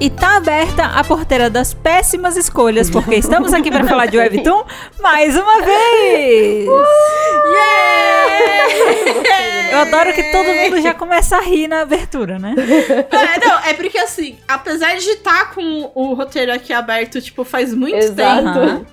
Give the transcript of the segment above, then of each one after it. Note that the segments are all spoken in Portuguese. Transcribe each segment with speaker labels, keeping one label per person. Speaker 1: e tá aberta a porteira das péssimas escolhas, porque estamos aqui para falar de Webtoon mais uma vez!
Speaker 2: Yeah!
Speaker 1: Eu adoro que todo mundo já começa a rir na abertura, né?
Speaker 2: É, não, é porque assim, apesar de estar com o roteiro aqui aberto, tipo, faz muito tempo.
Speaker 3: Exato.
Speaker 1: Aham.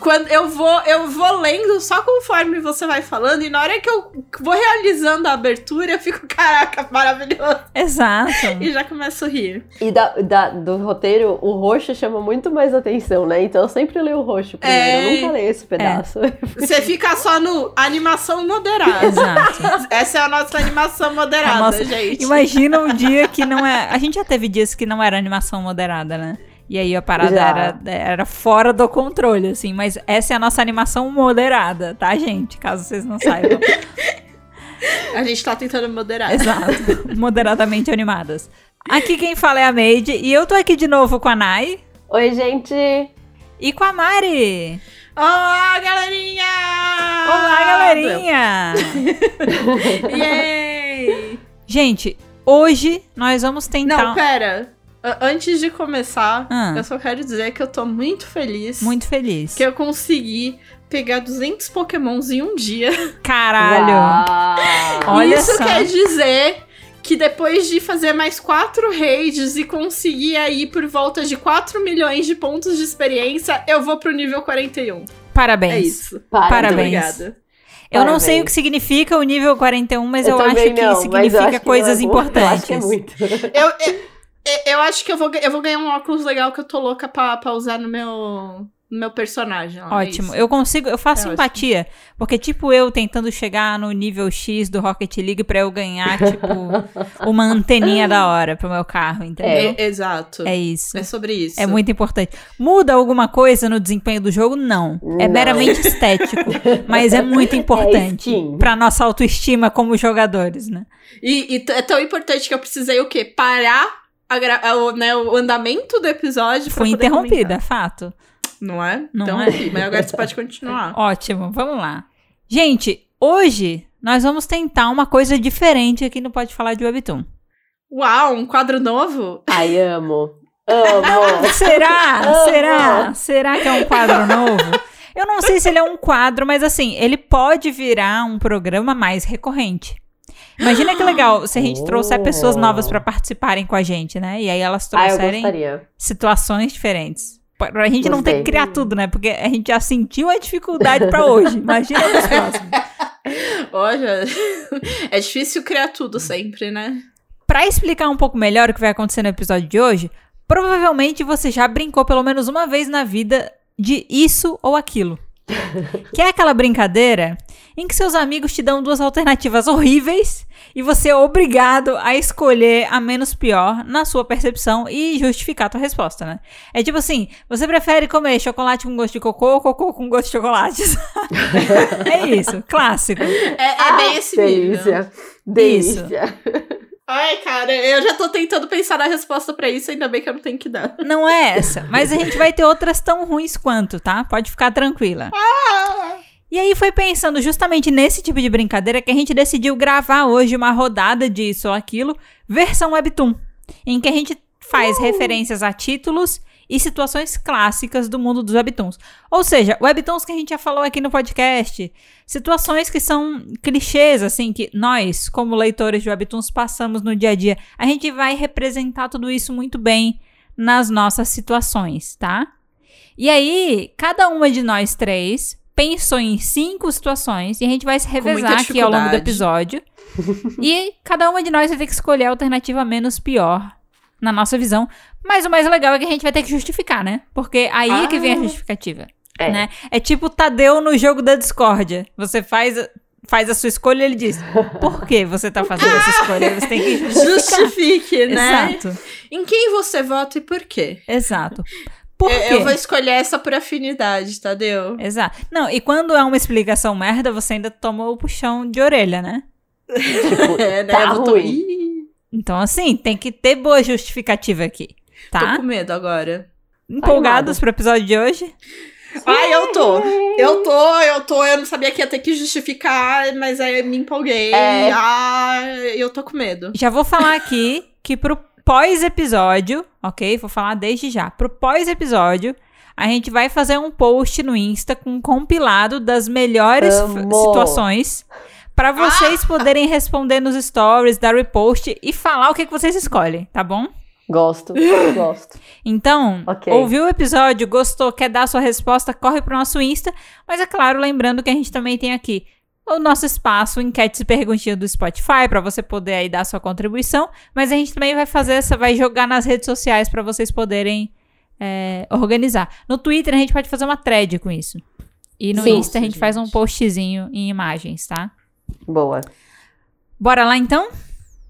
Speaker 2: Quando eu vou, eu vou lendo só conforme você vai falando, e na hora que eu vou realizando a abertura, eu fico, caraca, maravilhoso.
Speaker 1: Exato.
Speaker 2: E já começo a rir.
Speaker 3: E da, da- do roteiro, o roxo chama muito mais atenção, né? Então eu sempre leio o roxo primeiro.
Speaker 2: É.
Speaker 3: Eu nunca leio esse pedaço.
Speaker 2: Você fica só no animação moderada.
Speaker 1: Exato.
Speaker 2: Essa é a nossa animação moderada,
Speaker 1: A nossa-
Speaker 2: gente.
Speaker 1: Imagina um dia que não é. A gente já teve dias que não era animação moderada, né? E aí a parada
Speaker 3: Já.
Speaker 1: era, era fora do controle, assim. Mas essa é a nossa animação moderada, tá, gente? Caso vocês não saibam.
Speaker 2: A gente tá tentando moderar.
Speaker 1: Exato. Moderadamente animadas. Aqui quem fala é a Made e eu tô aqui de novo com a Nai
Speaker 3: Oi, gente!
Speaker 1: e com a Mari.
Speaker 2: Olá, galerinha!
Speaker 3: Ah,
Speaker 1: Olá, galerinha!
Speaker 2: Yay!
Speaker 1: gente, hoje nós vamos tentar.
Speaker 2: Não, pera. A- Antes de começar,
Speaker 1: Então- Ah.
Speaker 2: eu só quero dizer que eu tô muito feliz
Speaker 1: Muito feliz.
Speaker 2: que eu consegui pegar 200 pokémons em um dia.
Speaker 1: Caralho!
Speaker 3: Uau.
Speaker 1: Olha
Speaker 2: Isso
Speaker 1: só.
Speaker 2: quer dizer que depois de fazer mais quatro raids e conseguir aí por volta de 4 milhões de pontos de experiência, eu vou pro nível 41.
Speaker 1: Parabéns.
Speaker 2: É isso.
Speaker 1: Parabéns.
Speaker 2: Muito obrigada.
Speaker 1: Eu não
Speaker 3: Parabéns.
Speaker 1: sei o que significa o nível 41, mas eu, acho
Speaker 3: também
Speaker 1: que
Speaker 3: não, mas eu
Speaker 1: significa
Speaker 3: acho que
Speaker 1: coisas
Speaker 3: é bom. Eu acho
Speaker 1: importantes.
Speaker 3: que é muito.
Speaker 2: Eu, eu, eu acho que eu vou, ga- eu vou ganhar um óculos legal que eu tô louca pra, pra usar no meu, no meu personagem. lá, é
Speaker 1: Ótimo.
Speaker 2: isso.
Speaker 1: Eu consigo, eu faço
Speaker 2: É
Speaker 1: empatia, porque tipo eu tentando chegar no nível X do Rocket League pra eu ganhar tipo uma anteninha da hora pro meu carro, entendeu?
Speaker 2: É, exato.
Speaker 1: É, isso.
Speaker 2: É sobre isso.
Speaker 1: É muito importante. Muda alguma coisa no desempenho do jogo? Não. É
Speaker 3: Não.
Speaker 1: meramente estético, mas é muito importante
Speaker 3: skin.
Speaker 1: pra nossa autoestima como jogadores, né?
Speaker 2: E, e t- é tão importante que eu precisei o quê? Parar a gra- a- o, né, o andamento do episódio. pra
Speaker 1: Foi
Speaker 2: poder
Speaker 1: interrompida,
Speaker 2: comentar.
Speaker 1: fato.
Speaker 2: Não é?
Speaker 1: Não
Speaker 2: então,
Speaker 1: é.
Speaker 2: enfim, mas agora você pode continuar.
Speaker 1: Ótimo, vamos lá. Gente, hoje nós vamos tentar uma coisa diferente aqui no Pode Falar de Webtoon.
Speaker 2: Uau, um quadro novo?
Speaker 3: Ai, amo. Amo.
Speaker 1: Será?
Speaker 3: Amo.
Speaker 1: será? Será que é um quadro novo? Eu não sei se ele é um quadro, mas assim, ele pode virar um programa mais recorrente. Imagina que legal se a gente
Speaker 3: Oh.
Speaker 1: trouxer pessoas novas pra participarem com a gente, né? E aí elas
Speaker 3: Ai, Oh. Ah, eu
Speaker 1: trouxerem
Speaker 3: gostaria.
Speaker 1: situações diferentes. Pra pra gente não ter que
Speaker 3: Gostei.
Speaker 1: criar tudo, né? Porque a gente já sentiu a dificuldade pra hoje. Imagina nos próximos.
Speaker 2: Olha, é difícil criar tudo sempre, né?
Speaker 1: Pra explicar um pouco melhor o que vai acontecer no episódio de hoje, provavelmente você já brincou pelo menos uma vez na vida de isso ou aquilo. Que é aquela brincadeira em que seus amigos te dão duas alternativas horríveis e você é obrigado a escolher a menos pior na sua percepção e justificar a tua resposta, né? É tipo assim, você prefere comer chocolate com gosto de cocô ou cocô com gosto de chocolate? sabe? é isso, clássico.
Speaker 2: É, é
Speaker 1: Ah,
Speaker 2: bem esse nível.
Speaker 3: Delícia. Delícia.
Speaker 2: Ai, cara, eu já tô tentando pensar na resposta pra isso, ainda bem que eu não tenho que dar.
Speaker 1: Não é essa, mas a gente vai ter outras tão ruins quanto, tá? Pode ficar tranquila. E aí foi pensando justamente nesse tipo de brincadeira que a gente decidiu gravar hoje uma rodada de isso ou aquilo, versão webtoon, em que a gente
Speaker 2: Uhum.
Speaker 1: faz referências a títulos e situações clássicas do mundo dos webtoons. Ou seja, webtoons que a gente já falou aqui no podcast, situações que são clichês assim que nós, como leitores de webtoons, passamos no dia a dia. A gente vai representar tudo isso muito bem nas nossas situações, tá? E aí, cada uma de nós três pensou em cinco situações e a gente vai se
Speaker 2: muita
Speaker 1: revezar aqui ao longo do
Speaker 2: dificuldade.
Speaker 1: episódio. e cada uma de nós vai ter que escolher a alternativa menos pior, na nossa visão. Mas o mais legal é que a gente vai ter que justificar, né? Porque aí é que vem a
Speaker 2: Ah.
Speaker 1: justificativa.
Speaker 3: É.
Speaker 1: Né? É tipo o Tadeu no jogo da discórdia. Você faz, faz a sua escolha e ele diz: Por que você tá fazendo essa escolha? Você tem que justificar.
Speaker 2: Justifique, Ah. né?
Speaker 1: Exato,
Speaker 2: Em quem você vota e por quê?
Speaker 1: exato. Por
Speaker 2: É, Eu-
Speaker 1: quê?
Speaker 2: Eu vou escolher essa por afinidade, tá, Tadeu.
Speaker 1: Exato. Não, e quando é uma explicação merda, você ainda toma o puxão de orelha, né?
Speaker 3: Tipo,
Speaker 2: É, né?
Speaker 3: tá
Speaker 2: eu vou to-
Speaker 3: ruim.
Speaker 2: Ih,
Speaker 1: Então, assim, tem que ter boa justificativa aqui,
Speaker 2: Tô
Speaker 1: tá?
Speaker 2: com medo agora.
Speaker 1: Empolgados pro episódio de hoje?
Speaker 2: Ai, eu tô. Eu tô, eu tô. Eu não sabia que ia ter que justificar, mas aí eu me empolguei.
Speaker 3: É.
Speaker 2: Ai, eu tô com medo.
Speaker 1: Já vou falar aqui que pro pós-episódio, ok? Vou falar desde já. Pro pós-episódio, a gente vai fazer um post no Insta com um compilado das melhores f-
Speaker 3: Amo.
Speaker 1: situações pra vocês poderem responder nos stories, dar repost e falar o que, que vocês escolhem, tá bom?
Speaker 3: Gosto, gosto.
Speaker 1: Então,
Speaker 3: Ok.
Speaker 1: ouviu o episódio, gostou, quer dar a sua resposta, corre pro nosso Insta. Mas é claro, lembrando que a gente também tem aqui o nosso espaço, enquetes e perguntinhas do Spotify, pra você poder aí dar sua contribuição. Mas a gente também vai fazer essa, vai jogar nas redes sociais pra vocês poderem é, organizar. No Twitter a gente pode fazer uma thread com isso. E no
Speaker 3: Sim.
Speaker 1: Insta a gente
Speaker 3: Gente.
Speaker 1: faz um postzinho em imagens, tá?
Speaker 3: Boa.
Speaker 1: Bora lá então?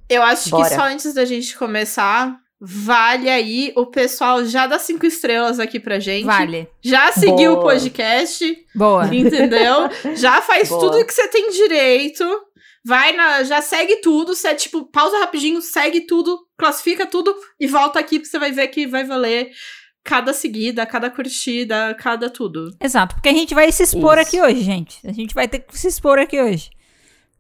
Speaker 2: Eu acho
Speaker 3: Bora.
Speaker 2: que só antes da gente começar, vale aí o pessoal já dá cinco estrelas aqui pra gente.
Speaker 1: Vale.
Speaker 2: Já seguiu o
Speaker 3: Boa.
Speaker 2: podcast,
Speaker 1: Boa.
Speaker 2: entendeu? Já faz
Speaker 3: Boa.
Speaker 2: tudo que você tem direito. Vai na, já segue tudo, você tipo, pausa rapidinho, segue tudo, classifica tudo e volta aqui porque você vai ver que vai valer cada seguida, cada curtida, cada tudo.
Speaker 1: Exato, porque a gente vai se expor
Speaker 3: Isso.
Speaker 1: aqui hoje, gente. A gente vai ter que se expor aqui hoje.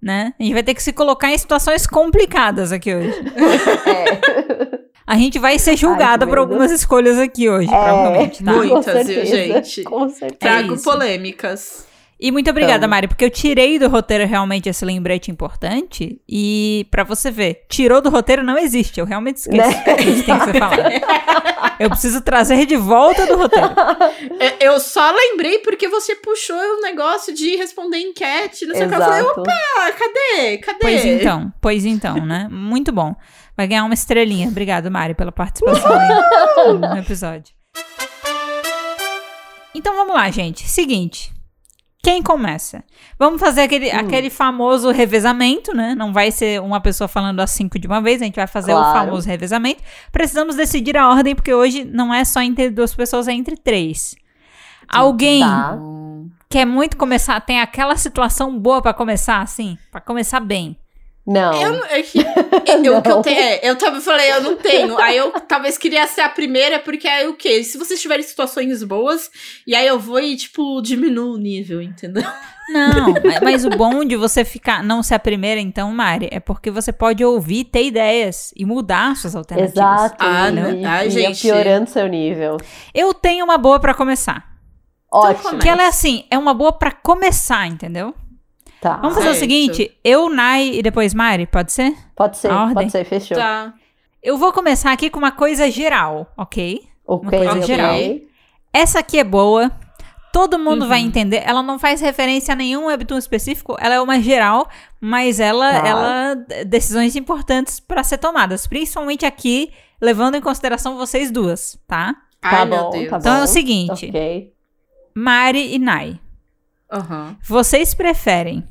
Speaker 1: Né? A gente vai ter que se colocar em situações complicadas aqui hoje.
Speaker 3: É,
Speaker 1: A gente vai ser julgada
Speaker 3: que
Speaker 1: por
Speaker 3: medo. É, então.
Speaker 1: algumas escolhas aqui hoje, provavelmente, tá?
Speaker 2: Muito.
Speaker 3: com
Speaker 2: Muitas, viu,
Speaker 3: certeza,
Speaker 2: gente?
Speaker 3: Com certeza.
Speaker 2: Trago
Speaker 1: É isso.
Speaker 2: polêmicas.
Speaker 1: E muito obrigada,
Speaker 3: Então.
Speaker 1: Mari, porque eu tirei do roteiro realmente esse lembrete importante. E pra você ver, tirou do roteiro não existe. Eu realmente
Speaker 3: Né?
Speaker 1: esqueci. Isso tem que ser falado. Eu preciso trazer de volta do roteiro.
Speaker 2: É, Eu só lembrei porque você puxou o negócio de responder enquete, não sei o que. Eu falei,
Speaker 3: Exato.
Speaker 2: opa, cadê? Cadê?
Speaker 1: Pois
Speaker 3: É.
Speaker 1: então, pois então, né? Muito bom. Vai ganhar uma estrelinha. Obrigado, Mari, pela participação aí no episódio. Então vamos lá, gente. Seguinte. Quem começa? Vamos fazer aquele,
Speaker 3: Hum.
Speaker 1: aquele famoso revezamento, né? Não vai ser uma pessoa falando as cinco de uma vez, a gente vai fazer o
Speaker 3: Claro.
Speaker 1: famoso revezamento. Precisamos decidir a ordem, porque hoje não é só entre duas pessoas, é entre três. Alguém
Speaker 3: Tá.
Speaker 1: quer muito começar, tem aquela situação boa pra começar, assim? Pra começar bem.
Speaker 3: Não.
Speaker 2: Eu, não- é que- eu- o que eu
Speaker 3: Não.
Speaker 2: tenho, é, eu tava- falei, eu não tenho. Aí eu talvez queria ser a primeira, porque aí o quê? Se vocês tiverem situações boas, e aí eu vou e, tipo, diminuo o nível, entendeu?
Speaker 1: Não, mas- mas o bom de você ficar, não ser a primeira, então, Mari, é porque você pode ouvir, ter ideias e mudar suas alternativas.
Speaker 3: Exato.
Speaker 2: Ah,
Speaker 3: e-
Speaker 1: né?
Speaker 2: não.
Speaker 3: e-
Speaker 2: Ai,
Speaker 3: e
Speaker 2: gente.
Speaker 3: piorando seu nível.
Speaker 1: Eu tenho uma boa pra começar.
Speaker 3: Ótimo.
Speaker 2: começa.
Speaker 1: Que ela é assim, é uma boa pra começar, entendeu?
Speaker 3: Tá.
Speaker 1: Vamos fazer o
Speaker 2: Certo.
Speaker 1: seguinte, eu, Nai e depois Mari, pode ser?
Speaker 3: Pode ser,
Speaker 1: A ordem.
Speaker 3: pode ser, fechou.
Speaker 2: Tá.
Speaker 1: Eu vou começar aqui com uma coisa geral, ok?
Speaker 3: Ok,
Speaker 1: coisa
Speaker 3: ok.
Speaker 1: geral. Essa aqui é boa. Todo mundo
Speaker 2: Uhum.
Speaker 1: vai entender. Ela não faz referência a nenhum webtoon específico. Ela é uma geral, mas ela,
Speaker 3: Tá.
Speaker 1: ela decisões importantes pra ser tomadas, principalmente aqui, levando em consideração vocês duas, tá?
Speaker 3: Tá
Speaker 2: Ai,
Speaker 3: bom,
Speaker 2: meu Deus.
Speaker 3: tá bom.
Speaker 1: Então é o seguinte,
Speaker 3: Ok.
Speaker 1: Mari e Nai,
Speaker 2: Aham.
Speaker 1: vocês preferem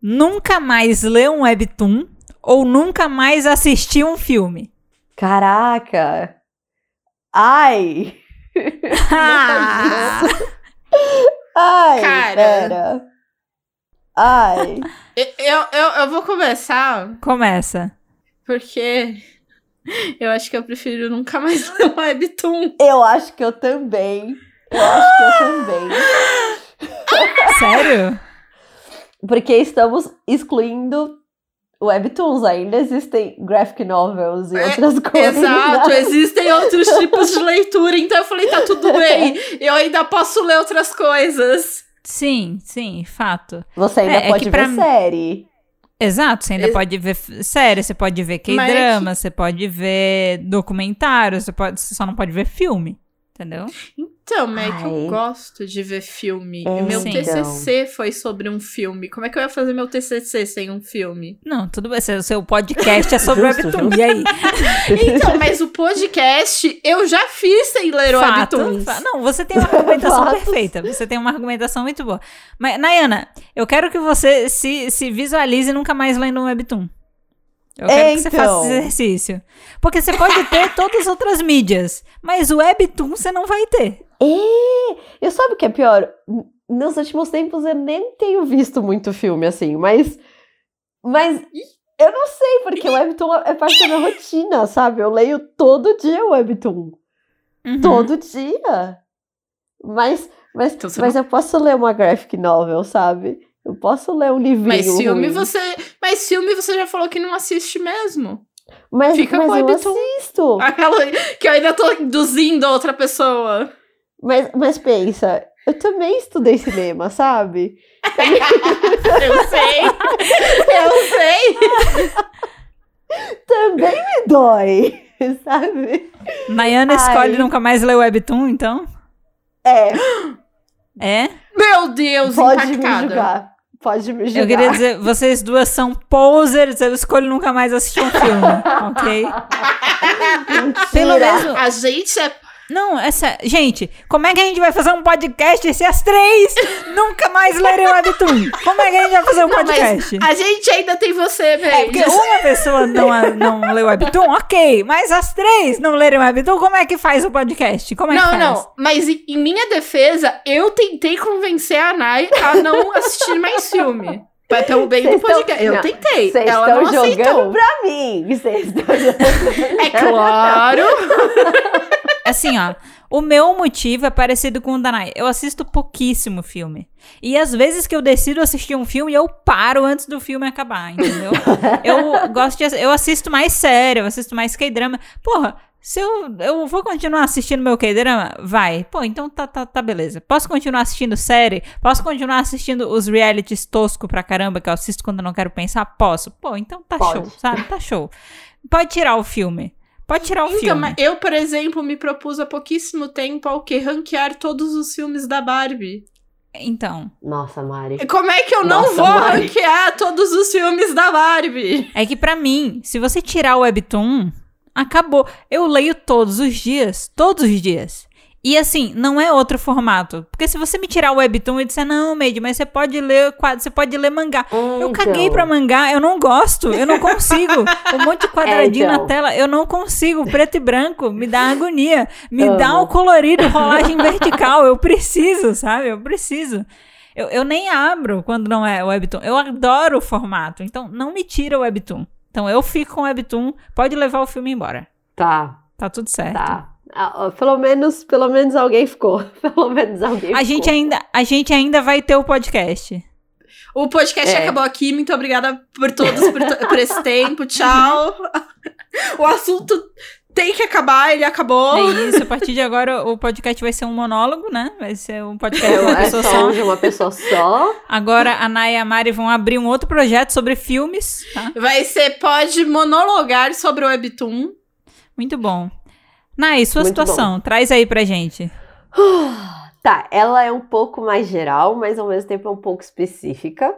Speaker 1: nunca mais ler um webtoon ou nunca mais assistir um filme?
Speaker 3: Caraca. Ai.
Speaker 1: Ah!
Speaker 3: Ai,
Speaker 2: Cara.
Speaker 3: pera. Ai.
Speaker 2: E- Eu, eu, eu vou começar,
Speaker 1: Começa.
Speaker 2: porque eu acho que eu prefiro nunca mais ler um webtoon.
Speaker 3: Eu acho que eu também. Eu acho que eu também.
Speaker 1: Sério?
Speaker 3: Porque estamos excluindo webtoons. Ainda existem graphic novels e
Speaker 2: É,
Speaker 3: outras coisas.
Speaker 2: Exato, existem outros tipos de leitura, então eu falei, tá tudo bem, eu ainda posso ler outras coisas.
Speaker 1: Sim, sim, fato.
Speaker 3: Você ainda
Speaker 1: É, é
Speaker 3: pode
Speaker 1: que
Speaker 3: ver
Speaker 1: pra mim-
Speaker 3: série.
Speaker 1: Exato, você ainda
Speaker 2: Ex-
Speaker 1: pode ver f- série, você pode ver
Speaker 2: Mas é
Speaker 1: K-drama, você pode ver documentário, você, pode, você só não pode ver filme, entendeu?
Speaker 2: Então, mas é que eu
Speaker 3: Ai.
Speaker 2: gosto de ver filme.
Speaker 3: É,
Speaker 2: E meu
Speaker 1: sim.
Speaker 2: TCC foi sobre um filme. Como é que eu ia fazer meu TCC sem um filme?
Speaker 1: Não, tudo bem, seu, seu podcast é sobre
Speaker 3: Justo,
Speaker 1: webtoon, e aí?
Speaker 2: Então, mas o podcast eu já fiz sem ler o
Speaker 1: Fato,
Speaker 2: Webtoons.
Speaker 1: fa- não, você tem uma argumentação
Speaker 3: Fatos.
Speaker 1: perfeita, você tem uma argumentação muito boa. Mas, Nayana, eu quero que você se, se visualize nunca mais lendo um webtoon. Eu quero que você
Speaker 3: Então.
Speaker 1: faça esse exercício. Porque você pode ter todas as outras mídias, mas o webtoon você não vai ter.
Speaker 3: É, eu sabe o que é pior? N- Nos últimos tempos eu nem tenho visto muito filme assim, mas. Mas eu não sei, porque o Webtoon é parte da minha rotina, sabe? Eu leio todo dia o Webtoon.
Speaker 1: Uhum.
Speaker 3: Todo dia. Mas, mas,
Speaker 2: Então você
Speaker 3: mas eu posso ler uma graphic novel, sabe? Eu posso ler um livrinho.
Speaker 2: Mas filme
Speaker 3: ruim.
Speaker 2: você. Mas filme você já falou que não assiste mesmo.
Speaker 3: Mas,
Speaker 2: Fica
Speaker 3: mas
Speaker 2: com o
Speaker 3: eu
Speaker 2: Webtoon. Ah.
Speaker 3: assisto.
Speaker 2: Aquela que eu ainda tô induzindo a outra pessoa.
Speaker 3: Mas, mas pensa, eu também estudei cinema, sabe?
Speaker 2: Eu sei. eu sei.
Speaker 3: Também me dói, sabe?
Speaker 1: Nayana
Speaker 3: Ai.
Speaker 1: escolhe nunca mais ler Webtoon, então?
Speaker 3: É,
Speaker 1: É?
Speaker 2: Meu Deus,
Speaker 3: pode me
Speaker 2: impactada.
Speaker 3: julgar. Pode me julgar.
Speaker 1: Eu queria dizer, vocês duas são posers, eu escolho nunca mais assistir um filme, ok? Pelo
Speaker 3: Mentira.
Speaker 1: menos.
Speaker 2: A gente é
Speaker 1: Não, essa. Gente, como é que a gente vai fazer um podcast se as três nunca mais lerem Webtoon? Como é que a gente vai fazer um
Speaker 2: Não, mas
Speaker 1: podcast?
Speaker 2: a gente ainda tem você, velho.
Speaker 1: É, porque uma pessoa não, a- não lê Webtoon, ok. Mas as três não lerem Webtoon, como é que faz o podcast? Como é que
Speaker 2: Não,
Speaker 1: faz?
Speaker 2: não. Mas em em minha defesa, eu tentei convencer a Nai a não assistir mais filme. Vai ter o bem do
Speaker 3: Vocês tão-
Speaker 2: podcast. Eu
Speaker 3: não,
Speaker 2: tentei.
Speaker 3: Vocês
Speaker 2: Ela
Speaker 3: estão
Speaker 2: não
Speaker 3: jogando
Speaker 2: aceitou.
Speaker 3: pra mim. Vocês estão
Speaker 2: É claro.
Speaker 1: Assim, ó. O meu motivo é parecido com o da Nai. Eu assisto pouquíssimo filme. E às vezes que eu decido assistir um filme, eu paro antes do filme acabar, entendeu? eu gosto de. ass- Eu assisto mais sério, eu assisto mais K-drama. Porra, se eu, eu vou continuar assistindo meu K-drama, vai. Pô, então tá, tá, tá beleza. Posso continuar assistindo série? Posso continuar assistindo os realities tosco pra caramba que eu assisto quando eu não quero pensar? Posso. Pô, então tá
Speaker 3: Pode.
Speaker 1: show, sabe? Tá show. Pode tirar o filme. Pode tirar o
Speaker 2: Então,
Speaker 1: filme.
Speaker 2: mas eu, por exemplo, me propus há pouquíssimo tempo ao que ranquear todos os filmes da Barbie.
Speaker 1: Então.
Speaker 3: Nossa, Mari.
Speaker 2: E Como é que eu não
Speaker 3: Nossa,
Speaker 2: vou
Speaker 3: Mari.
Speaker 2: ranquear todos os filmes da Barbie?
Speaker 1: É que pra mim, se você tirar o Webtoon, acabou. Eu leio todos os dias, todos os dias. E assim, não é outro formato. Porque se você me tirar o Webtoon e disser, não, Made, mas você pode ler quadro, você pode ler mangá. Eu
Speaker 3: Então.
Speaker 1: caguei pra mangá, eu não gosto, eu não consigo. Um monte de quadradinho
Speaker 3: então.
Speaker 1: na tela, eu não consigo. Preto e branco me dá agonia. Me dá
Speaker 3: Amo.
Speaker 1: o colorido, rolagem vertical. Eu preciso, sabe? Eu preciso. Eu, eu nem abro quando não é Webtoon. Eu adoro o formato, então não me tira o Webtoon. Então eu fico com o Webtoon, pode levar o filme embora.
Speaker 3: Tá,
Speaker 1: Tá tudo certo.
Speaker 3: tá. Ah, ó, Pelo menos, pelo menos alguém ficou. Pelo menos alguém
Speaker 1: A gente, é
Speaker 3: ficou.
Speaker 1: ainda, a gente ainda vai ter o podcast.
Speaker 2: O podcast
Speaker 3: É.
Speaker 2: acabou aqui. Muito obrigada por todos por, to- por esse tempo. Tchau. O assunto tem que acabar, ele acabou.
Speaker 1: É isso, a partir de agora o podcast vai ser um monólogo, né? Vai ser um podcast
Speaker 3: É,
Speaker 1: de uma
Speaker 3: é
Speaker 1: pessoa
Speaker 3: só
Speaker 1: só.
Speaker 3: um de uma pessoa só.
Speaker 1: Agora a Naya e a Mari vão abrir um outro projeto sobre filmes, tá?
Speaker 2: Vai ser pode monologar sobre o Webtoon.
Speaker 1: Muito bom. Nai, sua
Speaker 3: Muito
Speaker 1: situação, traz aí pra gente.
Speaker 3: Tá, ela é um pouco mais geral, mas ao mesmo tempo é um pouco específica.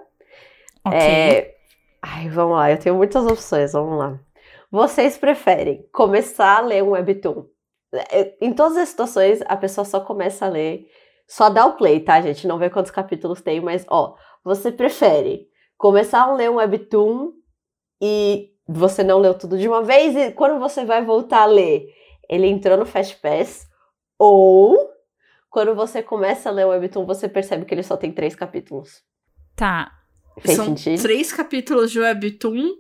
Speaker 1: Ok.
Speaker 3: É... Ai, vamos lá, eu tenho muitas opções, vamos lá. Vocês preferem começar a ler um webtoon? É, Em todas as situações, a pessoa só começa a ler, só dá o play, tá, gente? Não vê quantos capítulos tem, mas ó, você prefere começar a ler um webtoon e você não leu tudo de uma vez e quando você vai voltar a ler, ele entrou no Fast Pass ou quando você começa a ler o webtoon, você percebe que ele só tem três capítulos.
Speaker 1: Tá.
Speaker 3: Fez
Speaker 2: São
Speaker 3: sentido?
Speaker 2: três capítulos de Webtoon.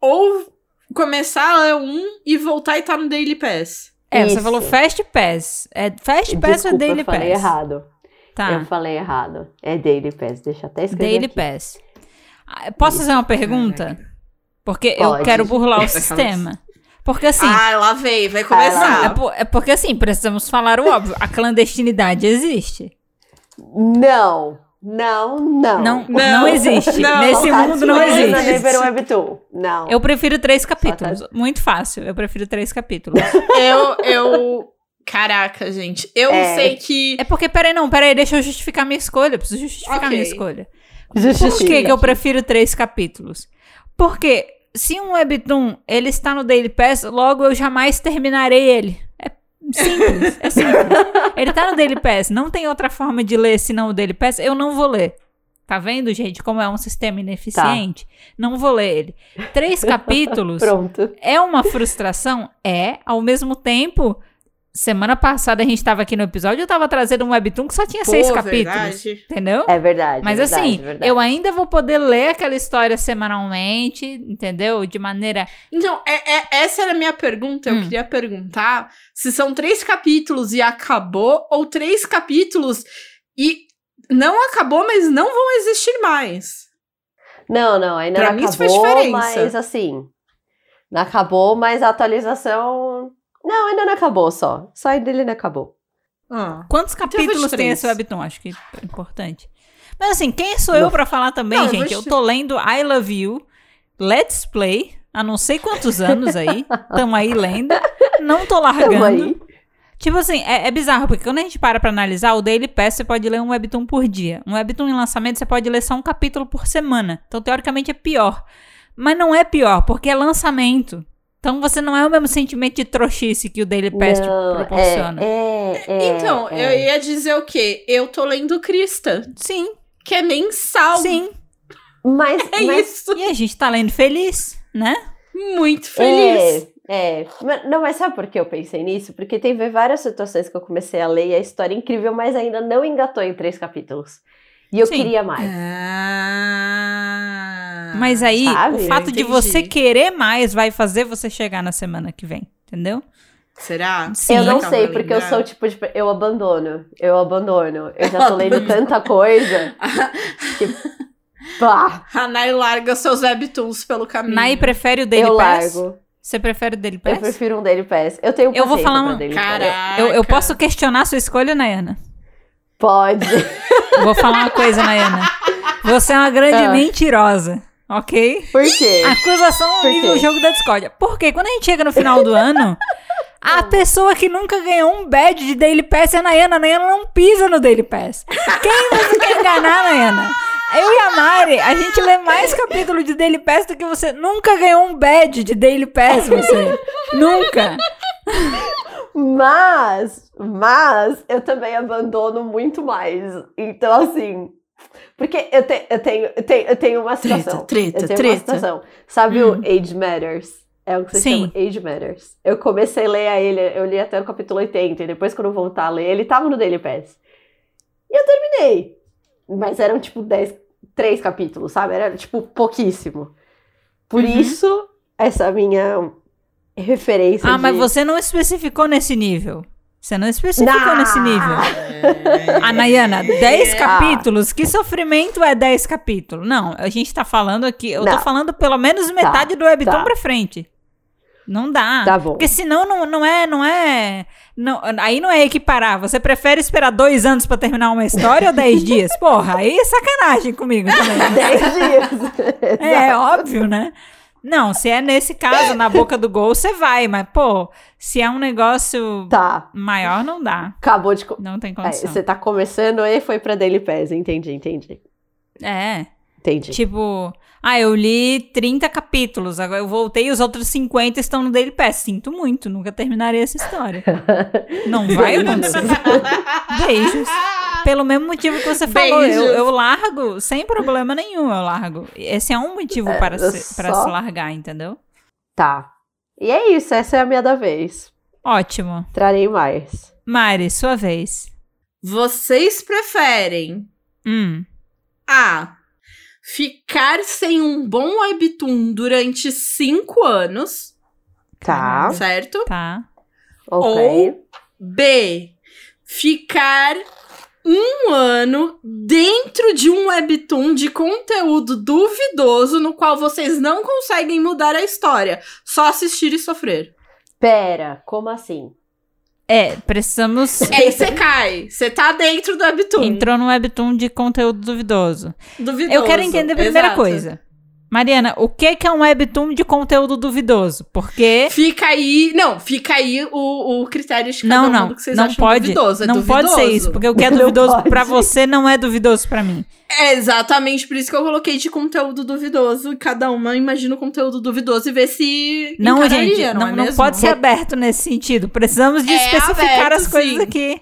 Speaker 2: Ou começar a ler um e voltar e tá no Daily Pass.
Speaker 1: É, você
Speaker 3: Isso.
Speaker 1: falou Fast Pass. É Fast Pass ou
Speaker 3: Desculpa,
Speaker 1: Daily
Speaker 3: eu falei
Speaker 1: Pass?
Speaker 3: errado. Eu
Speaker 1: Tá.
Speaker 3: falei errado. É Daily Pass, deixa eu até escrever
Speaker 1: Daily
Speaker 3: aqui.
Speaker 1: Pass. Ah, Posso fazer uma pergunta? Porque eu
Speaker 3: Pode.
Speaker 1: quero burlar o
Speaker 2: Aquelas-
Speaker 1: sistema. Porque assim,
Speaker 2: Ah, lá veio, vai
Speaker 3: Ah,
Speaker 1: é,
Speaker 2: começar.
Speaker 1: po- é porque assim, precisamos falar o óbvio. A clandestinidade existe.
Speaker 3: Não, não, não.
Speaker 1: Não, não,
Speaker 2: Não.
Speaker 1: existe.
Speaker 2: Não.
Speaker 1: Nesse
Speaker 3: tá
Speaker 1: mundo não
Speaker 3: disponível na
Speaker 1: existe.
Speaker 3: Neighbor Webtoon. Não.
Speaker 1: Eu prefiro três
Speaker 3: tá-
Speaker 1: capítulos. Muito fácil. Eu prefiro três capítulos.
Speaker 2: Eu, eu. Caraca, gente. Eu
Speaker 3: É.
Speaker 2: sei que.
Speaker 1: é porque, peraí, não, peraí, deixa eu justificar minha escolha. Eu preciso justificar
Speaker 2: Ok.
Speaker 1: minha escolha. Por
Speaker 3: Justifica.
Speaker 1: que, que eu prefiro três capítulos? Porque se um webtoon ele está no Daily Pass, logo eu jamais terminarei ele. É simples, é simples. Ele tá no Daily Pass, não tem outra forma de ler senão o Daily Pass, eu não vou ler. Tá vendo, gente, como é um sistema ineficiente? Não vou ler ele. Três capítulos
Speaker 3: Pronto.
Speaker 1: é uma frustração? É. Ao mesmo tempo, semana passada a gente tava aqui no episódio, eu tava trazendo um webtoon que só tinha seis
Speaker 2: Pô, é
Speaker 1: capítulos.
Speaker 2: verdade.
Speaker 1: Entendeu?
Speaker 3: É verdade.
Speaker 1: Mas
Speaker 3: verdade,
Speaker 1: assim,
Speaker 3: verdade.
Speaker 1: eu ainda vou poder ler aquela história semanalmente, entendeu? De maneira.
Speaker 2: Então, é, é- essa era a minha pergunta. Eu
Speaker 1: Hum.
Speaker 2: queria perguntar se são três capítulos e acabou, ou três capítulos e não acabou, mas não vão existir mais.
Speaker 3: Não, não, ainda
Speaker 2: Pra
Speaker 3: não
Speaker 2: mim isso faz
Speaker 3: acabou,
Speaker 2: diferença.
Speaker 3: mas assim. Não acabou, mas a atualização. Não, ainda não acabou só. Só ainda ele não acabou.
Speaker 2: Ah.
Speaker 1: Quantos capítulos tem
Speaker 2: 23.
Speaker 1: esse webtoon? Acho que é importante. Mas assim, quem sou eu
Speaker 3: Não.
Speaker 1: pra falar também,
Speaker 2: Não, eu
Speaker 1: gente?
Speaker 2: vou
Speaker 1: Eu
Speaker 2: te-
Speaker 1: tô lendo I Love You, Let's Play, há não sei quantos anos aí. Tamo aí lendo. Não tô
Speaker 3: Tamo
Speaker 1: largando.
Speaker 3: aí.
Speaker 1: Tipo assim, é, é bizarro, porque quando a gente para pra analisar, o Daily Pass você pode ler um webtoon por dia. Um webtoon em lançamento você pode ler só um capítulo por semana. Então, teoricamente, é pior. Mas não é pior, porque é lançamento. Então, você não é o mesmo sentimento de trouxice que o Daily Pass te
Speaker 3: Não, é,
Speaker 1: proporciona.
Speaker 3: é, é,
Speaker 2: Então,
Speaker 3: é.
Speaker 2: eu ia dizer o quê? Eu tô lendo Crista,
Speaker 1: Sim,
Speaker 2: que é mensal.
Speaker 1: sim.
Speaker 3: Mas,
Speaker 2: É
Speaker 3: mas
Speaker 2: isso.
Speaker 1: E a gente tá lendo feliz, né?
Speaker 2: Muito feliz.
Speaker 3: É, é. Mas- Não, mas sabe por que eu pensei nisso? Porque teve várias situações que eu comecei a ler e a história é incrível, mas ainda não engatou em três capítulos. E eu
Speaker 1: Sim.
Speaker 3: queria mais.
Speaker 2: Ah.
Speaker 1: Mas é- aí,
Speaker 3: sabe?
Speaker 1: o fato
Speaker 2: Eu
Speaker 1: de
Speaker 2: entendi.
Speaker 1: você querer mais vai fazer você chegar na semana que vem, entendeu?
Speaker 2: Será?
Speaker 1: Sim.
Speaker 3: eu não
Speaker 2: Calma,
Speaker 3: sei, porque eu
Speaker 1: né?
Speaker 2: Linda.
Speaker 3: sou o tipo de. pe- Eu abandono. Eu abandono. Eu já tô lendo tanta coisa. que- Pá,
Speaker 2: A Nai larga seus webtoons pelo caminho.
Speaker 1: Nai prefere o Daily
Speaker 3: eu
Speaker 1: Pass?
Speaker 3: largo.
Speaker 1: Você prefere o Daily
Speaker 3: Eu
Speaker 1: Pass?
Speaker 3: prefiro um Daily Pass. Eu tenho
Speaker 1: Eu vou
Speaker 3: paciência
Speaker 1: falar
Speaker 3: pra
Speaker 1: um-
Speaker 3: Daily Pass.
Speaker 2: Caraca.
Speaker 1: Eu, eu posso questionar a sua escolha, Nayana?
Speaker 3: Pode.
Speaker 1: Eu vou falar uma coisa, Nayana. Você é uma grande
Speaker 3: Ah.
Speaker 1: mentirosa, ok?
Speaker 3: Por quê?
Speaker 1: Acusação
Speaker 3: É. Por
Speaker 1: nível
Speaker 3: quê?
Speaker 1: jogo da discórdia. Porque quando a gente chega no final do ano, a pessoa que nunca ganhou um badge de Daily Pass é a Nayana. A Nayana não pisa no Daily Pass. Quem você quer enganar, Nayana? Eu e a Mari, a gente lê mais capítulo de Daily Pass do que você. Nunca ganhou um badge de Daily Pass, você. Nunca.
Speaker 3: Mas, mas eu também abandono muito mais. Então, assim. Porque eu, te- eu tenho, eu tenho, eu tenho uma situação. eu
Speaker 2: treta,
Speaker 3: tenho uma situação. Sabe o Age Matters? É o que se
Speaker 1: Sim.
Speaker 3: chama Age Matters. Eu comecei a ler a ele, eu li até o capítulo 80, e depois quando eu voltar a ler, ele tava no Daily Pass. E eu terminei. Mas eram tipo 10, 3 capítulos, sabe? Era tipo pouquíssimo. Por
Speaker 2: Uhum.
Speaker 3: isso, essa minha referência.
Speaker 1: Ah, mas
Speaker 3: de-
Speaker 1: você não especificou nesse nível. Você não especificou
Speaker 3: Não.
Speaker 1: nesse nível. A Nayana, 10
Speaker 2: É.
Speaker 1: capítulos? Que sofrimento é 10 capítulos? Não, a gente tá falando aqui. Eu tô
Speaker 3: Não.
Speaker 1: falando pelo menos metade do Webtoon
Speaker 3: tá.
Speaker 1: pra frente. Não dá.
Speaker 3: Tá bom.
Speaker 1: Porque senão não, não é. não é não- Aí não é equiparar. Você prefere esperar dois anos pra terminar uma história ou 10 dias? Porra, aí é sacanagem comigo também.
Speaker 3: 10 dias.
Speaker 1: É óbvio, né? Não, se é nesse caso, na boca do gol, você vai, mas, pô, se é um negócio
Speaker 3: Tá,
Speaker 1: maior, não dá.
Speaker 3: acabou de. co-
Speaker 1: Não tem
Speaker 3: É,
Speaker 1: condição.
Speaker 3: você tá começando e foi pra Daily Pass. Entendi, entendi.
Speaker 1: é.
Speaker 3: Entendi.
Speaker 1: Tipo, ah, eu li 30 capítulos, agora eu voltei e os outros 50 estão no Daily Pass. Sinto muito, nunca terminarei essa história. Não vai acontecer. Beijos. Pelo mesmo motivo que você falou, eu,
Speaker 2: Beijos.
Speaker 1: eu largo sem problema nenhum, eu largo. Esse é um motivo para, se, para
Speaker 3: só-
Speaker 1: se largar, entendeu?
Speaker 3: Tá. E é isso, essa é a minha da vez.
Speaker 1: Ótimo.
Speaker 3: Trarei mais.
Speaker 1: Mari, sua vez.
Speaker 2: Vocês preferem
Speaker 1: Hum.
Speaker 2: A. Ficar sem um bom webtoon durante 5 anos,
Speaker 3: Tá.
Speaker 1: caralho,
Speaker 2: certo?
Speaker 1: Tá.
Speaker 3: Ok.
Speaker 2: B. Ficar um ano dentro de um webtoon de conteúdo duvidoso no qual vocês não conseguem mudar a história, só assistir e sofrer.
Speaker 3: Pera, como assim?
Speaker 1: É, precisamos.
Speaker 2: E aí você cai, você tá dentro do webtoon.
Speaker 1: Entrou no webtoon de conteúdo duvidoso.
Speaker 2: Duvidoso.
Speaker 1: Então, Eu quero entender a primeira
Speaker 2: Exato.
Speaker 1: coisa. Mariana, o que que é um webtoon de conteúdo duvidoso? Porque
Speaker 2: Fica aí, não, fica aí o, o critério de cada
Speaker 1: não,
Speaker 2: um
Speaker 1: não,
Speaker 2: do que vocês
Speaker 1: não
Speaker 2: acham
Speaker 1: pode,
Speaker 2: duvidoso. É
Speaker 1: não
Speaker 2: duvidoso.
Speaker 1: pode ser isso, porque o que é
Speaker 3: Não
Speaker 1: duvidoso
Speaker 3: pode.
Speaker 1: pra você não é duvidoso pra mim.
Speaker 2: É exatamente por isso que eu coloquei de conteúdo duvidoso. E cada uma imagina o conteúdo duvidoso e vê se.
Speaker 1: Não,
Speaker 2: encararia,
Speaker 1: gente, não,
Speaker 2: é
Speaker 1: não
Speaker 2: mesmo?
Speaker 1: pode ser aberto nesse sentido. Precisamos de
Speaker 2: É
Speaker 1: especificar
Speaker 2: aberto,
Speaker 1: as coisas
Speaker 2: sim.
Speaker 1: aqui.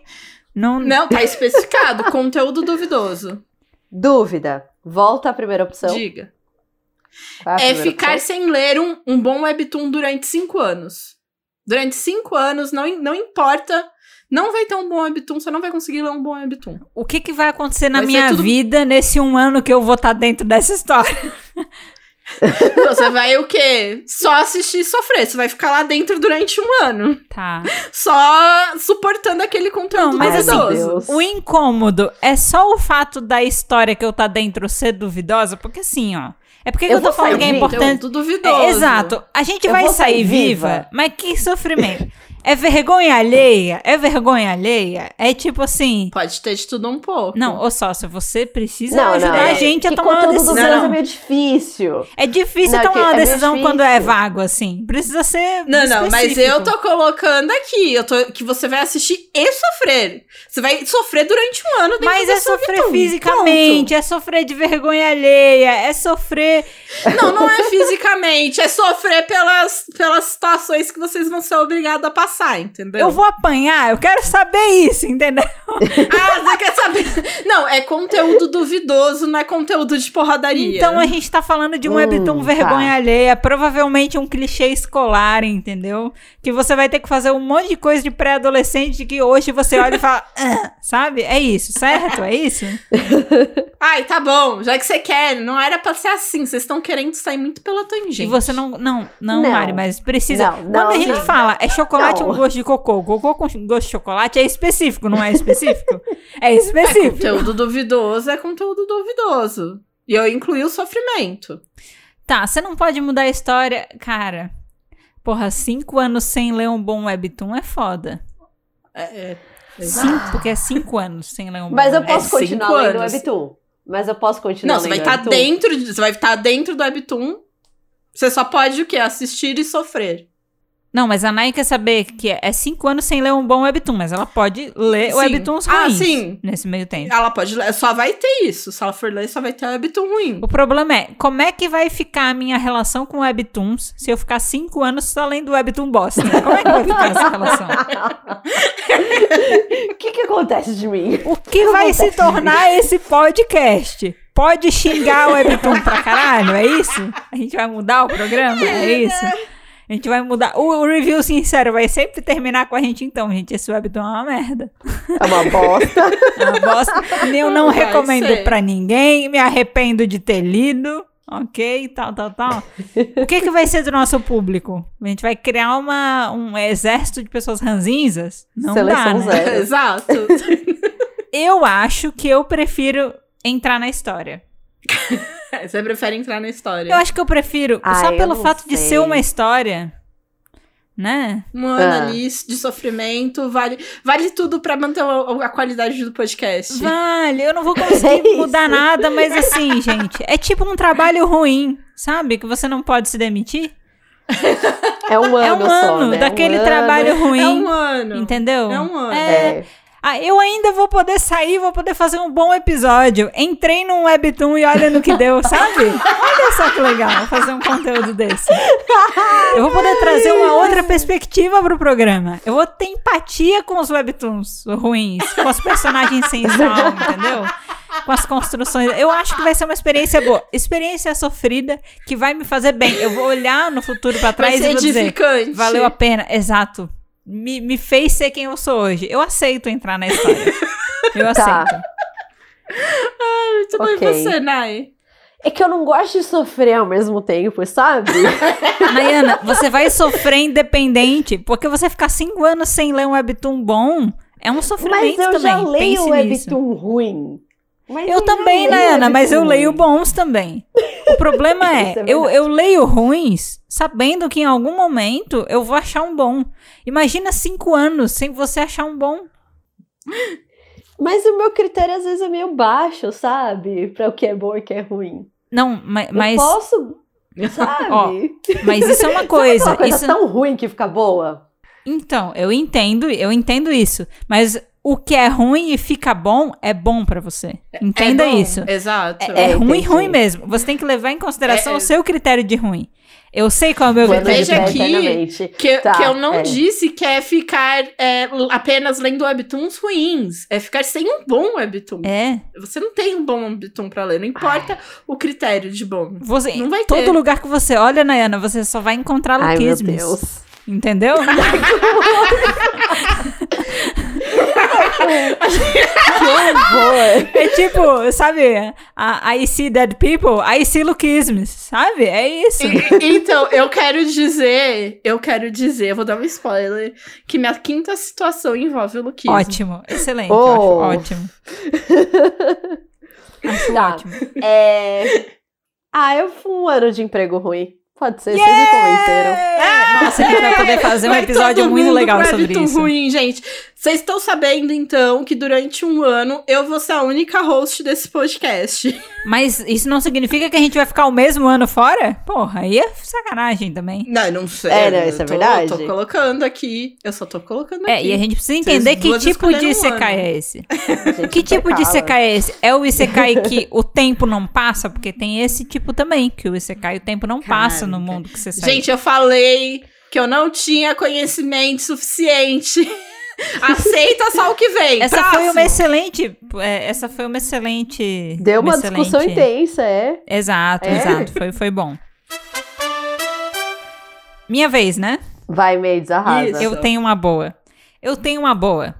Speaker 1: Não,
Speaker 2: Não, tá especificado. conteúdo duvidoso.
Speaker 3: Dúvida. Volta à primeira
Speaker 1: Então,
Speaker 3: opção.
Speaker 2: Diga.
Speaker 3: Qual a
Speaker 2: é
Speaker 3: primeira
Speaker 2: ficar
Speaker 3: opção?
Speaker 2: sem ler um, um bom webtoon durante cinco anos. Durante cinco anos, não, im- não importa. Não vai ter um bom webtoon, você não vai conseguir ler um bom webtoon.
Speaker 1: o que que vai acontecer na
Speaker 2: Vai ser
Speaker 1: minha
Speaker 2: tudo-
Speaker 1: tá vida nesse um ano que eu vou estar dentro dessa história?
Speaker 2: Você vai o quê? Só assistir e sofrer. Você vai ficar lá dentro durante um ano.
Speaker 1: Tá.
Speaker 2: Só suportando aquele conteúdo
Speaker 1: Não, mas assim,
Speaker 2: duvidoso.
Speaker 3: Deus.
Speaker 1: O incômodo é só o fato da história que eu tá dentro ser duvidosa, porque assim, ó. É porque que
Speaker 3: Eu
Speaker 1: eu tô
Speaker 3: vou
Speaker 1: falando
Speaker 3: sair
Speaker 1: que é
Speaker 3: viva,
Speaker 1: importante.
Speaker 2: Conteúdo duvidoso.
Speaker 1: É, exato. A gente
Speaker 3: Eu
Speaker 1: vai
Speaker 3: vou
Speaker 1: sair
Speaker 3: sair
Speaker 1: viva,
Speaker 3: viva.
Speaker 1: mas que sofrimento. É vergonha alheia? É vergonha alheia? É tipo assim.
Speaker 2: Pode ter de tudo um pouco.
Speaker 1: Não, ô sócio, você precisa
Speaker 3: Não, não,
Speaker 1: ajudar
Speaker 3: é-
Speaker 1: a gente a
Speaker 3: que
Speaker 1: tomar uma
Speaker 3: conteúdo
Speaker 1: decisão.
Speaker 3: dos dois é meio difícil.
Speaker 1: É difícil
Speaker 3: Não, que
Speaker 1: tomar
Speaker 3: é
Speaker 1: uma
Speaker 3: meio
Speaker 1: decisão quando é
Speaker 3: difícil.
Speaker 1: vago, assim. Precisa ser.
Speaker 2: Não, não, mas
Speaker 1: específico.
Speaker 2: eu tô colocando aqui. Eu tô, que você vai assistir e sofrer. Você vai sofrer durante um ano dentro
Speaker 1: Mas
Speaker 2: da
Speaker 1: é
Speaker 2: sua
Speaker 1: sofrer
Speaker 2: solitude.
Speaker 1: fisicamente, é sofrer de vergonha alheia, é sofrer.
Speaker 2: Ponto. Não, não é fisicamente. É sofrer pelas, pelas situações que vocês vão ser obrigados a passar, entendeu?
Speaker 3: Então.
Speaker 1: Eu vou apanhar, eu quero saber isso, entendeu?
Speaker 2: Ah, você quer saber? Não, é conteúdo duvidoso, não é conteúdo de porradaria.
Speaker 1: Então a gente tá falando de um
Speaker 3: Hum,
Speaker 1: webtoon
Speaker 3: tá.
Speaker 1: vergonha alheia, provavelmente um clichê escolar, entendeu? Que você vai ter que fazer um monte de coisa de pré-adolescente que hoje você olha e fala, "Ah", sabe? É isso, certo? É isso?
Speaker 2: Ai, tá bom, já que você quer, não era pra ser assim. Vocês estão querendo sair muito pela
Speaker 1: E
Speaker 2: tangente.
Speaker 1: você não, não, não,
Speaker 3: Não.
Speaker 1: Mari, mas precisa.
Speaker 3: Não, não,
Speaker 1: Quando a gente
Speaker 3: não.
Speaker 1: fala é chocolate
Speaker 3: Não.
Speaker 1: ou um gosto de cocô, cocô com gosto de chocolate é específico, não é específico? É
Speaker 2: É
Speaker 1: específico.
Speaker 2: conteúdo duvidoso é conteúdo duvidoso. E eu incluí o sofrimento.
Speaker 1: Tá, você não pode mudar a história. Cara, porra, cinco anos sem ler um bom webtoon é foda.
Speaker 2: É, é,
Speaker 1: Cinco, porque é cinco anos sem ler um bom
Speaker 3: Mas eu
Speaker 1: webtoon.
Speaker 3: posso
Speaker 2: cinco
Speaker 3: continuar lendo
Speaker 2: anos.
Speaker 3: Webtoon. Mas eu posso continuar
Speaker 2: Não, você
Speaker 3: lendo
Speaker 2: vai
Speaker 1: tá
Speaker 2: estar
Speaker 3: Webtoon?
Speaker 2: dentro, de- você vai estar dentro do webtoon. Você só pode o quê? Assistir e sofrer.
Speaker 1: Não, mas a Nai quer saber que é é cinco anos sem ler um bom webtoon, mas ela pode ler
Speaker 2: Sim.
Speaker 1: webtoons
Speaker 2: Ah,
Speaker 1: ruins
Speaker 2: sim.
Speaker 1: nesse meio tempo.
Speaker 2: Ela pode ler, só vai ter isso. Se ela for ler, só vai ter webtoon ruim.
Speaker 1: O problema é, como é que vai ficar a minha relação com webtoons se eu ficar cinco anos só lendo webtoon bosta? Como é que vai ficar essa relação?
Speaker 3: O que que acontece de mim?
Speaker 1: O que vai se tornar esse podcast? Pode xingar o Webtoon pra caralho, é isso? A gente vai mudar o programa? É isso?
Speaker 2: né?
Speaker 1: A gente vai mudar. O, o review sincero vai sempre terminar com a gente, então, gente. Esse Webtoon é uma merda.
Speaker 3: É uma bosta.
Speaker 1: É uma bosta. Eu não
Speaker 2: Vai
Speaker 1: recomendo
Speaker 2: ser.
Speaker 1: pra ninguém. Me arrependo de ter lido. Ok, tal, tal, tal. O que, que vai ser do nosso público? A gente vai criar uma, um exército de pessoas ranzinzas? Não dá,
Speaker 3: Seleção
Speaker 1: né?
Speaker 3: zero.
Speaker 2: Exato.
Speaker 1: Eu acho que eu prefiro entrar na história.
Speaker 2: você prefere entrar na história.
Speaker 1: Eu acho que eu prefiro,
Speaker 3: Ah,
Speaker 1: só
Speaker 3: eu
Speaker 1: pelo
Speaker 3: não
Speaker 1: fato de
Speaker 3: sei.
Speaker 1: ser uma história, né?
Speaker 2: Um ano
Speaker 3: Ah.
Speaker 2: ali de sofrimento, vale, vale tudo pra manter o- a qualidade do podcast.
Speaker 1: Vale, eu não vou conseguir
Speaker 3: É isso.
Speaker 1: mudar nada, mas assim, gente, é tipo um trabalho ruim, sabe? Que você não pode se demitir.
Speaker 3: É um ano
Speaker 1: é um
Speaker 3: só,
Speaker 1: ano
Speaker 3: né?
Speaker 1: daquele
Speaker 3: Um ano.
Speaker 1: trabalho ruim.
Speaker 2: É um ano.
Speaker 1: Entendeu?
Speaker 2: É um ano.
Speaker 1: É.
Speaker 3: É.
Speaker 1: Ah, eu ainda vou poder sair, vou poder fazer um bom episódio. Entrei num webtoon e olha no que deu, sabe? Olha só que legal fazer um conteúdo desse. Eu vou poder trazer uma outra perspectiva pro programa. Eu vou ter empatia com os webtoons ruins, com os personagens sem sal, entendeu? Com as construções. Eu acho que vai ser uma experiência boa. Experiência sofrida que vai me fazer bem. Eu vou olhar no futuro pra
Speaker 2: Vai
Speaker 1: trás
Speaker 2: ser
Speaker 1: e vou dizer.
Speaker 2: edificante.
Speaker 1: Valeu a pena, exato. Me, me fez ser quem eu sou hoje. Eu aceito entrar na história. Eu
Speaker 3: Tá.
Speaker 1: aceito.
Speaker 2: Muito bem,
Speaker 3: Ok.
Speaker 2: você, Nai.
Speaker 3: É que eu não gosto de sofrer ao mesmo tempo, sabe?
Speaker 1: Nayana, você vai sofrer independente, porque você ficar cinco anos sem ler um webtoon bom é um
Speaker 3: Mas
Speaker 1: sofrimento
Speaker 3: eu
Speaker 1: também.
Speaker 3: já leio
Speaker 1: Pense
Speaker 3: o
Speaker 1: nisso.
Speaker 3: Webtoon ruim. Mas
Speaker 1: Eu
Speaker 3: já
Speaker 1: também,
Speaker 3: leio
Speaker 1: Nayana, mas eu
Speaker 3: webtoon
Speaker 1: leio
Speaker 3: ruim.
Speaker 1: bons também. O problema é,
Speaker 3: Isso é
Speaker 1: eu, eu leio ruins sabendo que em algum momento eu vou achar um bom. Imagina cinco anos sem você achar um bom.
Speaker 3: Mas o meu critério às vezes é meio baixo, sabe? Pra o que é bom e o que é ruim.
Speaker 1: Não, ma-
Speaker 3: Eu
Speaker 1: mas,
Speaker 3: posso, sabe?
Speaker 1: Ó, mas isso é uma
Speaker 3: Sabe
Speaker 1: coisa.
Speaker 3: aquela coisa
Speaker 1: isso...
Speaker 3: tão ruim que fica boa.
Speaker 1: Então, eu entendo, eu entendo isso, mas o que é ruim e fica bom é bom pra você. Entenda
Speaker 2: É bom,
Speaker 1: isso.
Speaker 2: Exato.
Speaker 1: É,
Speaker 3: É,
Speaker 1: ruim,
Speaker 3: entendi.
Speaker 1: ruim mesmo. Você tem que levar em consideração
Speaker 2: É, é.
Speaker 1: o seu critério de ruim. Eu sei qual é o meu
Speaker 3: Quando
Speaker 1: critério.
Speaker 2: vejo
Speaker 1: de
Speaker 3: viver
Speaker 1: ruim.
Speaker 2: aqui-
Speaker 3: eternamente.
Speaker 2: Que,
Speaker 3: Tá,
Speaker 2: que eu não
Speaker 3: é.
Speaker 2: disse que é ficar é, l- apenas lendo webtoons ruins. É ficar sem um bom webtoon.
Speaker 1: É.
Speaker 2: Você não tem um bom webtoon pra ler. Não importa o critério de bom.
Speaker 1: Você,
Speaker 2: Não vai
Speaker 1: todo
Speaker 2: ter.
Speaker 1: lugar que você olha, Nayana, você só vai encontrar
Speaker 3: Ai, meu
Speaker 1: luquismes.
Speaker 3: Deus.
Speaker 1: Entendeu?
Speaker 3: que horror!
Speaker 1: É tipo, sabe? A, I see dead people, I see lookisms, sabe? É isso.
Speaker 2: E- então, eu quero dizer, eu quero dizer, eu vou dar um spoiler, que minha quinta situação envolve o Luquismo.
Speaker 1: Ótimo, excelente,
Speaker 3: Oh.
Speaker 1: eu acho ótimo. Acho
Speaker 3: Tá.
Speaker 1: ótimo.
Speaker 3: É... Ah, eu fui um ano de emprego ruim. Pode ser, vocês me comentaram.
Speaker 1: Nossa, a gente vai poder fazer um
Speaker 2: É. Vai
Speaker 1: episódio
Speaker 2: todo
Speaker 1: muito
Speaker 2: mundo
Speaker 1: legal
Speaker 2: pro
Speaker 1: sobre
Speaker 2: hábito
Speaker 1: isso.
Speaker 2: ruim, gente. Vocês estão sabendo, então, que durante um ano eu vou ser a única host desse podcast.
Speaker 1: Mas isso não significa que a gente vai ficar o mesmo ano fora? Porra, aí é sacanagem também.
Speaker 2: Não, eu não sei.
Speaker 3: É, não,
Speaker 2: eu
Speaker 3: isso é
Speaker 2: tô-
Speaker 3: verdade.
Speaker 2: Tô colocando aqui. Eu só tô colocando
Speaker 1: É,
Speaker 2: aqui.
Speaker 1: e a gente precisa
Speaker 2: Vocês
Speaker 1: entender que
Speaker 2: duas
Speaker 1: tipo de
Speaker 2: escolheram um
Speaker 1: ICK
Speaker 2: ano.
Speaker 1: é esse.
Speaker 3: Gente,
Speaker 1: Que tipo de
Speaker 3: pecado.
Speaker 1: ICK é esse? É o ICK que o tempo não passa? Porque tem esse tipo também, que o ICK e o tempo não passa no
Speaker 2: Caraca.
Speaker 1: mundo que você sai.
Speaker 2: Gente, eu falei que eu não tinha conhecimento suficiente. Aceita só o que vem.
Speaker 1: essa foi
Speaker 2: Próximo.
Speaker 1: uma excelente. é, essa foi uma excelente.
Speaker 3: Deu uma
Speaker 1: excelente-
Speaker 3: discussão intensa, é.
Speaker 1: Exato,
Speaker 3: É?
Speaker 1: exato. Foi, foi bom. Minha vez, né?
Speaker 3: Vai, Maids, arrasa.
Speaker 2: Isso.
Speaker 1: Eu tenho uma boa. Eu tenho uma boa.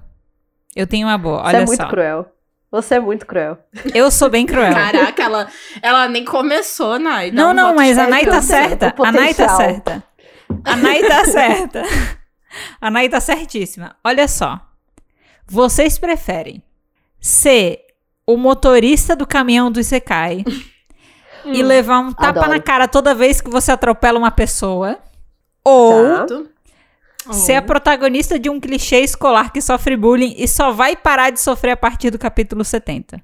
Speaker 1: Eu tenho uma boa.
Speaker 3: Você
Speaker 1: Olha
Speaker 3: é muito
Speaker 1: só.
Speaker 3: cruel. Você é muito cruel.
Speaker 1: Eu sou bem cruel.
Speaker 2: Caraca, ela, ela nem começou, Nai. Dá
Speaker 1: Não,
Speaker 2: um
Speaker 1: não,
Speaker 2: voto
Speaker 1: mas
Speaker 2: de
Speaker 1: a Nai tá
Speaker 3: confiança,
Speaker 1: certa.
Speaker 3: o
Speaker 1: A Nai tá
Speaker 3: potencial.
Speaker 1: certa. A Nai tá certa. A Nai tá certíssima. Olha só. Vocês preferem ser o motorista do caminhão do Isekai e
Speaker 2: Hum.
Speaker 1: levar um tapa
Speaker 3: Adoro.
Speaker 1: na cara toda vez que você atropela uma pessoa? Ou
Speaker 3: Tá?
Speaker 2: voto. Oh.
Speaker 1: ser a
Speaker 2: Uhum.
Speaker 1: protagonista de um clichê escolar que sofre bullying e só vai parar de sofrer a partir do capítulo 70?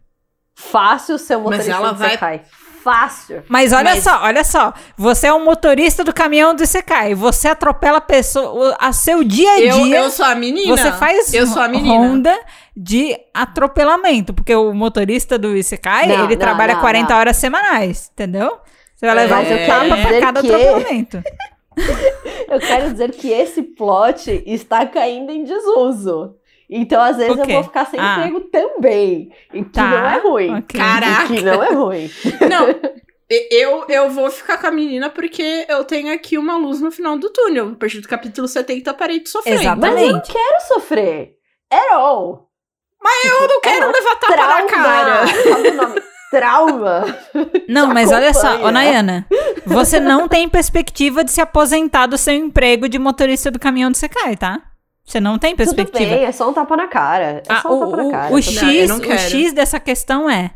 Speaker 3: Fácil seu motorista
Speaker 2: ela
Speaker 3: de
Speaker 2: vai-
Speaker 3: Sekai. Fácil.
Speaker 1: Mas olha
Speaker 2: Mas-
Speaker 1: só, olha só. Você é um motorista do caminhão do Isekai. Você atropela pessoa, o- a seu dia a
Speaker 2: eu,
Speaker 1: dia.
Speaker 2: eu sou a menina.
Speaker 1: você faz
Speaker 2: Eu sou a menina.
Speaker 1: ronda de atropelamento, porque o motorista do Isekai,
Speaker 3: Não,
Speaker 1: ele
Speaker 3: não,
Speaker 1: trabalha
Speaker 3: não,
Speaker 1: 40
Speaker 3: não.
Speaker 1: horas semanais, entendeu? Você vai
Speaker 2: É,
Speaker 1: levar
Speaker 2: mas eu
Speaker 1: um
Speaker 2: quero
Speaker 1: tapa pra
Speaker 3: dizer
Speaker 1: cada
Speaker 3: que-
Speaker 1: atropelamento.
Speaker 3: Eu quero dizer que esse plot está caindo em desuso. Então, às vezes,
Speaker 1: O quê?
Speaker 3: eu vou ficar sem
Speaker 1: Ah.
Speaker 3: emprego também. E que
Speaker 1: Tá,
Speaker 3: não é ruim.
Speaker 1: ok.
Speaker 2: Caraca.
Speaker 3: E que não é ruim.
Speaker 2: Não, e- eu, eu vou ficar com a menina porque eu tenho aqui uma luz no final do túnel. A partir do capítulo 70, eu parei de sofrer.
Speaker 1: Exato.
Speaker 3: Mas eu não
Speaker 1: Exatamente.
Speaker 3: quero sofrer. At all.
Speaker 2: Eu não quero levar tapa
Speaker 3: É
Speaker 2: na
Speaker 3: um Trauma.
Speaker 2: cara.
Speaker 3: Sabe o nome? Trauma.
Speaker 1: Não,
Speaker 3: Te
Speaker 1: mas olha só, ô
Speaker 3: acompanha.
Speaker 1: Nayana, você não tem perspectiva de se aposentar do seu emprego de motorista do caminhão do Isekai, tá? Você não tem
Speaker 3: Tudo
Speaker 1: perspectiva.
Speaker 3: bem, é só um tapa na cara. É
Speaker 1: Ah,
Speaker 3: só um
Speaker 1: o,
Speaker 3: tapa na
Speaker 1: o-
Speaker 3: cara.
Speaker 1: o
Speaker 3: Tá
Speaker 1: X,
Speaker 2: Não, eu não
Speaker 1: o
Speaker 2: quero.
Speaker 1: X dessa questão é: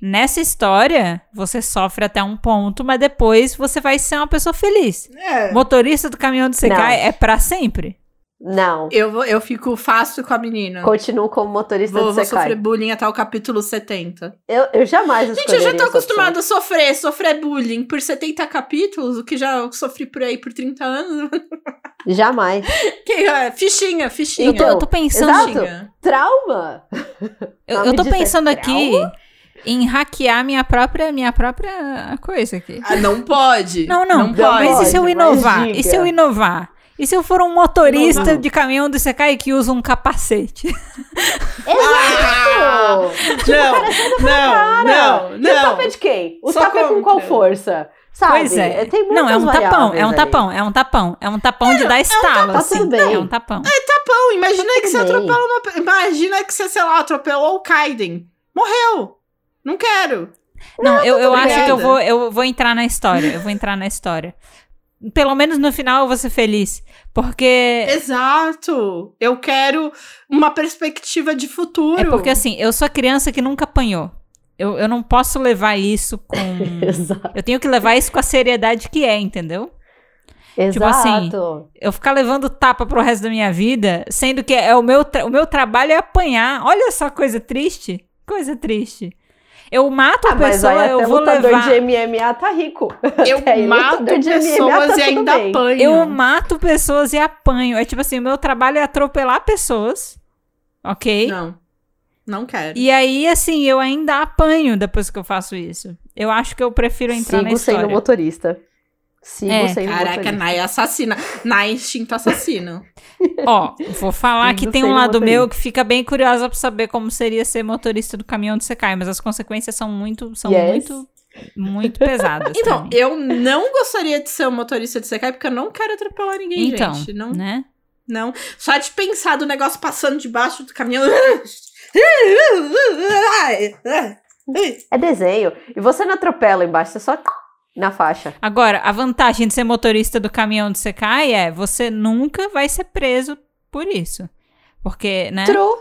Speaker 1: nessa história, você sofre até um ponto, mas depois você vai ser uma pessoa feliz.
Speaker 2: É.
Speaker 1: Motorista do caminhão de
Speaker 3: Não.
Speaker 1: Sekai é pra sempre.
Speaker 3: Não.
Speaker 2: Eu, vou, eu fico fácil com a menina.
Speaker 3: Continuo como motorista
Speaker 2: Vou,
Speaker 3: de
Speaker 2: vou
Speaker 3: Sekai.
Speaker 2: sofrer bullying até o capítulo 70.
Speaker 3: Eu, eu jamais
Speaker 2: Gente, eu já
Speaker 3: escolheria
Speaker 2: tô
Speaker 3: essa opção.
Speaker 2: acostumada a sofrer, sofrer bullying por 70 capítulos, o que já eu sofri por aí por 30 anos. né?
Speaker 3: Jamais.
Speaker 2: Que, é, fichinha, fichinha.
Speaker 1: Eu tô,
Speaker 3: Então,
Speaker 1: eu tô pensando,
Speaker 3: exato.
Speaker 2: fichinha.
Speaker 3: Trauma?
Speaker 1: eu,
Speaker 3: Nome
Speaker 1: eu tô
Speaker 3: disso é
Speaker 1: pensando aqui
Speaker 3: trauma?
Speaker 1: em hackear minha própria, minha própria coisa aqui.
Speaker 2: Ah, não pode.
Speaker 1: Não, não,
Speaker 2: pode.
Speaker 1: mas e se eu
Speaker 3: mas
Speaker 1: inovar? E
Speaker 3: diga.
Speaker 1: se eu inovar? E se eu for um motorista
Speaker 3: Inovar.
Speaker 1: de caminhão do Sekai que usa um capacete?
Speaker 2: Ah,
Speaker 3: Não.
Speaker 2: não, não, não,
Speaker 3: E o
Speaker 2: não.
Speaker 3: tapa é de quem? O
Speaker 2: Só
Speaker 3: tapa é com
Speaker 2: contra.
Speaker 3: qual força? Sabe?
Speaker 1: Pois é.
Speaker 3: Tem muitas
Speaker 1: Não, é um tapão,
Speaker 3: variáveis
Speaker 1: é um
Speaker 3: ali.
Speaker 1: tapão, é um tapão. É um tapão de dar estalo,
Speaker 3: tapão, tá
Speaker 1: assim.
Speaker 3: tudo bem.
Speaker 1: É um tapão.
Speaker 2: Não, imagina
Speaker 3: Tá
Speaker 2: que você
Speaker 3: tudo bem.
Speaker 2: atropela uma. pe- Imagina que você, sei lá, atropelou o Kaiden. Morreu. Não quero.
Speaker 1: Não,
Speaker 3: tá
Speaker 1: eu, eu
Speaker 2: tudo
Speaker 1: acho
Speaker 2: bem.
Speaker 1: que eu vou, eu vou entrar na história. Eu vou entrar na história. Pelo menos no final eu vou ser feliz.
Speaker 3: É.
Speaker 2: É
Speaker 1: Porque.
Speaker 2: Exato. Eu quero uma perspectiva de futuro.
Speaker 1: É porque assim, eu sou a criança que nunca apanhou. Eu, eu não posso levar isso com.
Speaker 3: Exa-
Speaker 1: Eu tenho que levar isso com a seriedade que é, entendeu?
Speaker 3: Exato.
Speaker 1: assim, Eu ficar levando tapa pro resto da minha vida, sendo que é o meu, tra- o meu trabalho é apanhar. Olha só, coisa triste. Coisa triste. Eu mato
Speaker 3: ah,
Speaker 1: a
Speaker 3: mas
Speaker 1: pessoa,
Speaker 3: aí até
Speaker 1: tipo, eu vou
Speaker 3: lutador
Speaker 1: levar.
Speaker 3: de MMA tá rico.
Speaker 2: Eu
Speaker 3: Até aí,
Speaker 2: mato
Speaker 3: lutador de MMA
Speaker 1: ah,
Speaker 2: pessoas
Speaker 3: tá
Speaker 2: e
Speaker 3: tudo
Speaker 2: ainda
Speaker 3: bem.
Speaker 2: apanho.
Speaker 1: Eu mato pessoas e apanho. É tipo assim, o meu trabalho é atropelar pessoas, ok?
Speaker 2: Não. Não quero.
Speaker 1: E aí, assim, eu ainda apanho depois que eu faço isso. Eu acho que eu prefiro entrar na
Speaker 3: Sigo sendo
Speaker 1: história.
Speaker 3: motorista. Sigo
Speaker 1: É,
Speaker 3: sendo
Speaker 2: Caraca,
Speaker 3: motorista.
Speaker 2: Nai é assassina. Nai é instinto assassino.
Speaker 1: Ó, vou falar que
Speaker 3: Sigo
Speaker 1: tem um
Speaker 3: sendo
Speaker 1: lado meu
Speaker 3: motorista.
Speaker 1: que fica bem curiosa pra saber como seria ser motorista do caminhão de Sekai, mas as consequências são muito, são
Speaker 3: Yes.
Speaker 1: muito, muito pesadas. pra
Speaker 2: Então,
Speaker 1: mim.
Speaker 2: eu não gostaria de ser um motorista de Sekai, porque eu não quero atropelar ninguém,
Speaker 1: então,
Speaker 2: gente. Não,
Speaker 1: né?
Speaker 2: não. Só de pensar do negócio passando debaixo do caminhão.
Speaker 3: É desenho. E você não atropela embaixo, você só na faixa.
Speaker 1: Agora, a vantagem de ser motorista do caminhão onde você cai é você nunca vai ser preso por isso. Porque, né?
Speaker 3: True.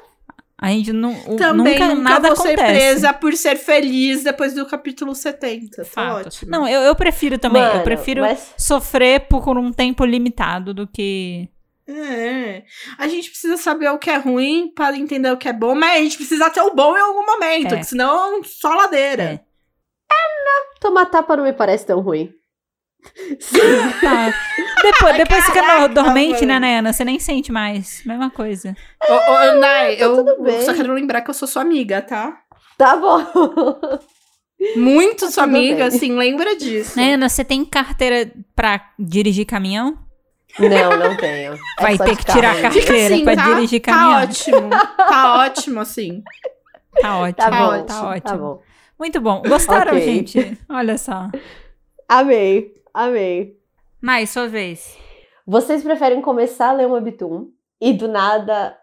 Speaker 1: A gente não. o-
Speaker 2: Também
Speaker 1: nunca,
Speaker 2: nunca,
Speaker 1: nada
Speaker 2: vou ser
Speaker 1: acontece.
Speaker 2: presa por ser feliz depois do capítulo 70. Foi
Speaker 1: Fato.
Speaker 2: ótimo.
Speaker 1: Não, eu, eu prefiro também. eu
Speaker 3: Mano,
Speaker 1: prefiro
Speaker 3: mas-
Speaker 1: sofrer por um tempo limitado do que.
Speaker 2: É. A gente precisa saber o que é ruim para entender o que é bom, mas a gente precisa ter o bom em algum momento,
Speaker 1: É.
Speaker 2: que senão um só ladeira.
Speaker 3: Tomar tapa não me parece tão ruim.
Speaker 1: Tá. Depois, depois fica
Speaker 2: Caraca,
Speaker 1: no- dormente, né,
Speaker 2: mano.
Speaker 1: Nayana? Você nem sente mais. Mesma coisa.
Speaker 2: Ô, ô, Nai, eu
Speaker 3: tudo bem.
Speaker 2: só quero lembrar que eu sou sua amiga, tá?
Speaker 3: Tá bom.
Speaker 2: Muito sua
Speaker 3: tudo bem.
Speaker 2: amiga, assim, lembra disso.
Speaker 1: Nayana, você tem carteira pra dirigir caminhão?
Speaker 3: Não, não tenho. É
Speaker 1: Vai
Speaker 3: só
Speaker 1: ter
Speaker 3: de
Speaker 1: que
Speaker 3: carro
Speaker 1: tirar a
Speaker 3: mesmo.
Speaker 1: carteira. pra dirigir caminhão.
Speaker 2: assim, Tá ótimo. Tá ótimo, assim.
Speaker 1: Tá ótimo.
Speaker 3: Tá
Speaker 2: Tá
Speaker 3: bom,
Speaker 1: tá ótimo.
Speaker 3: Tá bom.
Speaker 1: Muito bom. Gostaram,
Speaker 3: Ok.
Speaker 1: gente? Olha só.
Speaker 3: Amei, amei.
Speaker 1: Mais sua vez.
Speaker 3: Vocês preferem começar a ler uma Webtoon e do nada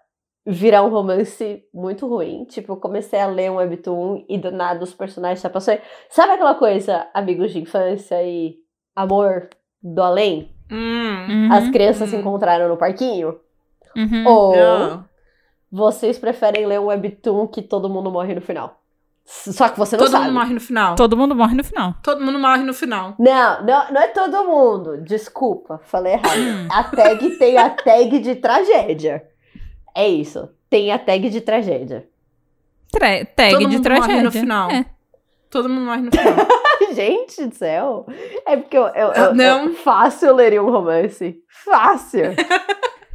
Speaker 3: virar um romance muito ruim? Tipo, eu comecei a ler um Webtoon e do nada os personagens se apaixonam. Sabe aquela coisa, amigos de infância e amor do além?
Speaker 2: Hum.
Speaker 1: Uhum,
Speaker 3: As crianças se
Speaker 2: Uhum.
Speaker 3: encontraram no parquinho?
Speaker 1: uhum.
Speaker 3: Ou
Speaker 2: Não.
Speaker 3: vocês preferem ler um Webtoon que todo mundo morre no final? S- Só que você não
Speaker 2: Todo
Speaker 3: sabe.
Speaker 2: mundo morre no final.
Speaker 1: Todo mundo morre no final.
Speaker 2: Todo mundo morre no final.
Speaker 3: Não, não, não é todo mundo. Desculpa, falei errado.
Speaker 1: Hum.
Speaker 3: A tag tem a tag de tragédia. É isso. Tem a tag de tragédia.
Speaker 1: Tra- tag
Speaker 2: Todo
Speaker 1: de
Speaker 2: mundo morre
Speaker 1: tragédia.
Speaker 2: no final.
Speaker 1: É.
Speaker 2: Todo mundo morre no final.
Speaker 3: Gente do céu. É porque eu, eu, eu-
Speaker 2: Não.
Speaker 3: eu fácil leria um romance. Fácil.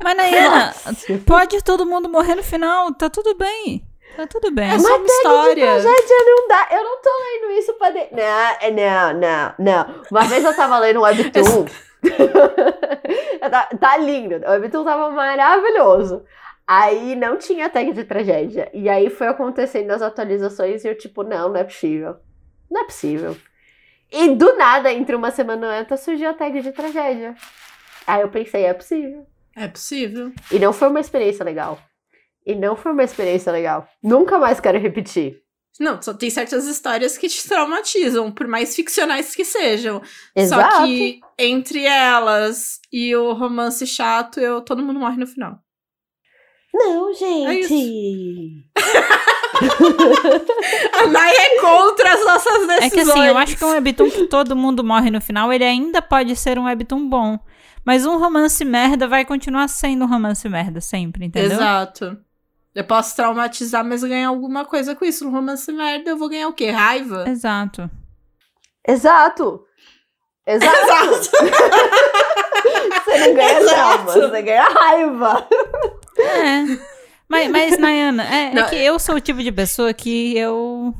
Speaker 1: Mas, Nayana,
Speaker 3: Fácil.
Speaker 1: pode todo mundo morrer no final. Tá tudo bem. Tá tudo bem.
Speaker 2: É só uma história.
Speaker 3: Tragédia não dá. Eu não tô lendo isso pra. De... Não, é não, não, não. Uma vez eu tava lendo um webtoon. Eu tava- tá lindo. O webtoon tava maravilhoso. Aí não tinha tag de tragédia. E aí foi acontecendo as atualizações e eu, tipo, não, não é possível. Não é possível. E do nada, entre uma semana e outra, surgiu a tag de tragédia. Aí eu pensei, é possível.
Speaker 2: É possível.
Speaker 3: E não foi uma experiência legal. E não foi uma experiência legal. Nunca mais quero repetir.
Speaker 2: Não, só tem certas histórias que te traumatizam, por mais ficcionais que sejam. Só
Speaker 3: Exato.
Speaker 2: que entre elas e o romance chato, eu todo mundo morre no final.
Speaker 1: É
Speaker 3: Não,
Speaker 2: isso.
Speaker 3: gente.
Speaker 2: A Nai é contra as nossas decisões.
Speaker 1: É que assim, eu acho que um webtoon que todo mundo morre no final, ele ainda pode ser um webtoon bom. Mas um romance merda vai continuar sendo um romance merda sempre, entendeu?
Speaker 2: Exato. Eu posso traumatizar, mas ganhar alguma coisa com isso. Um romance merda, eu vou ganhar o quê? Raiva?
Speaker 1: Exato.
Speaker 3: Exato. Exato.
Speaker 2: Exato.
Speaker 3: Você não ganha
Speaker 2: Exato.
Speaker 3: trauma, você ganha raiva.
Speaker 1: É. mas, mas, Nayana, é, é
Speaker 2: Não,
Speaker 1: que eu sou o tipo de pessoa que eu.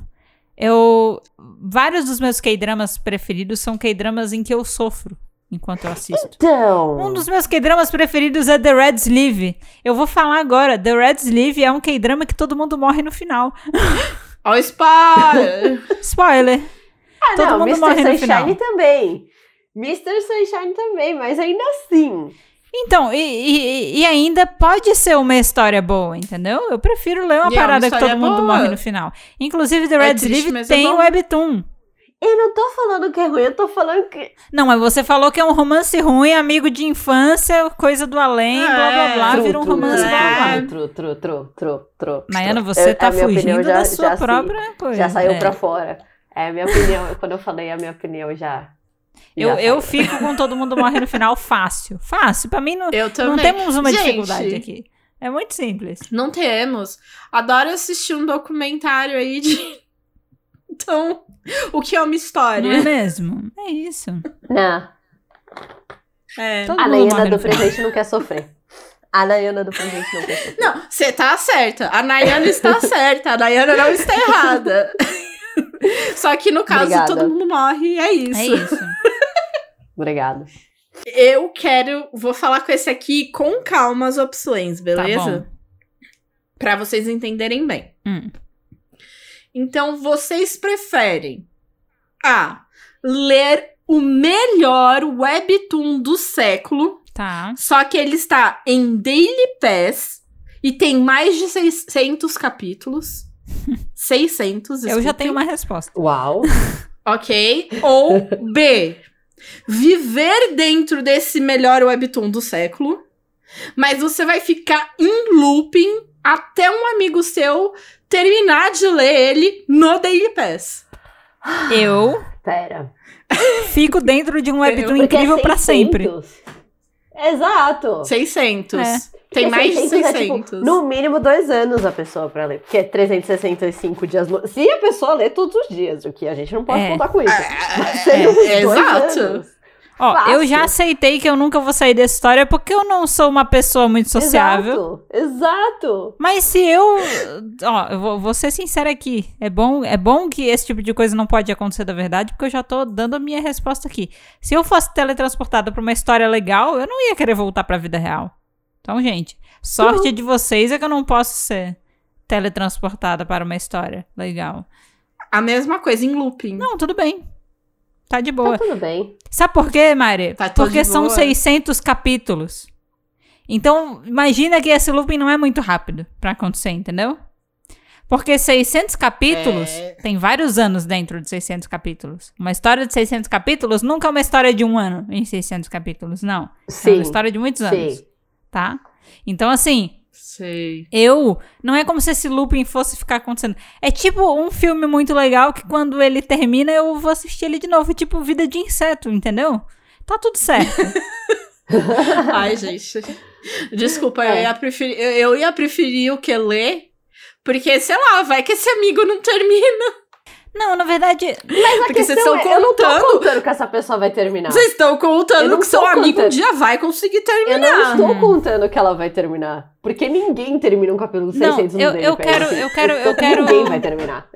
Speaker 1: Eu. Vários dos meus K-dramas preferidos são K-dramas em que eu sofro enquanto eu assisto.
Speaker 3: Então.
Speaker 1: Um dos meus K-dramas preferidos é The Red Sleeve. Eu vou falar agora. The Red Sleeve é um K-drama que todo mundo morre no final.
Speaker 2: Ó, o spoiler.
Speaker 1: Spoiler.
Speaker 3: Ah,
Speaker 1: todo
Speaker 3: não,
Speaker 1: mundo
Speaker 3: Mr.
Speaker 1: morre no
Speaker 3: Sunshine
Speaker 1: final.
Speaker 3: também. Mr. Sunshine também, mas ainda assim.
Speaker 1: Então, e, e- e ainda pode ser uma história boa, entendeu? Eu prefiro ler uma
Speaker 2: E é uma
Speaker 1: parada que
Speaker 2: história
Speaker 1: todo mundo
Speaker 2: boa.
Speaker 1: morre no final. Inclusive, The
Speaker 2: É
Speaker 1: Red
Speaker 2: triste,
Speaker 1: Sleeve
Speaker 2: mas é
Speaker 1: tem
Speaker 2: bom.
Speaker 1: webtoon.
Speaker 3: Eu não tô falando que é ruim, eu tô falando que.
Speaker 1: Não, mas você falou que é um romance ruim, amigo de infância, coisa do além,
Speaker 2: É.
Speaker 1: blá blá blá,
Speaker 2: Ah,
Speaker 3: Tru,
Speaker 1: vira um
Speaker 3: tru,
Speaker 1: romance
Speaker 3: tru,
Speaker 2: né?
Speaker 1: blá blá.
Speaker 3: Tru, tru, tru, tru, tru, tru.
Speaker 1: Nayana, você
Speaker 3: É,
Speaker 1: tá
Speaker 3: a minha opinião
Speaker 1: fugindo
Speaker 3: já-
Speaker 1: da sua
Speaker 3: já se-
Speaker 1: própria coisa.
Speaker 3: Já saiu
Speaker 1: é.
Speaker 3: pra fora. É a minha opinião. Quando eu falei a minha opinião, já.
Speaker 1: Eu,
Speaker 3: já
Speaker 1: eu
Speaker 3: saiu.
Speaker 1: fico com todo mundo morre no final fácil. Fácil. Pra mim, não,
Speaker 2: Eu
Speaker 1: não
Speaker 2: também.
Speaker 1: temos uma
Speaker 2: Gente.
Speaker 1: dificuldade aqui. É muito simples.
Speaker 2: Não temos. Adoro assistir um documentário aí de. Então, o que é uma
Speaker 1: Não
Speaker 2: história?
Speaker 1: é mesmo? É isso.
Speaker 3: Não.
Speaker 2: É.
Speaker 1: Todo
Speaker 3: A
Speaker 1: mundo morre
Speaker 3: Nayana
Speaker 1: no
Speaker 3: do
Speaker 1: final.
Speaker 3: presente não quer sofrer. A Nayana do presente não quer sofrer.
Speaker 2: Não, você tá certa. A Nayana está certa. A Nayana não está errada. Só que no caso,
Speaker 3: Obrigada.
Speaker 2: todo mundo morre. É isso.
Speaker 1: É isso.
Speaker 3: Obrigada.
Speaker 2: Eu quero. Vou falar com esse aqui com calma as opções, beleza?
Speaker 1: Tá bom.
Speaker 2: Pra vocês entenderem bem.
Speaker 1: Hum.
Speaker 2: Então, vocês preferem A. Ler o melhor webtoon do século.
Speaker 1: Tá.
Speaker 2: Só que ele está em Daily Pass E tem mais de 600 capítulos. 600,
Speaker 1: Eu já
Speaker 2: desculpem.
Speaker 1: tenho uma resposta.
Speaker 3: Uau.
Speaker 2: Ok. Ou B. Viver dentro desse melhor webtoon do século, mas você vai ficar em looping até um amigo seu terminar de ler ele no Daily Pass.
Speaker 1: Eu
Speaker 3: Pera.
Speaker 1: fico dentro de um webtoon
Speaker 3: Porque é
Speaker 1: incrível pra sempre.
Speaker 3: 600. Exato.
Speaker 2: 600.
Speaker 1: É.
Speaker 2: Tem
Speaker 3: Porque
Speaker 2: mais de 600.
Speaker 3: é, tipo, no mínimo dois anos a pessoa pra ler. Porque é 365 dias. no- Se a pessoa lê todos os dias, o que a gente não pode
Speaker 1: É.
Speaker 3: contar com isso. Mas
Speaker 2: é,
Speaker 3: seriam uns
Speaker 2: é,
Speaker 3: dois
Speaker 2: exato.
Speaker 3: anos.
Speaker 1: Ó, eu
Speaker 3: fácil.
Speaker 1: já aceitei que eu nunca vou sair dessa história porque eu não sou uma pessoa muito sociável.
Speaker 3: Exato. Exato.
Speaker 1: Mas se eu. Ó, eu vou, vou ser sincera aqui. É bom, é bom que esse tipo de coisa não pode acontecer da verdade, porque eu já tô dando a minha resposta aqui. Se eu fosse teletransportada pra uma história legal, eu não ia querer voltar pra vida real. Então, gente,
Speaker 3: Uhum.
Speaker 1: sorte de vocês é que eu não posso ser teletransportada para uma história legal.
Speaker 2: A mesma coisa em looping.
Speaker 1: Não, tudo bem. Tá de boa.
Speaker 3: Tá tudo bem.
Speaker 1: Sabe por quê, Mari?
Speaker 2: Tá tudo
Speaker 1: Porque
Speaker 2: de
Speaker 1: são
Speaker 2: boa.
Speaker 1: 600 capítulos. Então, imagina que esse looping não é muito rápido pra acontecer, entendeu? Porque 600 capítulos,
Speaker 2: É.
Speaker 1: tem vários anos dentro de 600 capítulos. Uma história de 600 capítulos nunca é uma história de um ano em 600 capítulos, não. é
Speaker 3: Sim.
Speaker 1: uma história de muitos anos,
Speaker 3: sim.
Speaker 1: tá? Então, assim,
Speaker 2: Sei.
Speaker 1: eu. Não é como se esse looping fosse ficar acontecendo. É tipo um filme muito legal que quando ele termina eu vou assistir ele de novo. Tipo Vida de Inseto, entendeu? Tá tudo certo.
Speaker 2: Ai, gente. Desculpa, eu,
Speaker 3: É.
Speaker 2: ia preferir, eu- eu ia preferir o que ler. Porque, sei lá, vai que esse amigo não termina.
Speaker 1: não, na verdade.
Speaker 3: Mas a
Speaker 2: Porque vocês
Speaker 3: questão
Speaker 2: estão
Speaker 3: é, eu não tô
Speaker 2: contando.
Speaker 3: contando que essa pessoa vai terminar.
Speaker 2: Vocês estão
Speaker 3: Ah. Eu
Speaker 2: contando
Speaker 3: não
Speaker 2: que seu
Speaker 3: tô
Speaker 2: amigo um
Speaker 3: contando.
Speaker 2: dia vai conseguir
Speaker 3: Eu
Speaker 2: terminar.
Speaker 3: não estou contando que ela vai terminar. Porque ninguém termina um capítulo de
Speaker 1: Não,
Speaker 3: 600 no
Speaker 1: eu-
Speaker 3: Daily
Speaker 1: eu
Speaker 3: Pass.
Speaker 1: quero- eu quero- eu
Speaker 3: Então,
Speaker 1: quero-
Speaker 3: Ninguém vai terminar.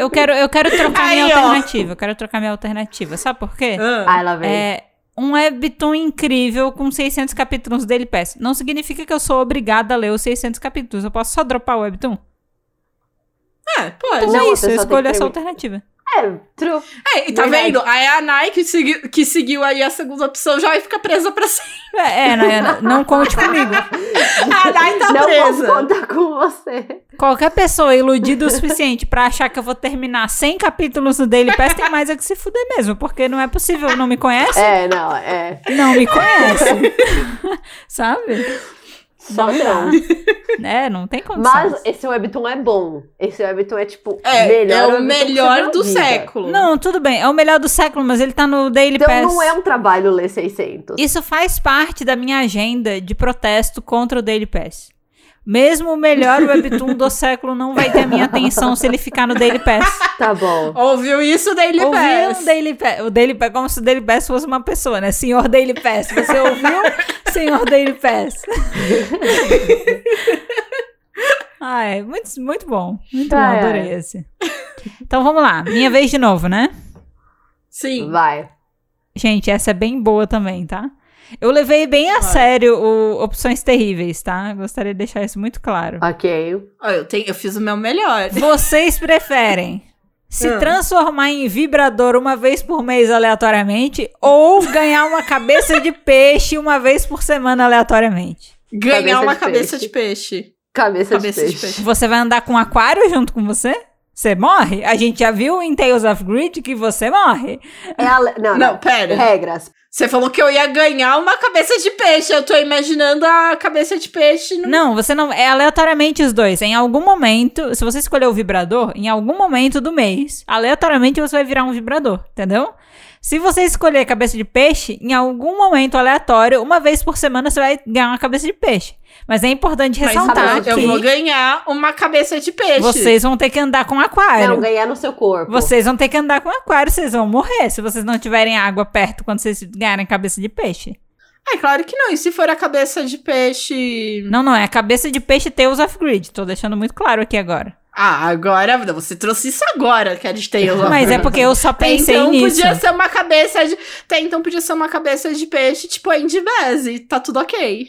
Speaker 1: Eu quero, eu quero trocar minha
Speaker 2: Aí, ó.
Speaker 1: alternativa. Eu quero trocar minha alternativa. Sabe por quê?
Speaker 2: Ah,
Speaker 3: Ah, ela vem.
Speaker 1: É. Um webtoon incrível com 600 capítulos dele Pass. Não significa que eu sou obrigada a ler os 600 capítulos. Eu posso só dropar o webtoon.
Speaker 3: Ah.
Speaker 2: é, pode.
Speaker 1: Então
Speaker 3: Não,
Speaker 1: é
Speaker 3: a
Speaker 1: isso. Eu
Speaker 3: pessoa tem
Speaker 1: escolho
Speaker 3: que
Speaker 1: essa
Speaker 3: terminar.
Speaker 1: alternativa.
Speaker 3: É, true.
Speaker 2: É, e tá
Speaker 3: Verdade.
Speaker 2: vendo? Aí a Nike que seguiu, que seguiu aí a segunda opção já vai ficar presa pra sempre.
Speaker 1: É, é, Nayana, não conte comigo.
Speaker 2: A Nike tá
Speaker 3: não
Speaker 2: presa.
Speaker 3: posso contar com você.
Speaker 1: Qualquer pessoa iludida o suficiente pra achar que eu vou terminar 100 capítulos do Daily Pass tem mais é que se fuder mesmo, porque não é possível. Não me conhece?
Speaker 3: É, não, é.
Speaker 1: Não me conhece. Sabe?
Speaker 3: Só
Speaker 1: Não
Speaker 3: não.
Speaker 1: É, não tem condição.
Speaker 3: Mas esse webtoon é bom. Esse webtoon é, tipo,
Speaker 2: É,
Speaker 3: melhor
Speaker 2: é o
Speaker 3: webtoon que você viu
Speaker 2: melhor
Speaker 3: na
Speaker 2: do
Speaker 3: vida.
Speaker 2: século.
Speaker 1: Não, tudo bem. É o melhor do século, mas ele tá no Daily
Speaker 3: Então
Speaker 1: Pass.
Speaker 3: não é um trabalho ler 600.
Speaker 1: Isso faz parte da minha agenda de protesto contra o Daily Pass. Mesmo o melhor webtoon do século não vai ter a minha atenção se ele ficar no Daily Pass.
Speaker 3: Tá bom.
Speaker 2: Ouviu isso daí ele
Speaker 1: Ouviram
Speaker 2: Pass.
Speaker 1: o um Daily Pass? O Daily Pass, como se o Daily Pass fosse uma pessoa, né? Senhor Daily Pass. Você ouviu? Senhor Daily Pass. Ai, Ah, é, muito, muito bom. Muito bom,
Speaker 3: Ai,
Speaker 1: adorei esse. Então vamos lá. Minha vez de novo, né?
Speaker 2: Sim.
Speaker 3: Vai.
Speaker 1: Gente, essa é bem boa também, tá? Eu levei bem a
Speaker 2: Olha.
Speaker 1: sério o Opções Terríveis, tá? Gostaria de deixar isso muito claro.
Speaker 3: Ok.
Speaker 2: Ó, eu, tenho, eu fiz o meu melhor.
Speaker 1: Vocês preferem se
Speaker 2: Ah.
Speaker 1: transformar em vibrador uma vez por mês aleatoriamente ou ganhar uma cabeça de peixe uma vez por semana aleatoriamente?
Speaker 2: Ganhar
Speaker 3: Cabeça
Speaker 2: uma
Speaker 3: de
Speaker 2: cabeça
Speaker 3: peixe.
Speaker 2: de peixe.
Speaker 3: Cabeça,
Speaker 2: Cabeça
Speaker 3: de
Speaker 2: de
Speaker 3: peixe.
Speaker 2: peixe.
Speaker 1: Você vai andar com um aquário junto com você? Você morre? A gente já viu em Tales of Grid que você morre.
Speaker 3: É ale... não, não,
Speaker 2: Não, pera.
Speaker 3: Regras.
Speaker 2: Você falou que eu ia ganhar uma cabeça de peixe. Eu tô imaginando a cabeça de peixe
Speaker 3: Hum,
Speaker 2: no.
Speaker 1: Não, você não. É aleatoriamente os dois. Em algum momento, se você escolher o vibrador, em algum momento do mês, aleatoriamente você vai virar um vibrador, entendeu? Se você escolher cabeça de peixe, em algum momento aleatório, uma vez por semana você vai ganhar uma cabeça de peixe. Mas é importante
Speaker 2: Mas tá,
Speaker 1: ressaltar
Speaker 3: sabe,
Speaker 1: que
Speaker 2: eu vou ganhar uma cabeça de peixe.
Speaker 1: vocês vão ter que andar com aquário.
Speaker 3: Não, ganhar no seu corpo.
Speaker 1: Vocês vão ter que andar com aquário, vocês vão morrer se vocês não tiverem água perto quando vocês ganharem cabeça de peixe.
Speaker 2: É claro que não. E se for a cabeça de peixe.
Speaker 1: Não, não, é cabeça de peixe Tales of Grid. Tô deixando muito claro aqui agora.
Speaker 2: Ah, agora. Você trouxe isso agora, que é de Taylor.
Speaker 1: Mas é porque eu só
Speaker 2: Até
Speaker 1: pensei
Speaker 2: então
Speaker 1: nisso.
Speaker 2: podia ser uma cabeça de. Até então podia ser uma cabeça de peixe, tipo a Indy Base. Tá tudo ok.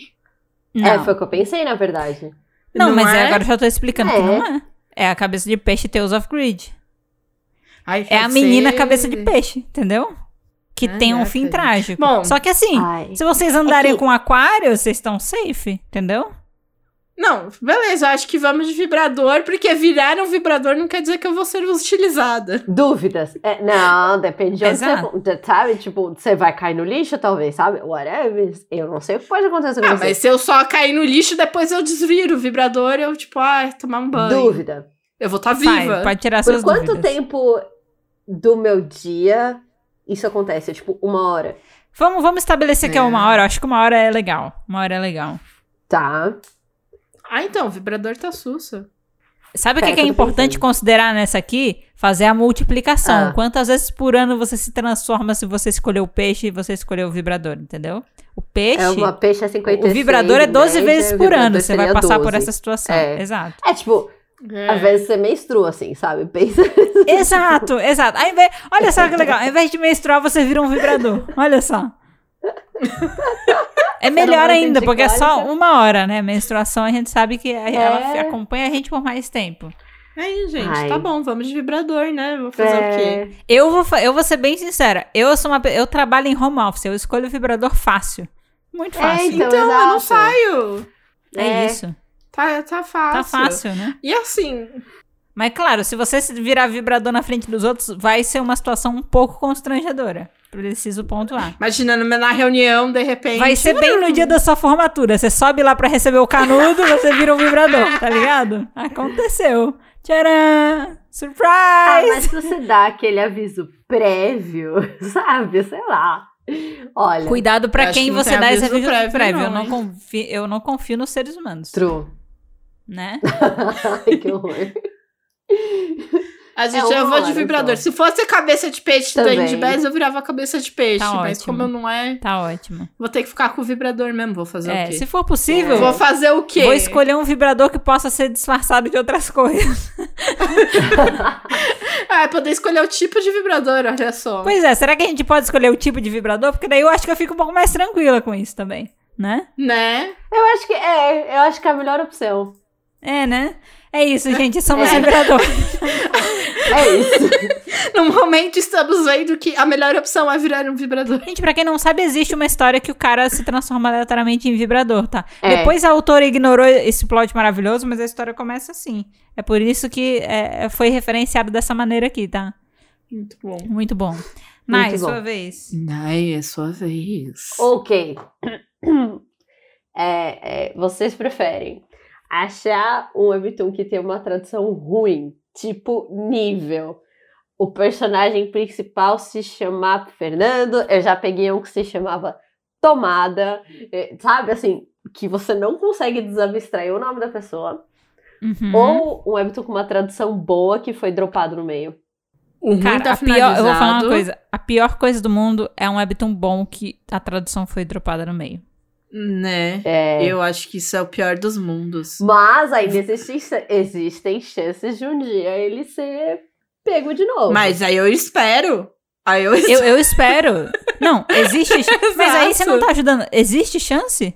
Speaker 1: Não,
Speaker 3: É, foi o que eu pensei, na verdade.
Speaker 1: Não,
Speaker 2: Não
Speaker 1: mas
Speaker 2: é?
Speaker 1: agora eu já tô explicando que
Speaker 3: É.
Speaker 1: não é. É a cabeça de peixe Tales of Grid.
Speaker 2: Ai,
Speaker 1: É a
Speaker 2: pode
Speaker 1: menina
Speaker 2: ser.
Speaker 1: cabeça de peixe, entendeu? Que tem um fim
Speaker 2: Caraca.
Speaker 1: trágico.
Speaker 2: Bom,
Speaker 1: Só que assim,
Speaker 3: Ai.
Speaker 1: se vocês andarem
Speaker 3: É que-
Speaker 1: com aquário, vocês estão safe, entendeu?
Speaker 2: Não, beleza, eu acho que vamos de vibrador, porque virar um vibrador não quer dizer que eu vou ser utilizada.
Speaker 3: Dúvidas. É, não, depende de onde você
Speaker 1: Exato.
Speaker 3: for. Sabe, tipo, você vai cair no lixo, talvez, sabe? Whatever. Eu não sei o que pode acontecer com
Speaker 2: Ah,
Speaker 3: você.
Speaker 2: mas se eu só cair no lixo, depois eu desviro o vibrador e eu, tipo, ai, tomar um banho.
Speaker 3: Dúvida.
Speaker 2: Eu vou estar
Speaker 1: Vai,
Speaker 2: Tá viva.
Speaker 1: pode tirar
Speaker 3: Por
Speaker 1: suas
Speaker 3: quanto
Speaker 1: dúvidas.
Speaker 3: tempo do meu dia isso acontece? Tipo, uma hora.
Speaker 1: Vamos, vamos estabelecer que é uma
Speaker 2: É.
Speaker 1: hora. Acho que uma hora é legal. Uma hora é legal.
Speaker 3: Tá.
Speaker 2: Ah, então, o vibrador tá sussa.
Speaker 1: Sabe o
Speaker 3: Pera,
Speaker 1: que, que é
Speaker 3: eu tô
Speaker 1: importante
Speaker 3: pensando.
Speaker 1: considerar nessa aqui? Fazer a multiplicação.
Speaker 3: Ah.
Speaker 1: Quantas vezes por ano você se transforma se você escolheu o peixe e você escolheu o vibrador, entendeu? O peixe,
Speaker 3: É uma peixe é 56.
Speaker 1: o vibrador é 12
Speaker 3: média,
Speaker 1: vezes
Speaker 3: o
Speaker 1: por
Speaker 3: vibrador
Speaker 1: ano. Você vai
Speaker 3: seria
Speaker 1: passar por
Speaker 3: 12.
Speaker 1: essa situação.
Speaker 3: É.
Speaker 1: Exato.
Speaker 3: É tipo,
Speaker 1: Tá
Speaker 3: às vezes você menstrua, assim, sabe? Pensa.
Speaker 1: Exato, exato. Ao invés- olha só que legal. Ao invés de menstruar, você vira um vibrador. Olha só. É
Speaker 3: não
Speaker 1: melhor
Speaker 3: vai
Speaker 1: ainda,
Speaker 3: sentir
Speaker 1: porque é só
Speaker 3: cólica.
Speaker 1: uma hora, né? Menstruação a gente sabe que a- ela
Speaker 3: É.
Speaker 1: f- acompanha a gente por mais tempo.
Speaker 2: Aí, gente,
Speaker 3: Ai.
Speaker 2: tá bom, vamos de vibrador, né? Vou fazer o quê?
Speaker 3: É.
Speaker 1: Eu vou, fa- eu vou ser bem sincera. Eu sou uma, pe- eu trabalho em home office. Eu escolho o vibrador fácil, muito
Speaker 3: É,
Speaker 1: fácil.
Speaker 3: Então,
Speaker 2: Então, eu não
Speaker 3: exato.
Speaker 2: saio.
Speaker 1: É,
Speaker 3: É.
Speaker 1: isso.
Speaker 2: Tá, tá fácil.
Speaker 1: Tá fácil, né?
Speaker 2: E assim,
Speaker 1: Mas claro, se você se virar vibrador na frente dos outros, vai ser uma situação um pouco constrangedora. Preciso pontuar.
Speaker 2: imaginando na reunião, de repente.
Speaker 1: Vai ser bem no dia da sua formatura. Você sobe lá pra receber o canudo, você vira um vibrador, tá ligado? Aconteceu. Tcharam!
Speaker 3: Ah,
Speaker 1: Surprise!
Speaker 3: mas se você dá aquele aviso prévio, sabe? Sei lá. Olha.
Speaker 1: Cuidado pra
Speaker 2: Acho que
Speaker 1: quem
Speaker 2: não
Speaker 1: você
Speaker 2: tem
Speaker 1: dá esse
Speaker 2: aviso
Speaker 1: aviso prévio.
Speaker 2: prévio, não,
Speaker 1: eu, não
Speaker 2: hein?
Speaker 1: confio, eu não confio nos seres humanos,
Speaker 3: True.
Speaker 1: né?
Speaker 3: Ai, que horror.
Speaker 2: A
Speaker 3: É
Speaker 2: gente,
Speaker 3: uma
Speaker 2: eu vou
Speaker 3: hora,
Speaker 2: de vibrador.
Speaker 3: então.
Speaker 2: Se fosse cabeça de peixe da
Speaker 3: Também.
Speaker 2: Indibés, eu virava cabeça de peixe.
Speaker 1: Tá
Speaker 2: mas
Speaker 1: ótimo.
Speaker 2: como eu não é,
Speaker 1: Tá ótimo.
Speaker 2: vou ter que ficar com o vibrador mesmo. Vou fazer o
Speaker 1: É,
Speaker 2: quê?
Speaker 1: se for possível,
Speaker 3: É.
Speaker 2: Vou fazer o quê?
Speaker 1: vou escolher um vibrador que possa ser disfarçado de outras
Speaker 3: Tá
Speaker 1: coisas.
Speaker 2: Ah, é poder escolher o tipo de vibrador, olha só.
Speaker 1: Pois é, será que a gente pode escolher o tipo de vibrador? Porque daí eu acho que eu fico um pouco mais tranquila com isso também, né?
Speaker 2: Né?
Speaker 3: Eu acho que é, eu acho que é a melhor opção.
Speaker 1: É, né? É isso, gente. Somos
Speaker 3: É.
Speaker 1: vibradores.
Speaker 3: É isso.
Speaker 2: No momento estamos vendo que a melhor opção é virar um vibrador.
Speaker 1: Gente, pra quem não sabe, existe uma história que o cara se transforma aleatoriamente em vibrador, tá?
Speaker 3: É.
Speaker 1: Depois a autora ignorou esse plot maravilhoso, mas a história começa assim. É por isso que é, foi referenciado dessa maneira aqui, tá?
Speaker 2: Muito bom.
Speaker 1: Muito bom. Nai,
Speaker 3: bom.
Speaker 1: sua vez.
Speaker 2: Ai, é sua vez.
Speaker 3: ok. É, é, vocês preferem achar um webtoon que tem uma tradução ruim, tipo nível. O personagem principal se chamar Fernando, eu já peguei um que se chamava Tomada, é, sabe assim, que você não consegue desabstrair o nome da pessoa.
Speaker 1: Uhum.
Speaker 3: Ou um webtoon com uma tradução boa que foi dropado no meio.
Speaker 2: O ruim
Speaker 1: Cara,
Speaker 2: tá
Speaker 1: a pior, eu vou falar uma
Speaker 2: finalizado.
Speaker 1: coisa. A pior coisa do mundo é um webtoon bom que a tradução foi dropada no meio.
Speaker 2: Né?
Speaker 3: É,
Speaker 2: Eu acho que isso é o pior dos mundos.
Speaker 3: Mas ainda existem, existem chances de um dia ele ser pego de novo.
Speaker 2: Mas aí eu espero. Aí eu,
Speaker 1: Eu, eu espero. não, existe. Mas aí você
Speaker 2: Exato.
Speaker 1: não tá ajudando. Existe chance?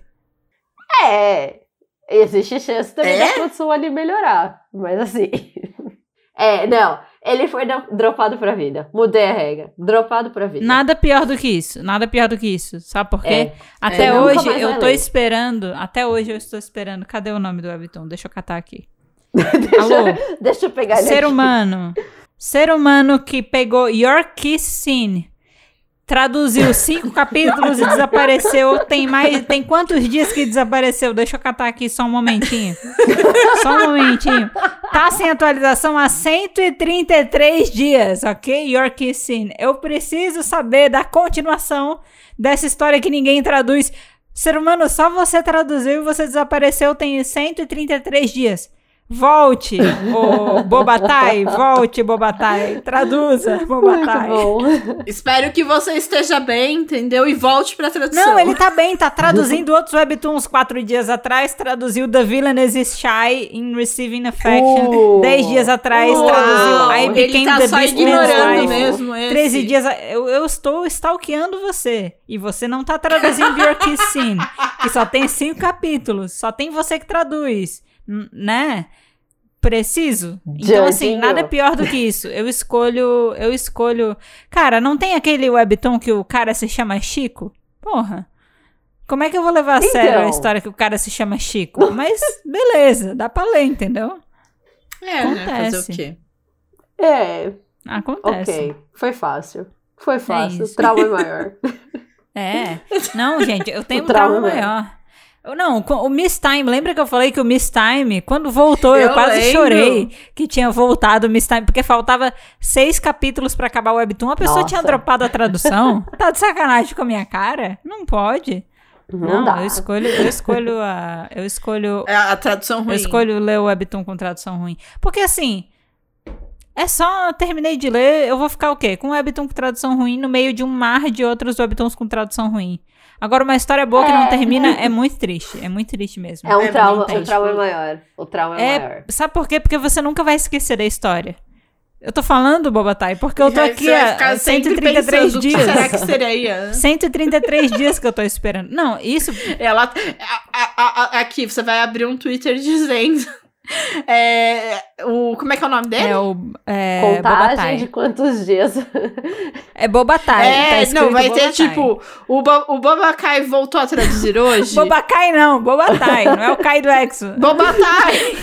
Speaker 3: É. Existe chance também
Speaker 2: É?
Speaker 3: da produção ali melhorar. Mas assim. é, não. Ele foi da- dropado pra vida. Mudei a regra. Dropado pra vida.
Speaker 1: Nada pior do que isso. Nada pior do que isso. Sabe por quê?
Speaker 3: É.
Speaker 1: Até
Speaker 2: É, nunca
Speaker 1: hoje
Speaker 3: mais
Speaker 1: eu
Speaker 3: vai
Speaker 1: tô
Speaker 3: ler.
Speaker 1: esperando. Até hoje eu estou esperando. Cadê o nome do webtoon? Deixa eu catar aqui. Alô,
Speaker 3: deixa, deixa eu pegar ele.
Speaker 1: ser
Speaker 3: aqui.
Speaker 1: humano. Ser humano que pegou Your Kiss Scene, traduziu cinco capítulos e desapareceu. Tem mais. Tem quantos dias que desapareceu? Deixa eu catar aqui só um momentinho. Só um momentinho. Tá sem atualização há 133 dias, ok? Your Kiss Scene. Eu preciso saber da continuação dessa história que ninguém traduz. Ser humano, só você traduziu e você desapareceu tem 133 dias. Volte, ô Bobatai, volte, Bobatai. Traduza,
Speaker 3: Muito
Speaker 1: Bobatai.
Speaker 3: bom.
Speaker 2: espero que você esteja bem, entendeu? E volte pra tradução.
Speaker 1: Não, ele tá bem, tá traduzindo outros webtoons quatro dias atrás, traduziu The Villain is Shy in Receiving Affection.
Speaker 3: Uh,
Speaker 1: Dez dias atrás,
Speaker 3: Uau.
Speaker 1: traduziu I
Speaker 3: Ele
Speaker 1: Became
Speaker 2: Uh! ele tá
Speaker 1: the
Speaker 2: só
Speaker 1: Beast
Speaker 2: ignorando
Speaker 1: Man's Wife.
Speaker 2: mesmo. Esse.
Speaker 1: 13 dias. a- Eu, eu estou stalkeando você. E você não tá traduzindo Your Kiss Scene. Que só tem cinco capítulos. Só tem você que traduz. n- Né? Preciso. Então, assim,
Speaker 3: Diantinho.
Speaker 1: nada é pior do que isso. Eu escolho. Eu escolho. Cara, não tem aquele webtoon que o cara se chama Chico? Porra. Como é que eu vou levar a
Speaker 3: Então.
Speaker 1: sério a história que o cara se chama Chico? Mas beleza, dá pra ler, entendeu?
Speaker 2: É, né? Fazer o
Speaker 1: Acontece.
Speaker 2: quê?
Speaker 3: É,
Speaker 1: Acontece.
Speaker 3: ok. Foi fácil. Foi fácil.
Speaker 1: isso.
Speaker 3: Trauma é maior.
Speaker 1: É. Não, gente, eu tenho
Speaker 3: O
Speaker 1: um trauma
Speaker 3: trauma é.
Speaker 1: maior. Eu, não, com- o Miss Time, lembra que eu falei que o Miss Time, quando voltou, eu,
Speaker 2: Eu
Speaker 1: quase
Speaker 2: lembro.
Speaker 1: chorei que tinha voltado o Miss Time, porque faltava seis capítulos pra acabar o Webtoon. A pessoa tinha
Speaker 3: Nossa.
Speaker 1: dropado a tradução. tá de sacanagem com a minha cara? Não pode.
Speaker 3: Não, dá.
Speaker 1: eu escolho, eu escolho a. Eu escolho.
Speaker 2: É a tradução ruim.
Speaker 1: Eu escolho ler o Webtoon com tradução ruim. Porque assim. É só, terminei de ler, eu vou ficar o quê? Com um Webtoon com tradução ruim no meio de um mar de outros Webtoons com tradução ruim. Agora, uma história boa que não
Speaker 3: É.
Speaker 1: termina é muito triste. É muito triste mesmo.
Speaker 3: É um
Speaker 2: É
Speaker 3: trauma,
Speaker 2: muito
Speaker 3: o trauma é
Speaker 2: triste.
Speaker 3: maior. O trauma é,
Speaker 1: É,
Speaker 3: maior.
Speaker 1: Sabe por quê? Porque você nunca vai esquecer da história. Eu tô falando, Bobatai, porque eu tô
Speaker 2: Aí
Speaker 1: aqui
Speaker 2: você vai
Speaker 1: há
Speaker 2: ficar sempre
Speaker 1: 133
Speaker 2: pensando,
Speaker 1: dias.
Speaker 2: O que será que seria? né?
Speaker 1: 133 dias que eu tô esperando. Não, isso
Speaker 2: Ela. a- a- a- a- aqui, você vai abrir um Twitter dizendo. é, o, como é que é o nome dele?
Speaker 1: é o. É,
Speaker 3: Contagem
Speaker 1: Bobatai.
Speaker 3: de quantos dias.
Speaker 1: É Bobatai. tá
Speaker 2: É,
Speaker 1: escrito
Speaker 2: não, vai ter
Speaker 1: Bobatai.
Speaker 2: tipo. O, Bo- o Bobakai voltou a traduzir hoje?
Speaker 1: Bobacai não, Bobatai, não é o Kai do Exo.
Speaker 2: Bobatai!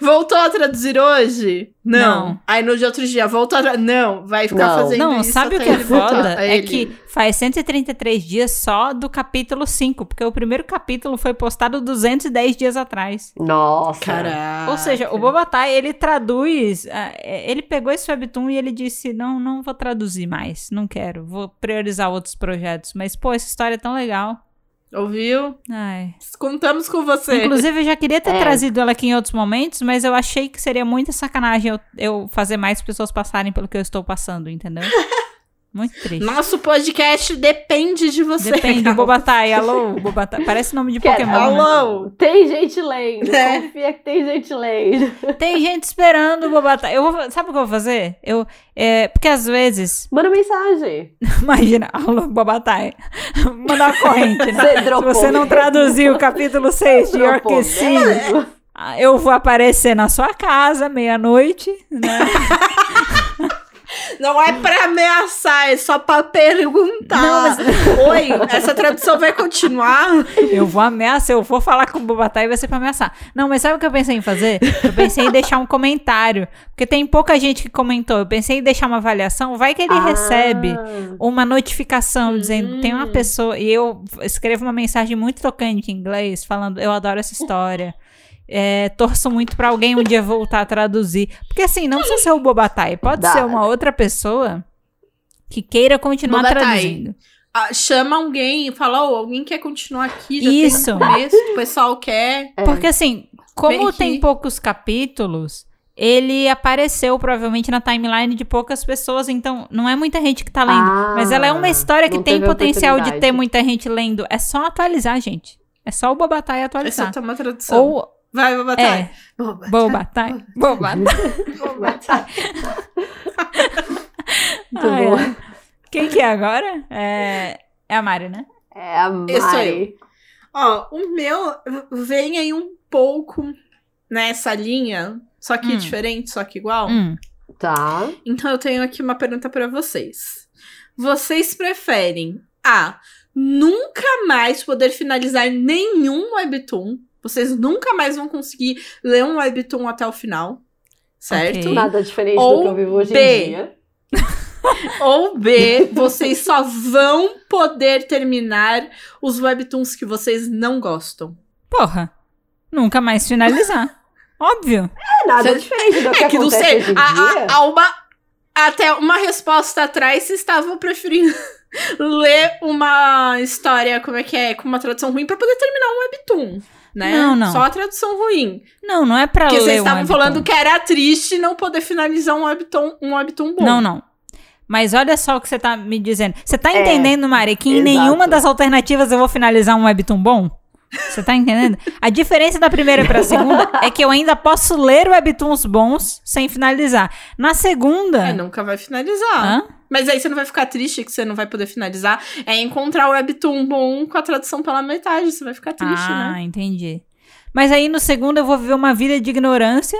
Speaker 2: voltou a traduzir hoje? Não.
Speaker 1: Não.
Speaker 2: Aí no de outro dia, voltou a traduzir. Não, vai ficar
Speaker 3: Não.
Speaker 2: fazendo
Speaker 1: Não,
Speaker 2: isso.
Speaker 1: sabe o
Speaker 2: até
Speaker 1: que é
Speaker 2: ele voltar.
Speaker 1: foda?
Speaker 2: Aí
Speaker 1: É
Speaker 2: ele-
Speaker 1: que faz 133 dias só do capítulo 5, porque o primeiro capítulo foi postado 210 dias atrás.
Speaker 3: Nossa.
Speaker 2: Caraca.
Speaker 1: Ou seseja, o Bobatai, ele traduz, ah, é, ele pegou esse webtoon e ele disse, não, não vou traduzir mais, não quero, vou priorizar outros projetos, mas pô, essa história é tão legal.
Speaker 2: Ouviu?
Speaker 1: Ai.
Speaker 2: Contamos com você.
Speaker 1: Inclusive, eu já queria ter
Speaker 3: É.
Speaker 1: trazido ela aqui em outros momentos, mas eu achei que seria muita sacanagem eu, eu fazer mais pessoas passarem pelo que eu estou passando, entendeu? Muito triste.
Speaker 2: Nosso podcast depende de você.
Speaker 1: Depende, Bobatai, alô, Bobatai. Parece nome de
Speaker 3: Quer-
Speaker 1: Pokémon. né?
Speaker 2: Alô!
Speaker 3: Tem gente lendo.
Speaker 2: É.
Speaker 3: Confia que tem gente lendo.
Speaker 1: Tem gente esperando, Bobatai. Eu vou, sabe o que eu vou fazer? Eu, é, porque às vezes,
Speaker 3: Manda mensagem.
Speaker 1: imagina, alô, Bobatai, mandar uma corrente, né?
Speaker 3: Você
Speaker 1: Se
Speaker 3: dropou.
Speaker 1: você não traduziu o capítulo 6 de
Speaker 3: Dropou né? é-
Speaker 1: Yorkshire,
Speaker 3: mesmo.
Speaker 1: eu vou aparecer na sua casa meia-noite, né?
Speaker 2: Não é pra ameaçar, é só pra perguntar.
Speaker 1: Não,
Speaker 2: Oi, essa tradução vai continuar?
Speaker 1: Eu vou ameaçar, eu vou falar com o Bobatai e vai ser pra ameaçar. Não, mas sabe o que eu pensei em fazer? Eu pensei em deixar um comentário. Porque tem pouca gente que comentou. Eu pensei em deixar uma avaliação. Vai que ele
Speaker 3: Ah.
Speaker 1: recebe uma notificação dizendo tem uma
Speaker 3: Uhum.
Speaker 1: pessoa. E eu escrevo uma mensagem muito tocante em inglês falando: eu adoro essa história. É, torço muito pra alguém um dia voltar a traduzir. Porque assim, não precisa ser o Bobatai, pode
Speaker 3: Dá.
Speaker 1: ser uma outra pessoa que queira continuar
Speaker 2: Bobatai.
Speaker 1: traduzindo.
Speaker 2: Ah, chama alguém e fala, ô, alguém quer continuar aqui? Já
Speaker 1: Isso.
Speaker 2: Tem um começo, o pessoal quer.
Speaker 3: É.
Speaker 1: Porque assim, como
Speaker 2: Bem que-
Speaker 1: tem poucos capítulos, ele apareceu provavelmente na timeline de poucas pessoas, então não é muita gente que tá lendo.
Speaker 3: Ah,
Speaker 1: mas ela é uma história que
Speaker 3: não
Speaker 1: tem
Speaker 3: teve
Speaker 1: potencial de ter
Speaker 3: oportunidade.
Speaker 1: muita gente lendo. É só atualizar, gente. É só o Bobatai
Speaker 2: É só
Speaker 1: atualizar.
Speaker 2: tomar tradução.
Speaker 1: Ou
Speaker 2: Vai, tá. vou
Speaker 1: é,
Speaker 2: batalha. Vou batalha.
Speaker 1: Bobatai. Bobatai.
Speaker 2: Vou batalha.
Speaker 3: Muito
Speaker 1: Ai,
Speaker 3: boa.
Speaker 1: ai. Quem que é agora? É, é a Mari, né?
Speaker 3: É a
Speaker 2: Eu sou
Speaker 3: Mari.
Speaker 2: Ó, o meu vem aí um pouco nessa linha, só que
Speaker 1: Hum.
Speaker 2: diferente, só que igual.
Speaker 1: Hum.
Speaker 3: Tá.
Speaker 2: Então eu tenho aqui uma pergunta pra vocês. Vocês preferem a nunca mais poder finalizar nenhum webtoon? Vocês nunca mais vão conseguir ler um webtoon até o final, certo?
Speaker 1: Ok.
Speaker 3: Nada diferente
Speaker 2: Ou
Speaker 3: do que eu vivo hoje
Speaker 2: B.
Speaker 3: em dia.
Speaker 2: Ou B, vocês só vão poder terminar os webtoons que vocês não gostam.
Speaker 1: Porra. Nunca mais finalizar. Óbvio.
Speaker 3: É nada
Speaker 2: Você-
Speaker 3: diferente do que,
Speaker 2: é que não
Speaker 3: acontece
Speaker 2: sei,
Speaker 3: hoje em
Speaker 1: Ah,
Speaker 2: a,
Speaker 3: dia.
Speaker 2: a, a uma, até uma resposta atrás vocês estavam preferindo ler uma história, como é que é, com uma tradução ruim pra poder terminar um webtoon, né?
Speaker 1: Não, não.
Speaker 2: Só a tradução ruim.
Speaker 1: Não, não é pra
Speaker 2: Porque
Speaker 1: ler
Speaker 2: vocês
Speaker 1: um
Speaker 2: estavam
Speaker 1: webtoon.
Speaker 2: falando que era triste não poder finalizar um webtoon, um webtoon bom.
Speaker 1: Não, não. Mas olha só o que você tá me dizendo. Você tá
Speaker 3: É,
Speaker 1: entendendo, Mari, que em
Speaker 3: exato.
Speaker 1: nenhuma das alternativas eu vou finalizar um webtoon bom? Você tá entendendo? A diferença da primeira pra segunda é que eu ainda posso ler webtoons bons sem finalizar. Na segunda.
Speaker 2: É, Ah, nunca vai finalizar.
Speaker 1: Hã?
Speaker 2: Mas aí você não vai ficar triste que você não vai poder finalizar. É encontrar o webtoon bom com a tradução pela metade. Você vai ficar triste,
Speaker 1: ah,
Speaker 2: né?
Speaker 1: entendi. Mas aí no segundo eu vou viver uma vida de ignorância.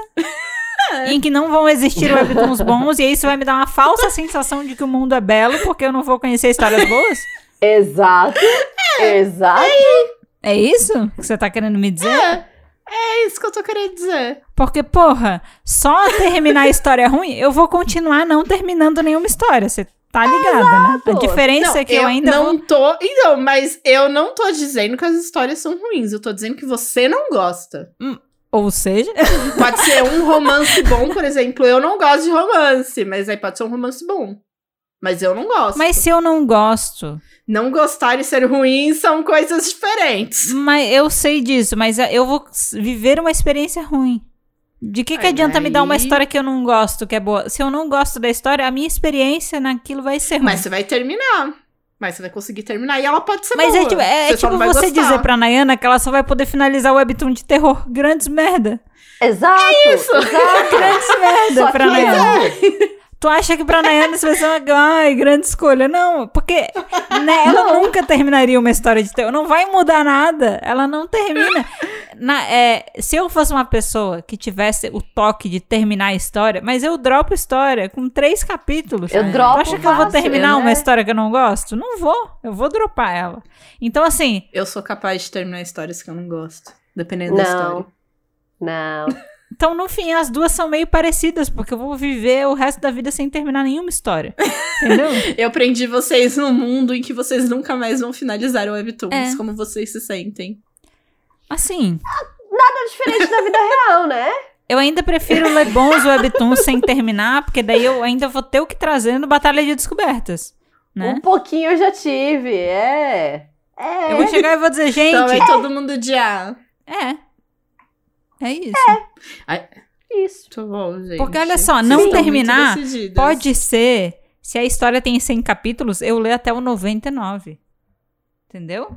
Speaker 1: Em que não vão existir webtoons bons, e aí isso vai me dar uma falsa sensação de que o mundo é belo, porque eu não vou conhecer histórias boas?
Speaker 3: Exato. Exato.
Speaker 1: É isso que você tá querendo me dizer?
Speaker 2: É. É isso que eu tô querendo dizer.
Speaker 1: Porque, porra, só terminar a história ruim, eu vou continuar não terminando nenhuma história. Você tá ligada, né? A
Speaker 3: Exato.
Speaker 1: diferença é que eu, ainda
Speaker 2: não
Speaker 1: vou...
Speaker 2: tô. Então, mas eu não tô dizendo que as histórias são ruins. Eu tô dizendo que você não gosta.
Speaker 1: Ou seja,
Speaker 2: Pode ser um romance bom, por exemplo. Eu não gosto de romance, mas aí pode ser um romance bom. Mas eu não gosto.
Speaker 1: mas se eu não gosto,
Speaker 2: Não gostar e ser ruim são coisas diferentes.
Speaker 1: mas eu sei disso, mas eh, eu vou viver uma experiência ruim. De que, que
Speaker 2: Ai,
Speaker 1: adianta me dar uma
Speaker 2: daí-
Speaker 1: história que eu não gosto, que é boa? Se eu não gosto da história, a minha experiência naquilo vai ser ruim.
Speaker 2: Mas você vai terminar. Mas você vai conseguir terminar. E ela pode ser
Speaker 1: Mas
Speaker 2: boa.
Speaker 1: é tipo, é, é
Speaker 2: só
Speaker 1: tipo
Speaker 2: não vai
Speaker 1: você
Speaker 2: gostar.
Speaker 1: dizer pra Nayana que ela só vai poder finalizar o webtoon de terror. Grandes merda.
Speaker 3: Exato.
Speaker 2: isso.
Speaker 3: Exato.
Speaker 1: Grandes É merda
Speaker 3: Só
Speaker 1: pra
Speaker 3: que- é.
Speaker 1: Nayana. Tu acha que pra Nayana isso vai ser uma ai, grande escolha? Não, porque né, ela nunca terminaria uma história de terror. Não vai mudar nada. Ela não termina. Na- é, se eu fosse uma pessoa que tivesse o toque de terminar a história, mas eu dropo história com três capítulos.
Speaker 3: Eu
Speaker 1: né?
Speaker 3: dropo
Speaker 1: Tu acha que eu vou
Speaker 3: fácil,
Speaker 1: terminar uma
Speaker 3: né?
Speaker 1: história que eu não gosto? Não vou. Eu vou dropar ela. Então, assim,
Speaker 2: Eu sou capaz de terminar histórias que eu não gosto. Dependendo É da história.
Speaker 3: Não. Não.
Speaker 1: Então, no fim, as duas são meio parecidas, porque eu vou viver o resto da vida sem terminar nenhuma história. Entendeu?
Speaker 2: Eu prendi vocês num mundo em que vocês nunca mais vão finalizar o Webtoons.
Speaker 1: É.
Speaker 2: Como vocês se sentem?
Speaker 1: Assim,
Speaker 3: Tá diferente da vida real, né?
Speaker 1: eu ainda prefiro ler bons webtoons sem terminar, porque daí eu ainda vou ter o que trazer no Batalha de Descobertas. Né?
Speaker 3: Um pouquinho eu já tive. É. É.
Speaker 1: Eu vou chegar e vou dizer, gente.
Speaker 2: Então vai todo mundo "Ah, odiar.
Speaker 1: É. É isso.
Speaker 3: é Isso.
Speaker 2: Muito bom, gente.
Speaker 1: Porque olha só,
Speaker 2: Vocês
Speaker 1: não
Speaker 2: estão muito
Speaker 1: terminar
Speaker 2: decididas.
Speaker 1: Pode ser, se a história tem 100 capítulos, eu ler até o 99. Entendeu?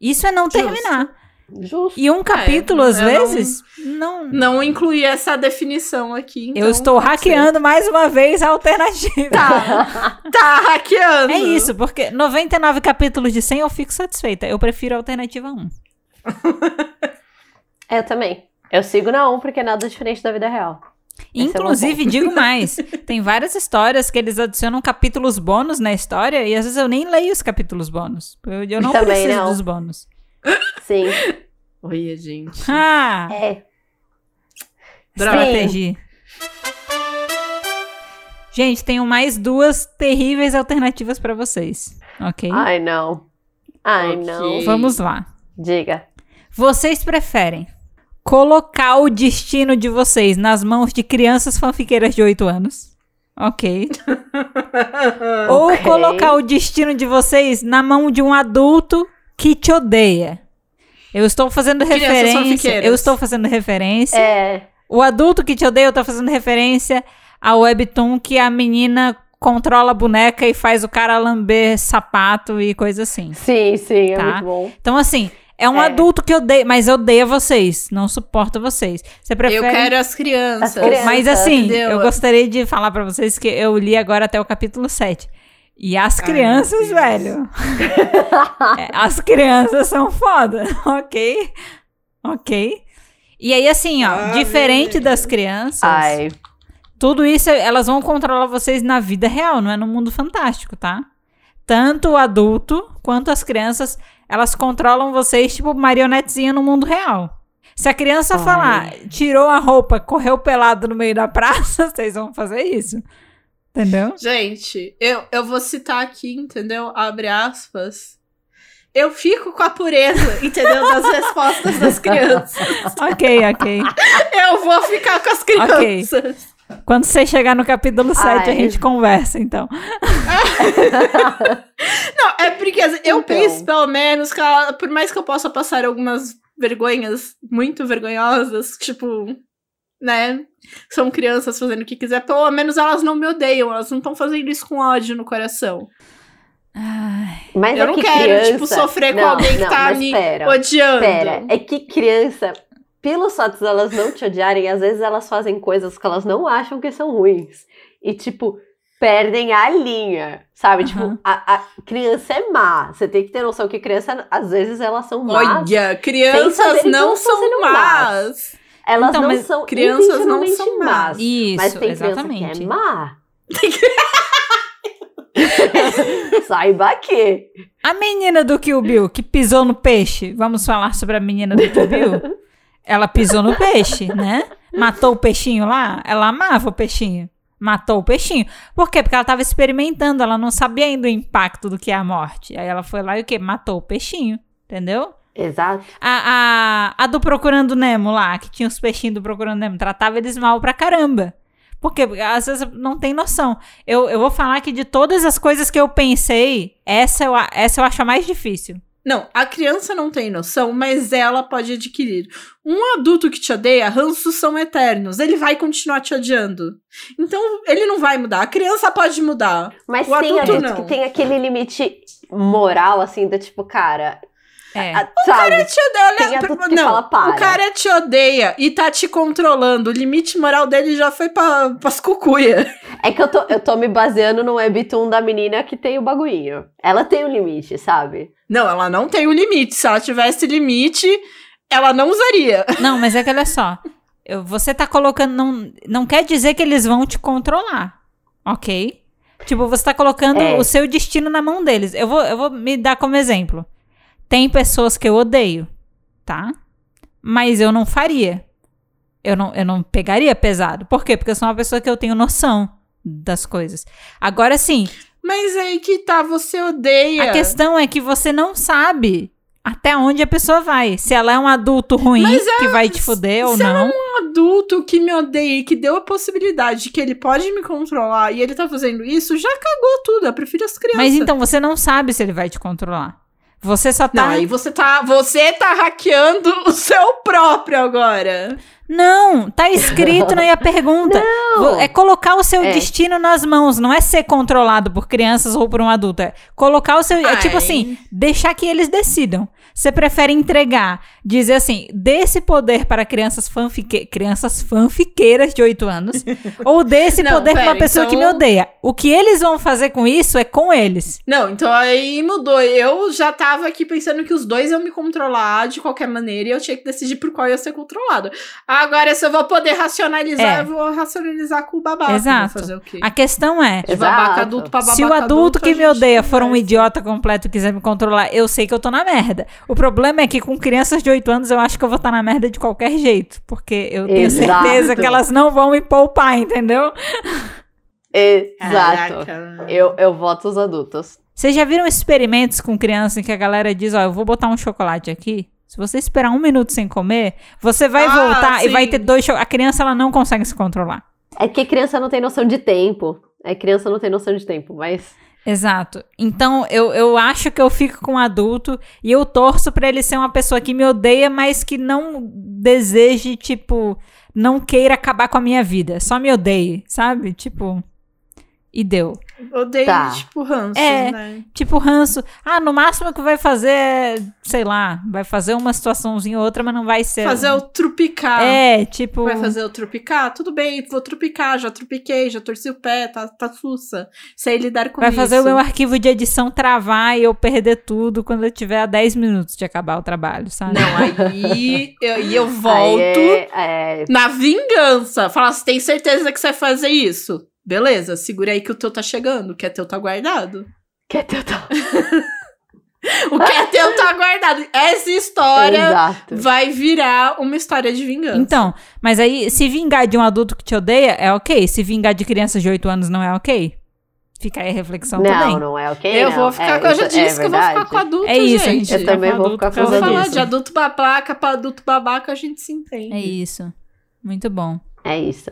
Speaker 1: Isso é não
Speaker 2: Justo.
Speaker 1: terminar.
Speaker 3: Justo.
Speaker 1: E um capítulo, às
Speaker 2: eu não-
Speaker 1: vezes, não,
Speaker 2: Não incluir essa definição aqui. então
Speaker 1: Eu estou
Speaker 2: pode
Speaker 1: hackeando mais uma vez a alternativa.
Speaker 2: ser. Tá, tá hackeando.
Speaker 1: É isso, porque 99 capítulos de 100 eu fico satisfeita. Eu prefiro a alternativa 1.
Speaker 3: É, Eu também. Eu sigo na 1 porque é nada diferente da vida real. é uma
Speaker 1: Inclusive, digo mais, tem várias histórias que eles adicionam capítulos bônus na história e às vezes eu nem leio os capítulos bônus. Eu, eu não
Speaker 3: Também
Speaker 1: preciso
Speaker 3: não.
Speaker 1: dos bônus.
Speaker 3: Sim.
Speaker 2: Olha, gente.
Speaker 1: Ah,
Speaker 3: É. Sim.
Speaker 1: estratégia. Gente, tenho mais duas terríveis alternativas pra vocês, ok?
Speaker 3: Ai, não. Ai,
Speaker 2: Ok.
Speaker 3: não.
Speaker 1: Vamos lá.
Speaker 3: Diga.
Speaker 1: Vocês preferem colocar o destino de vocês nas mãos de crianças fanfiqueiras de 8 anos? Ok. Ou
Speaker 3: Ok.
Speaker 1: colocar o destino de vocês na mão de um adulto que te odeia? Eu estou fazendo
Speaker 2: Crianças
Speaker 1: referência.
Speaker 2: fanfiqueiras.
Speaker 1: Eu estou fazendo referência.
Speaker 3: É.
Speaker 1: O adulto que te odeia, eu tô fazendo referência ao webtoon que a menina controla a boneca e faz o cara lamber sapato e coisa assim.
Speaker 3: Sim, sim. É
Speaker 1: Tá.
Speaker 3: muito bom.
Speaker 1: Então, assim, é um
Speaker 3: É.
Speaker 1: adulto que odeia, mas odeia vocês. Não suporta vocês. Você prefere.
Speaker 2: Eu quero as crianças.
Speaker 3: As crianças.
Speaker 1: Mas assim,
Speaker 2: entendeu?
Speaker 1: eu gostaria de falar pra vocês que eu li agora até o capítulo 7. E as
Speaker 2: Ai,
Speaker 1: crianças,
Speaker 2: meu Deus.
Speaker 1: velho. É, as crianças são foda, ok? Ok. E aí, assim, ó,
Speaker 2: Ah, meu
Speaker 1: diferente
Speaker 2: Deus.
Speaker 1: das crianças,
Speaker 3: Ai.
Speaker 1: tudo isso elas vão controlar vocês na vida real, não é no mundo fantástico, tá? Tanto o adulto quanto as crianças, elas controlam vocês tipo marionetezinha no mundo real. Se a criança
Speaker 3: Ai.
Speaker 1: falar, tirou a roupa, correu pelado no meio da praça, vocês vão fazer isso. Entendeu?
Speaker 2: Gente, eu, eu vou citar aqui, entendeu? Abre aspas. Eu fico com a pureza, entendeu? Das respostas das crianças.
Speaker 1: Ok, ok.
Speaker 2: Eu vou ficar com as crianças.
Speaker 1: Quando você chegar no capítulo 7, a
Speaker 3: Ai.
Speaker 1: gente conversa, então.
Speaker 2: Não, é porque assim, eu
Speaker 3: Então.
Speaker 2: penso, pelo menos, que ela- por mais que eu possa passar algumas vergonhas muito vergonhosas, tipo, né? São crianças fazendo o que quiser, pelo menos elas não me odeiam, elas não estão fazendo isso com ódio no coração.
Speaker 1: Ai,
Speaker 3: Mas
Speaker 2: eu
Speaker 3: é
Speaker 2: não
Speaker 3: que
Speaker 2: quero,
Speaker 3: criança...
Speaker 2: tipo, sofrer com
Speaker 3: Não,
Speaker 2: alguém que
Speaker 3: não,
Speaker 2: tá
Speaker 3: mas
Speaker 2: me
Speaker 3: pera.
Speaker 2: odiando.
Speaker 3: Então, Pera, é que criança, pelos fatos delas não te odiarem, às vezes elas fazem coisas que elas não acham que são ruins. E, tipo, perdem a linha, sabe?
Speaker 1: Aham.
Speaker 3: Tipo, a, a criança é má. Você tem que ter noção que criança, às vezes, elas são más.
Speaker 2: Olha,
Speaker 3: Sem saber
Speaker 2: crianças
Speaker 3: que
Speaker 2: não
Speaker 3: elas estão
Speaker 2: são
Speaker 3: sendo
Speaker 2: más.
Speaker 3: Elas
Speaker 1: Então,
Speaker 3: não
Speaker 1: mas
Speaker 3: são
Speaker 2: crianças não são
Speaker 3: intencionalmente
Speaker 2: más.
Speaker 1: isso,
Speaker 3: é Mas tem criança
Speaker 1: exatamente.
Speaker 3: que é má. Saiba que.
Speaker 1: A menina do Kill Bill que pisou no peixe, vamos falar sobre a menina do Kill Bill? Ela pisou no peixe, né? Matou o peixinho lá? Ela amava o peixinho. Matou o peixinho. Por quê? Porque ela tava experimentando, ela não sabia ainda o impacto do que é a morte. Aí ela foi lá e o quê? Matou o peixinho, entendeu?
Speaker 3: Exato.
Speaker 1: A, a, a do Procurando Nemo lá, que tinha os peixinhos do Procurando Nemo, tratava eles mal pra caramba. Porque às vezes não tem noção. Eu, eu vou falar que de todas as coisas que eu pensei, essa eu, a- essa eu acho a mais difícil.
Speaker 2: Não, a criança não tem noção, mas ela pode adquirir. Um adulto que te odeia, ranços são eternos. Ele vai continuar te odiando. Então, ele não vai mudar. A criança pode mudar.
Speaker 3: Mas
Speaker 2: O
Speaker 3: tem
Speaker 2: adulto
Speaker 3: adultos
Speaker 2: não.
Speaker 3: que tem aquele limite moral, assim, do tipo, cara.
Speaker 1: É.
Speaker 3: a-
Speaker 2: Então,
Speaker 3: sabe?
Speaker 2: Ele te odeia.
Speaker 3: Tem
Speaker 2: olha,
Speaker 3: adulto
Speaker 2: pra-
Speaker 3: que
Speaker 2: não,
Speaker 3: fala, para.
Speaker 2: o cara te odeia e tá te controlando. O limite moral dele já foi pra, pras cucuia.
Speaker 3: É que eu tô, eu tô me baseando no webtoon da menina que tem o bagulhinho. Ela tem o limite, sabe?
Speaker 2: Não, ela não tem um limite. Se ela tivesse limite, ela não usaria.
Speaker 1: Não, mas é que olha só. eu- você tá colocando. Não, não quer dizer que eles vão te controlar. Ok? Tipo, você tá colocando
Speaker 3: É.
Speaker 1: o seu destino na mão deles. Eu vou, eu vou me dar como exemplo. Tem pessoas que eu odeio, tá? Mas eu não faria. Eu não, eu não pegaria pesado. Por quê? Porque eu sou uma pessoa que eu tenho noção das coisas. Agora sim,
Speaker 2: Mas aí que tá, você odeia.
Speaker 1: a questão é que você não sabe até onde a pessoa vai. Se ela é um adulto ruim
Speaker 2: Mas
Speaker 1: que vai te fuder ou
Speaker 2: se ela
Speaker 1: não.
Speaker 2: adulto que me odeia e que deu a possibilidade de que ele pode me controlar e ele tá fazendo isso, já cagou tudo. Eu prefiro as crianças.
Speaker 1: Mas então você não sabe se ele vai te controlar. Você só tá.
Speaker 2: Não, aí você tá, você tá hackeando o seu próprio agora.
Speaker 1: Não, tá escrito na minha pergunta. Vo- É colocar o seu
Speaker 3: É.
Speaker 1: destino nas mãos, não é ser controlado por crianças ou por um adulto. É colocar o seu. É tipo
Speaker 2: Ai.
Speaker 1: assim, deixar que eles decidam. Você prefere entregar, dizer assim, dê esse poder para crianças, fanfique... crianças fanfiqueiras de 8 anos, ou dê esse
Speaker 2: Não,
Speaker 1: poder para uma
Speaker 2: pera,
Speaker 1: pessoa que me
Speaker 2: então-
Speaker 1: odeia. O que eles vão fazer com isso é com eles.
Speaker 2: Não, então aí mudou. Eu já tava aqui pensando que os dois iam me controlar de qualquer maneira e eu tinha que decidir por qual ia ser controlado. Agora, se eu vou poder racionalizar,
Speaker 1: É.
Speaker 2: eu vou racionalizar com o babaca.
Speaker 1: Exato.
Speaker 2: Vou fazer o quê?
Speaker 1: A questão é.
Speaker 2: De babaca
Speaker 3: Exato.
Speaker 2: adulto pra babaca
Speaker 1: Se o adulto
Speaker 2: a
Speaker 1: que me
Speaker 2: gente
Speaker 1: odeia
Speaker 2: não
Speaker 1: for um
Speaker 2: vai.
Speaker 1: idiota completo e quiser me controlar, eu sei que eu tô na merda. O problema é que com crianças de 8 anos eu acho que eu vou estar na merda de qualquer jeito. Porque eu tenho
Speaker 3: Exato.
Speaker 1: certeza que elas não vão me poupar, entendeu?
Speaker 3: Exato.
Speaker 2: Caraca.
Speaker 3: Eu, eu voto os adultos.
Speaker 1: Vocês já viram experimentos com criança em que a galera diz: Ó, eu vou botar um chocolate aqui. Se você esperar um minuto sem comer, você vai
Speaker 2: Ah,
Speaker 1: voltar e
Speaker 2: sim.
Speaker 1: vai ter dois. cho- A criança ela não consegue se controlar.
Speaker 3: É que criança não tem noção de tempo. É criança não tem noção de tempo, mas.
Speaker 1: Exato. Então, eu, eu acho que eu fico com um adulto e eu torço pra ele ser uma pessoa que me odeia, mas que não deseje, tipo, não queira acabar com a minha vida. Só me odeie, sabe? Tipo. E deu.
Speaker 2: Odeio,
Speaker 3: Tá.
Speaker 2: tipo, ranço,
Speaker 1: É.
Speaker 2: né?
Speaker 1: Tipo, ranço. Ah, no máximo que vai fazer é, sei lá, vai fazer uma situaçãozinha ou outra, mas não vai ser.
Speaker 2: Fazer o trupicar.
Speaker 1: É, tipo.
Speaker 2: Vai fazer o trupicar? Tudo bem, vou trupicar, já trupiquei, já torci o pé, tá, tá sussa. Sei lidar com
Speaker 1: Vai
Speaker 2: isso.
Speaker 1: fazer o meu arquivo de edição travar e eu perder tudo quando eu tiver a 10 minutos de acabar o trabalho, sabe?
Speaker 2: Não, aí eu, e eu
Speaker 3: Aí
Speaker 2: volto
Speaker 3: é- é-
Speaker 2: na vingança. Fala, você tem certeza que você vai fazer isso? Beleza, segura aí que o teu tá chegando, o que é teu tá guardado.
Speaker 3: que é teu tal-
Speaker 2: O que é teu tá guardado. Essa história
Speaker 3: Exato.
Speaker 2: vai virar uma história de vingança.
Speaker 1: Então, mas aí, se vingar de um adulto que te odeia, é ok. Se vingar de crianças de 8 anos, não é ok? Fica aí a reflexão também.
Speaker 3: Não, não é ok.
Speaker 2: eu
Speaker 3: não.
Speaker 2: vou ficar
Speaker 3: É,
Speaker 2: com. Eu já
Speaker 3: isso- é
Speaker 2: disse que eu vou ficar
Speaker 3: verdade.
Speaker 2: com adulto,
Speaker 1: É isso, a gente
Speaker 2: gente.
Speaker 3: Eu
Speaker 1: tá
Speaker 3: também
Speaker 1: com
Speaker 3: vou
Speaker 1: adulto
Speaker 3: ficar
Speaker 1: por
Speaker 3: com
Speaker 1: causa
Speaker 2: Vamos falar
Speaker 1: disso.
Speaker 2: de adulto babaca pra adulto babaca, a gente se entende.
Speaker 1: É isso. Muito bom.
Speaker 3: É isso.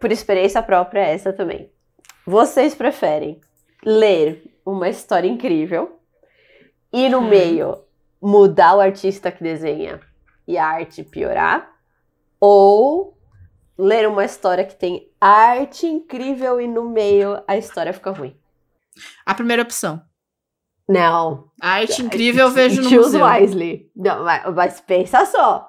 Speaker 3: Por experiência própria, essa também. Vocês preferem ler uma história incrível e no meio mudar o artista que desenha e a arte piorar? Ou ler uma história que tem arte incrível e no meio a história fica ruim?
Speaker 2: A primeira opção.
Speaker 3: Não.
Speaker 2: A arte incrível eu vejo no
Speaker 3: Choose
Speaker 2: museu.
Speaker 3: wisely. Não, mas, mas pensa só.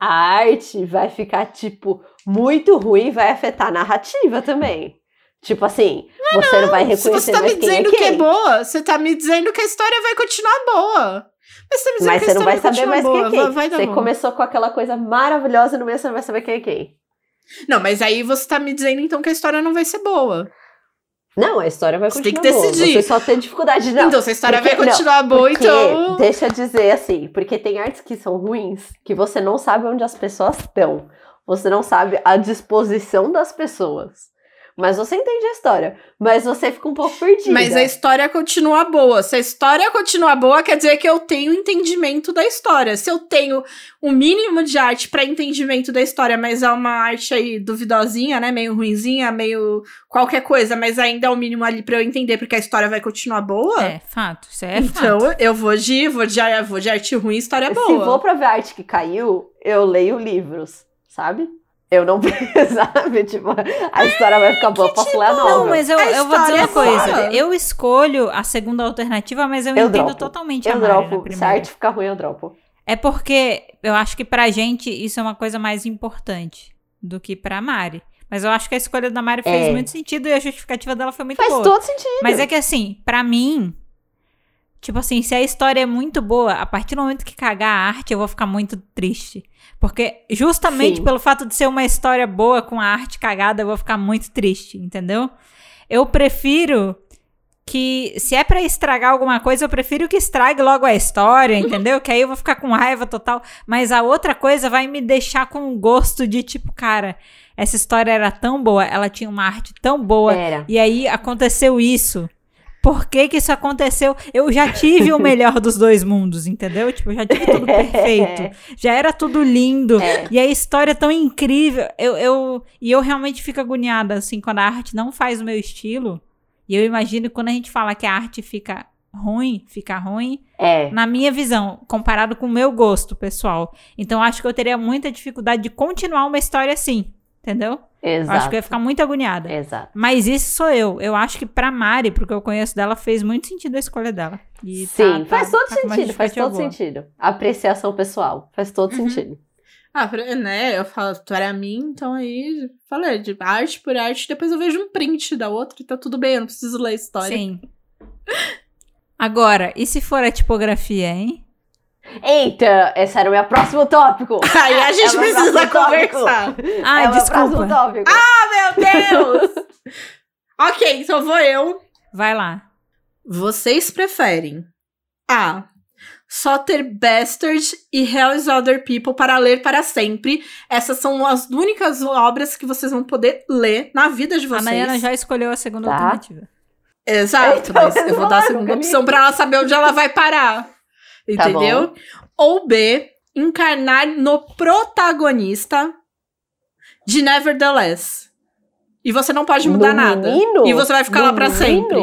Speaker 3: A arte vai ficar, tipo, muito ruim e vai afetar a narrativa também. Tipo assim, você não, vai
Speaker 2: Se
Speaker 3: reconhecer
Speaker 2: você tá
Speaker 3: mais
Speaker 2: me
Speaker 3: quem
Speaker 2: dizendo
Speaker 3: é
Speaker 2: que é
Speaker 3: quem.
Speaker 2: boa, você tá me dizendo que a história vai continuar boa. Mas você tá me dizendo
Speaker 3: mas
Speaker 2: que a
Speaker 3: você
Speaker 2: história
Speaker 3: não vai saber
Speaker 2: continuar
Speaker 3: mais
Speaker 2: boa.
Speaker 3: quem é quem.
Speaker 2: vai- vai dar
Speaker 3: você
Speaker 2: bom.
Speaker 3: começou com aquela coisa maravilhosa e no meio você não vai saber quem é quem.
Speaker 2: Não, mas aí você tá me dizendo então que a história não vai ser boa.
Speaker 3: Não, a história vai
Speaker 2: Você tem que
Speaker 3: continuar boa.
Speaker 2: decidir.
Speaker 3: Você só tem dificuldade. Não,
Speaker 2: então, se a história
Speaker 3: porque-
Speaker 2: vai
Speaker 3: não,
Speaker 2: continuar boa,
Speaker 3: porque,
Speaker 2: então.
Speaker 3: deixa eu dizer assim, porque tem artes que são ruins, que você não sabe onde as pessoas estão. Você não sabe a disposição das pessoas. Mas você entende a história. Mas você fica um pouco perdida.
Speaker 2: Mas a história continua boa. Se a história continua boa, quer dizer que eu tenho entendimento da história. Se eu tenho o mínimo de arte pra entendimento da história, mas é uma arte aí duvidosinha, né? Meio ruinzinha, meio qualquer coisa, mas ainda é o mínimo ali pra eu entender porque a história vai continuar boa.
Speaker 1: É, fato. Isso é
Speaker 2: então
Speaker 1: fato.
Speaker 2: eu vou de, vou de, vou de arte ruim, história é boa.
Speaker 3: Se vou pra ver a arte que caiu, eu leio livros, sabe? Eu não sabe, tipo, a história vai ficar boa, posso ler a nova.
Speaker 1: Não, mas eu,
Speaker 2: A
Speaker 1: eu vou dizer uma
Speaker 2: história é
Speaker 1: coisa.
Speaker 2: fora.
Speaker 1: Eu escolho a segunda alternativa, mas eu,
Speaker 3: Eu
Speaker 1: entendo
Speaker 3: dropo.
Speaker 1: totalmente a
Speaker 3: eu
Speaker 1: Mari na
Speaker 3: dropo. Se a
Speaker 1: primeira.
Speaker 3: arte ficar ruim, eu dropo.
Speaker 1: É porque eu acho que pra gente isso é uma coisa mais importante do que pra Mari. Mas eu acho que a escolha da Mari fez
Speaker 3: É.
Speaker 1: muito sentido e a justificativa dela foi muito
Speaker 3: Faz
Speaker 1: boa.
Speaker 3: todo sentido.
Speaker 1: Mas é que assim, pra mim, tipo assim, se a história é muito boa, a partir do momento que cagar a arte, eu vou ficar muito triste. Porque justamente
Speaker 3: Sim.
Speaker 1: pelo fato de ser uma história boa com a arte cagada, eu vou ficar muito triste, entendeu? Eu prefiro que se é pra estragar alguma coisa, eu prefiro que estrague logo a história, entendeu? que aí eu vou ficar com raiva total, mas a outra coisa vai me deixar com um gosto de tipo, cara, essa história era tão boa, ela tinha uma arte tão boa,
Speaker 3: Era.
Speaker 1: e aí aconteceu isso. Por que que isso aconteceu? Eu já tive o melhor dos dois mundos, entendeu? Tipo, eu já tive tudo perfeito. Já era tudo lindo.
Speaker 3: É.
Speaker 1: E a história é tão incrível. Eu, eu, e eu realmente fico agoniada, assim, quando a arte não faz o meu estilo. E eu imagino que quando a gente fala que a arte fica ruim, fica ruim,
Speaker 3: É.
Speaker 1: na minha visão, comparado com o meu gosto, pessoal. Então, acho que eu teria muita dificuldade de continuar uma história assim, entendeu? Eu
Speaker 3: Exato.
Speaker 1: Acho que eu ia ficar muito agoniada.
Speaker 3: Exato.
Speaker 1: Mas esse sou eu. Eu acho que pra Mari, porque eu conheço dela, fez muito sentido a escolha dela. E tá-
Speaker 3: Sim,
Speaker 1: tá-
Speaker 3: faz todo
Speaker 1: tá com uma
Speaker 3: sentido, faz
Speaker 1: justificativa
Speaker 3: todo
Speaker 1: boa.
Speaker 3: sentido. Apreciação pessoal, faz todo
Speaker 2: Uhum.
Speaker 3: sentido.
Speaker 2: Ah, pra- né? Eu falo, para mim, então aí, falei, de arte por arte, depois eu vejo um print da outra e tá tudo bem, eu não preciso ler a história.
Speaker 1: Sim. Agora, e se for a tipografia, hein?
Speaker 3: Eita, esse era o meu próximo tópico.
Speaker 2: Aí a gente
Speaker 3: É o meu
Speaker 2: precisa
Speaker 3: próximo tópico.
Speaker 2: conversar.
Speaker 1: Ai,
Speaker 3: é o meu próximo
Speaker 1: desculpa.
Speaker 3: tópico.
Speaker 2: Ah, meu Deus! ok, então vou eu.
Speaker 1: Vai lá.
Speaker 2: Vocês preferem A. Só ter Bastard e Hell is Other People para ler para sempre. Essas são as únicas obras que vocês vão poder ler na vida de
Speaker 1: A
Speaker 2: vocês.
Speaker 1: Nayana já escolheu a segunda
Speaker 3: Tá.
Speaker 1: alternativa.
Speaker 2: Exato,
Speaker 3: Então,
Speaker 2: mas eu vou dar a segunda
Speaker 3: claro,
Speaker 2: opção pra ela saber onde ela vai parar.
Speaker 3: Tá
Speaker 2: Entendeu? Ou B, encarnar no protagonista de Nevertheless. E você não pode mudar
Speaker 3: No
Speaker 2: nada.
Speaker 3: menino?
Speaker 2: E você vai ficar
Speaker 3: No
Speaker 2: lá pra
Speaker 3: menino?
Speaker 2: sempre.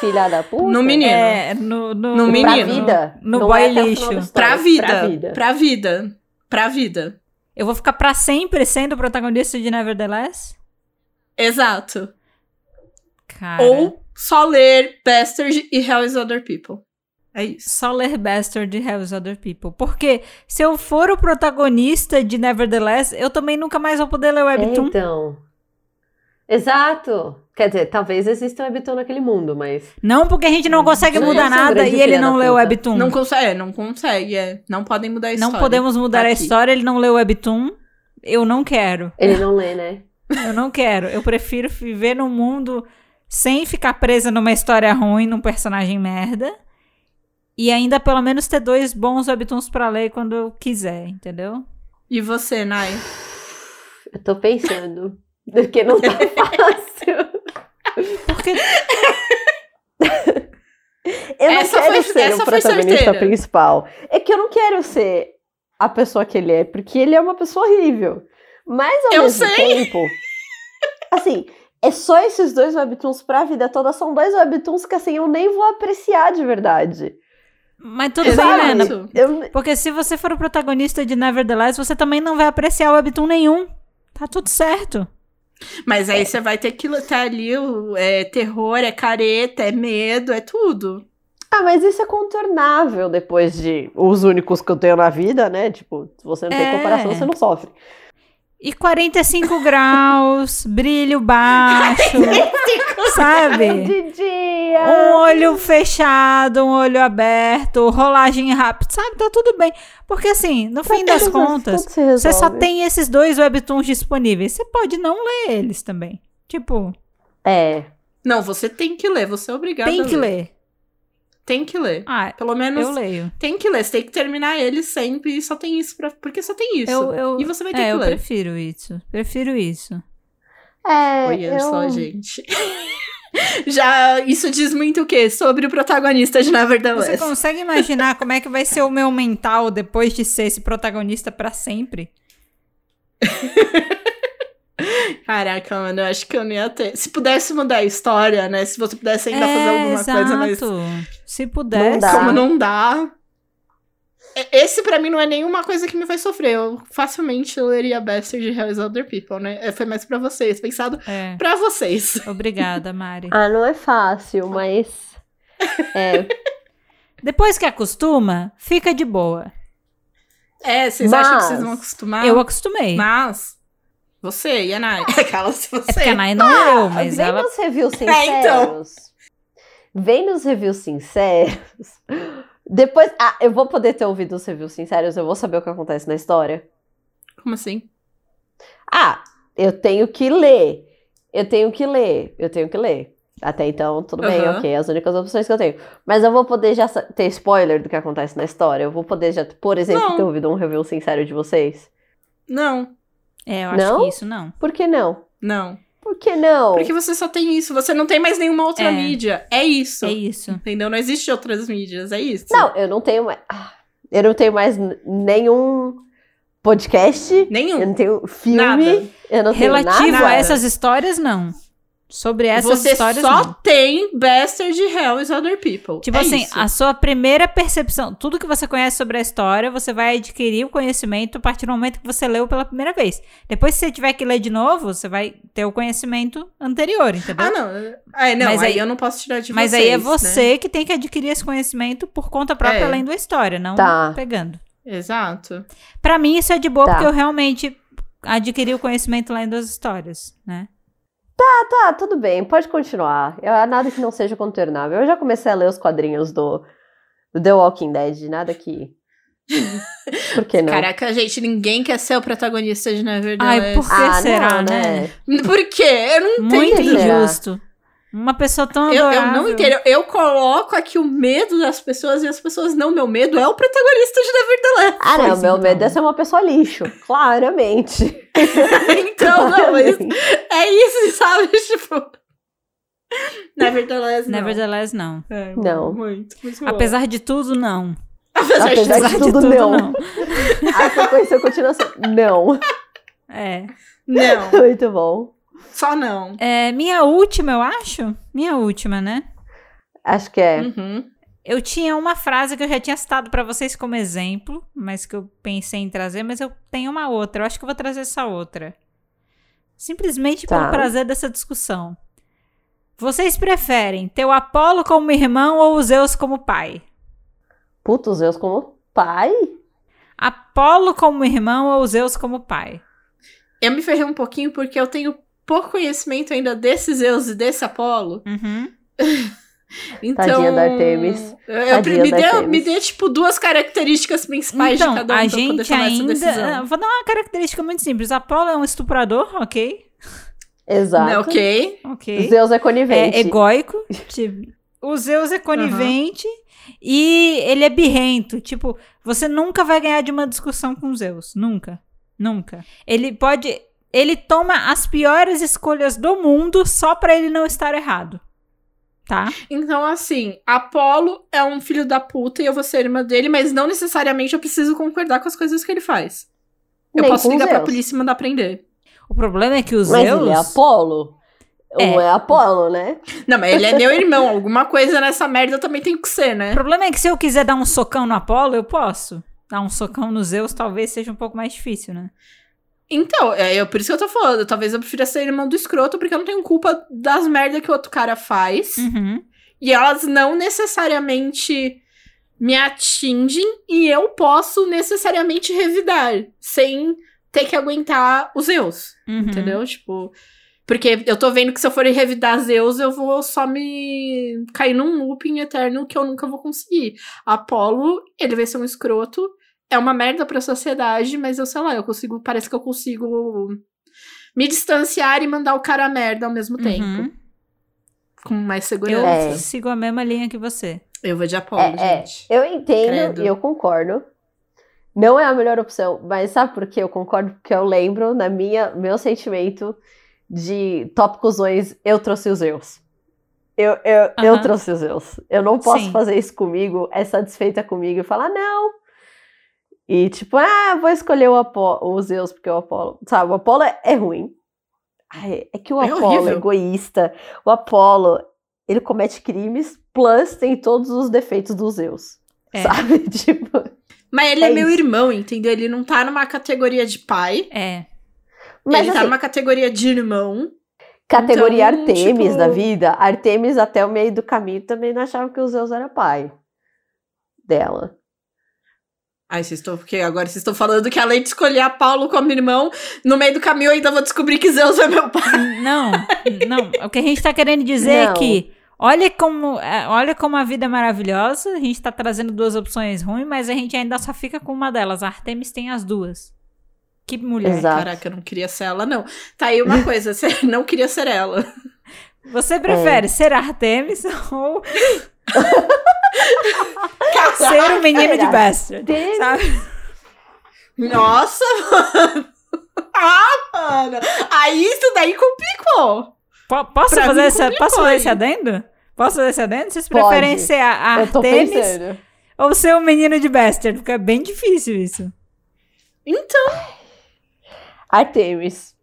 Speaker 3: Filha da puta.
Speaker 2: No menino.
Speaker 1: É, no, no,
Speaker 2: No
Speaker 1: pra
Speaker 3: Pra
Speaker 2: menino.
Speaker 3: vida.
Speaker 1: No
Speaker 3: Não
Speaker 1: boy
Speaker 3: é até o final
Speaker 1: lixo.
Speaker 3: da história,
Speaker 2: Pra vida.
Speaker 3: Pra vida.
Speaker 2: Pra vida. Pra vida.
Speaker 1: Eu vou ficar pra sempre sendo o protagonista de Nevertheless?
Speaker 2: Exato.
Speaker 1: Cara,
Speaker 2: Ou só ler Bastard e Hell is Other People. É isso.
Speaker 1: só ler Bastard de Hells Other People. Porque se eu for o protagonista de Nevertheless, eu também nunca mais vou poder ler Webtoon.
Speaker 3: Então. Exato. Quer dizer, talvez exista um Webtoon naquele mundo, mas.
Speaker 1: Não porque a gente
Speaker 2: Hum,
Speaker 1: não consegue
Speaker 3: Não,
Speaker 1: mudar
Speaker 2: é um
Speaker 3: essa
Speaker 1: nada
Speaker 3: grande
Speaker 1: e ele
Speaker 3: filha
Speaker 1: não
Speaker 3: da
Speaker 1: lê o
Speaker 3: puta.
Speaker 1: Webtoon.
Speaker 2: tá? Não
Speaker 1: Não,
Speaker 2: consegue, não consegue. é. Não podem mudar a história.
Speaker 1: podemos mudar a
Speaker 2: Aqui.
Speaker 1: história, ele não lê o Webtoon. Eu não quero.
Speaker 3: Ele não lê, né?
Speaker 1: Eu não quero. Eu prefiro viver num mundo sem ficar presa numa história ruim, num personagem merda. E ainda pelo menos ter dois bons webtoons pra ler quando eu quiser, entendeu?
Speaker 2: E você, Nai?
Speaker 3: Eu tô pensando. Porque não tá fácil.
Speaker 1: Porque
Speaker 3: Eu não
Speaker 2: Essa
Speaker 3: quero
Speaker 2: foi-
Speaker 3: ser
Speaker 2: essa
Speaker 3: o
Speaker 2: foi
Speaker 3: protagonista
Speaker 2: certeira.
Speaker 3: principal. É que eu não quero ser a pessoa que ele é, porque ele é uma pessoa horrível. Mas ao
Speaker 2: Eu
Speaker 3: mesmo
Speaker 2: sei.
Speaker 3: tempo. Assim, é só esses dois webtoons pra vida toda. São dois webtoons que assim eu nem vou apreciar de verdade.
Speaker 1: mas tudo
Speaker 2: Exato.
Speaker 1: bem, Lena.
Speaker 3: Eu,
Speaker 1: Porque se você for o protagonista de Nevertheless, você também não vai apreciar webtoon nenhum. Tá tudo certo.
Speaker 2: Mas
Speaker 1: É.
Speaker 2: aí você vai ter que lutar ali, o- é terror, é careta, é medo, é tudo.
Speaker 3: Ah, mas isso é contornável depois de os únicos que eu tenho na vida, né? Tipo, se você não tem
Speaker 1: É.
Speaker 3: comparação, você não sofre.
Speaker 1: E 45 graus, brilho baixo, sabe?
Speaker 3: De dia!
Speaker 1: Um olho fechado, um olho aberto, rolagem rápida, sabe? Tá tudo bem. Porque assim, no fim das contas, você só tem esses dois webtoons disponíveis. Você pode não ler eles também. Tipo,
Speaker 3: É.
Speaker 2: Não, você tem que ler, você é obrigada
Speaker 1: Tem que
Speaker 2: a ler.
Speaker 1: ler.
Speaker 2: Tem que ler.
Speaker 1: Ah,
Speaker 2: Pelo menos
Speaker 1: eu leio.
Speaker 2: tem que ler, você tem que terminar ele sempre e só tem isso pra... porque só tem isso.
Speaker 1: Eu, eu,
Speaker 2: E você vai ter
Speaker 1: é,
Speaker 2: que
Speaker 1: eu
Speaker 2: ler.
Speaker 1: prefiro isso. Prefiro isso.
Speaker 3: É,
Speaker 2: Olha
Speaker 3: eu...
Speaker 2: só, gente. Já isso diz muito o quê? Sobre o protagonista de
Speaker 1: Você
Speaker 2: Nevertheless.
Speaker 1: consegue imaginar como é que vai ser o meu mental depois de ser esse protagonista pra sempre?
Speaker 2: Caraca, mano, eu acho que eu não ia ter. Se pudesse mudar a história, né? Se você pudesse ainda fazer alguma coisa, mas
Speaker 1: É, Se pudesse.
Speaker 3: Não dá.
Speaker 2: como não dá. E- Esse pra mim não é nenhuma coisa que me faz sofrer. Eu facilmente leria Bastard de Hell is Other People, né? É, Foi mais pra vocês, pensado
Speaker 1: É.
Speaker 2: pra vocês.
Speaker 1: Obrigada, Mari.
Speaker 3: Ah, não é fácil, mas. É,
Speaker 1: Depois que acostuma, fica de boa.
Speaker 2: É, vocês acham que vocês vão
Speaker 3: Mas-
Speaker 2: acostumar?
Speaker 1: Eu acostumei.
Speaker 2: Ah. Mas. Você e a Nai. Aquela se
Speaker 1: É
Speaker 2: você.
Speaker 1: porque a Nai não leu, mas
Speaker 3: vem
Speaker 1: ela.
Speaker 3: nos reviews sinceros.
Speaker 2: É, então.
Speaker 3: Vem nos reviews sinceros. Depois. Ah, eu vou poder ter ouvido os reviews sinceros, eu vou saber o que acontece na história.
Speaker 2: Como assim?
Speaker 3: Ah, eu tenho que ler. Eu tenho que ler. Eu tenho que ler. Até então, tudo bem,
Speaker 2: Aham.
Speaker 3: ok. As únicas opções que eu tenho. Mas eu vou poder já sa- ter spoiler do que acontece na história. Eu vou poder já, por exemplo,
Speaker 2: Não.
Speaker 3: ter ouvido um review sincero de vocês.
Speaker 2: Não,
Speaker 1: É, eu acho
Speaker 3: Não?
Speaker 1: que isso não.
Speaker 3: Por que não?
Speaker 2: não.
Speaker 3: Por que não?
Speaker 2: Porque você só tem isso. Você não tem mais nenhuma outra
Speaker 1: É.
Speaker 2: mídia. É isso.
Speaker 1: É isso.
Speaker 2: Entendeu? Não existe outras mídias. É isso.
Speaker 3: Não, eu não tenho mais. ah, Eu não tenho mais n- nenhum podcast.
Speaker 2: Nenhum.
Speaker 3: Eu não tenho filme.
Speaker 2: Nada.
Speaker 3: Eu não tenho
Speaker 1: Relativo
Speaker 3: nada.
Speaker 1: a essas histórias, não. Sobre essas
Speaker 2: você
Speaker 1: histórias,
Speaker 2: só é
Speaker 1: não.
Speaker 2: tem Bastard Hell is Other People.
Speaker 1: Tipo
Speaker 2: É
Speaker 1: assim,
Speaker 2: isso.
Speaker 1: a sua primeira percepção, tudo que você conhece sobre a história, você vai adquirir o conhecimento a partir do momento que você leu pela primeira vez. Depois, se você tiver que ler de novo, você vai ter o conhecimento anterior, entendeu?
Speaker 2: Ah, não. É, não,
Speaker 1: Mas
Speaker 2: aí,
Speaker 1: aí-
Speaker 2: eu não posso tirar de
Speaker 1: Mas
Speaker 2: vocês,
Speaker 1: aí é
Speaker 2: né?
Speaker 1: você que tem que adquirir esse conhecimento por conta própria,
Speaker 2: É.
Speaker 1: além da história, não
Speaker 3: Tá.
Speaker 1: pegando.
Speaker 2: Exato.
Speaker 1: Pra mim, isso é de boa,
Speaker 3: Tá.
Speaker 1: porque eu realmente adquiri o conhecimento lá em duas histórias, né?
Speaker 3: Tá, tudo bem, pode continuar. Eu, nada que não seja contornável. Eu já comecei a ler os quadrinhos do, do The Walking Dead, nada que. Por que não?
Speaker 2: Caraca, gente, ninguém quer ser o protagonista de Nevertheless.
Speaker 1: Ai, por-
Speaker 3: ah,
Speaker 1: que será,
Speaker 3: não, né?
Speaker 2: Por quê? Eu não
Speaker 1: Muito
Speaker 3: que ser.
Speaker 1: injusto. Uma pessoa tão
Speaker 2: Eu, eu
Speaker 1: adorável.
Speaker 2: não entendo. Eu coloco aqui o medo das pessoas e as pessoas não. Meu medo é o protagonista de Nevertheless.
Speaker 3: Ah, não,
Speaker 1: Pois
Speaker 3: meu
Speaker 1: então.
Speaker 3: medo é ser uma pessoa lixo, claramente.
Speaker 2: Então, não, mas
Speaker 3: Claramente.
Speaker 2: é isso, sabe? Tipo. Nevertheless. não.
Speaker 1: Nevertheless, não.
Speaker 2: É,
Speaker 3: Não.
Speaker 2: Muito, muito bom.
Speaker 1: Apesar de tudo, não.
Speaker 2: Apesar de
Speaker 3: Apesar
Speaker 2: tudo,
Speaker 1: Apesar de
Speaker 3: tudo,
Speaker 1: tudo,
Speaker 3: não.
Speaker 1: não.
Speaker 3: A sequência continua sendo. Não.
Speaker 1: É.
Speaker 2: Não,
Speaker 3: Muito bom.
Speaker 2: só não.
Speaker 1: É, Minha última, eu acho. Minha última, né?
Speaker 3: Acho que é.
Speaker 2: Uhum.
Speaker 1: Eu tinha uma frase que eu já tinha citado pra vocês como exemplo, mas que eu pensei em trazer, mas eu tenho uma outra. Eu acho que eu vou trazer essa outra. Simplesmente
Speaker 3: Tá.
Speaker 1: pelo prazer dessa discussão. Vocês preferem ter o Apolo como irmão ou o Zeus como pai?
Speaker 3: Puta, os Zeus como pai?
Speaker 1: Apolo como irmão ou Zeus como pai?
Speaker 2: Eu me ferrei um pouquinho porque eu tenho pouco conhecimento ainda desses Zeus e desse Apolo.
Speaker 1: Uhum.
Speaker 2: Então.
Speaker 3: Tadinha da Artemis.
Speaker 2: Eu, eu-
Speaker 3: Tadinha
Speaker 2: me,
Speaker 3: da
Speaker 2: dê,
Speaker 3: Artemis.
Speaker 2: me dê, tipo, duas características principais
Speaker 1: Então,
Speaker 2: de cada um
Speaker 1: a
Speaker 2: pra poder
Speaker 1: gente
Speaker 2: tomar essa
Speaker 1: ainda. Ah,
Speaker 2: decisão.
Speaker 1: Vou dar uma característica muito simples. Apolo é um estuprador, ok?
Speaker 3: Exato.
Speaker 2: Não, Né, ok.
Speaker 1: Ok.
Speaker 3: Zeus é conivente.
Speaker 1: É egóico. tipo, o Zeus é conivente e ele é birrento. Tipo, você nunca vai ganhar de uma discussão com o Zeus. Nunca. Nunca. Ele pode. Ele toma as piores escolhas do mundo só pra ele não estar errado. Tá?
Speaker 2: Então, assim, Apolo é um filho da puta e eu vou ser irmã dele, mas não necessariamente eu preciso concordar com as coisas que ele faz. Eu
Speaker 3: Nem
Speaker 2: posso
Speaker 3: com
Speaker 2: ligar pra
Speaker 3: Zeus.
Speaker 2: polícia e mandar prender.
Speaker 1: O problema é que o
Speaker 3: Mas
Speaker 1: Zeus.
Speaker 3: ele é Apolo. Um é Apolo, né?
Speaker 2: Não, mas ele é meu irmão. Alguma coisa nessa merda também tem que ser, né?
Speaker 1: O problema é que se eu quiser dar um socão no Apolo, eu posso. Dar um socão no Zeus talvez seja um pouco mais difícil, né?
Speaker 2: Então, é eu, por isso que eu tô falando. Talvez eu prefira ser irmão do escroto, porque eu não tenho culpa das merdas que o outro cara faz.
Speaker 1: Uhum.
Speaker 2: E elas não necessariamente me atingem. E eu posso necessariamente revidar, sem ter que aguentar os Zeus.
Speaker 1: Uhum.
Speaker 2: Entendeu? Tipo. Porque eu tô vendo que se eu for revidar Zeus, eu vou só me cair num looping eterno que eu nunca vou conseguir. Apolo, ele vai ser um escroto. É uma merda pra sociedade, mas eu sei lá, eu consigo. Parece que eu Uhum. consigo me distanciar e mandar o cara a merda ao mesmo tempo.
Speaker 1: Uhum.
Speaker 2: com mais
Speaker 1: Eu
Speaker 2: segurança.
Speaker 3: É.
Speaker 1: sigo a mesma linha que você.
Speaker 2: Eu vou de Apollo,
Speaker 3: É, é.
Speaker 2: gente.
Speaker 3: Eu entendo
Speaker 2: Credo.
Speaker 3: e eu concordo. Não é a melhor opção, mas sabe por que eu concordo? Porque eu lembro, na minha meu sentimento de tópicos ruins, eu trouxe os erros. Eu, eu, eu
Speaker 1: Aham.
Speaker 3: trouxe os erros. Eu não posso
Speaker 1: Sim.
Speaker 3: fazer isso comigo, é satisfeita comigo e falar, não. E tipo, ah, vou escolher o Apo o Zeus, porque é o Apolo. Sabe, o Apolo é, é ruim. Ai, é que o
Speaker 2: É
Speaker 3: Apolo é
Speaker 2: horrível.
Speaker 3: egoísta. O Apolo, ele comete crimes, plus tem todos os defeitos dos Zeus.
Speaker 1: É.
Speaker 3: Sabe? Tipo,
Speaker 2: Mas ele é,
Speaker 3: É
Speaker 2: meu
Speaker 3: isso.
Speaker 2: irmão, entendeu? Ele não tá numa categoria de pai.
Speaker 1: É.
Speaker 3: mas
Speaker 2: ele tá
Speaker 3: assim,
Speaker 2: numa categoria de irmão.
Speaker 3: categoria
Speaker 2: então,
Speaker 3: Artemis
Speaker 2: tipo-
Speaker 3: da vida, Artemis até o meio do caminho também não achava que o Zeus era pai dela.
Speaker 2: Ai, vocês estão. Porque agora vocês estão falando que além de escolher a Paulo como irmão, no meio do caminho eu ainda vou descobrir que Zeus é meu pai.
Speaker 1: Não, não. O que a gente tá querendo dizer
Speaker 3: Não.
Speaker 1: é que olha como, é, olha como a vida é maravilhosa. A gente tá trazendo duas opções ruins, mas a gente ainda só fica com uma delas. A Artemis tem as duas. Que mulher.
Speaker 3: Exato.
Speaker 2: Caraca, eu não queria ser ela, não. Tá aí uma coisa, você não queria ser ela.
Speaker 1: Você
Speaker 3: É.
Speaker 1: prefere ser Artemis ou ser um menino de
Speaker 3: Caraca.
Speaker 1: bastard?
Speaker 3: Teve-
Speaker 1: Sabe?
Speaker 2: Nossa, mano. Ah, mano. Aí isso daí complicou.
Speaker 1: Po- posso,
Speaker 2: Pra
Speaker 1: fazer
Speaker 2: mim,
Speaker 1: essa,
Speaker 2: complicou,
Speaker 1: posso fazer
Speaker 2: hein?
Speaker 1: esse adendo? Posso fazer esse adendo? Vocês
Speaker 3: Pode.
Speaker 1: preferem ser a a
Speaker 3: Eu tô
Speaker 1: Artemis
Speaker 3: pensando.
Speaker 1: ou ser um menino de bastard? Porque é bem difícil isso.
Speaker 2: Então,
Speaker 3: Artemis.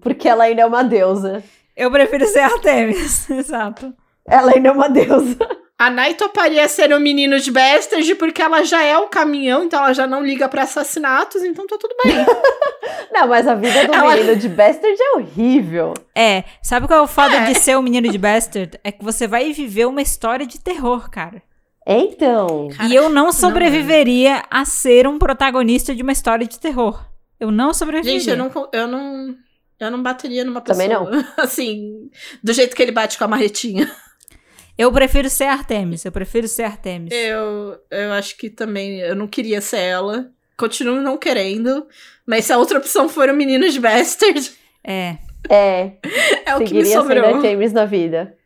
Speaker 3: Porque ela ainda é uma deusa.
Speaker 1: Eu prefiro ser Artemis, exato.
Speaker 3: Ela ainda é uma deusa.
Speaker 2: a Nai toparia ser um menino de Bastard porque ela já é um caminhão, então ela já não liga pra assassinatos, então tá tudo bem.
Speaker 3: Não, mas a vida do
Speaker 2: Ela-
Speaker 3: menino de Bastard é horrível.
Speaker 1: É, sabe qual é o foda de ser um menino de bastard? É que você vai viver uma história de terror, cara.
Speaker 3: É, Então.
Speaker 2: Cara,
Speaker 1: e eu não sobreviveria a ser um protagonista de uma história de terror. Eu não sobreviveria.
Speaker 2: Gente, eu não, con- eu não, eu não bateria numa pessoa.
Speaker 3: Também não.
Speaker 2: Assim, do jeito que ele bate com a marretinha.
Speaker 1: Eu prefiro ser Artemis, eu prefiro ser Artemis.
Speaker 2: Eu, eu acho que também, eu não queria ser ela. Continuo não querendo. Mas se a outra opção for o menino de Bastard,
Speaker 1: É,
Speaker 3: É.
Speaker 2: é o que me
Speaker 3: seguiria sendo
Speaker 2: sobrou.
Speaker 3: Artemis na vida.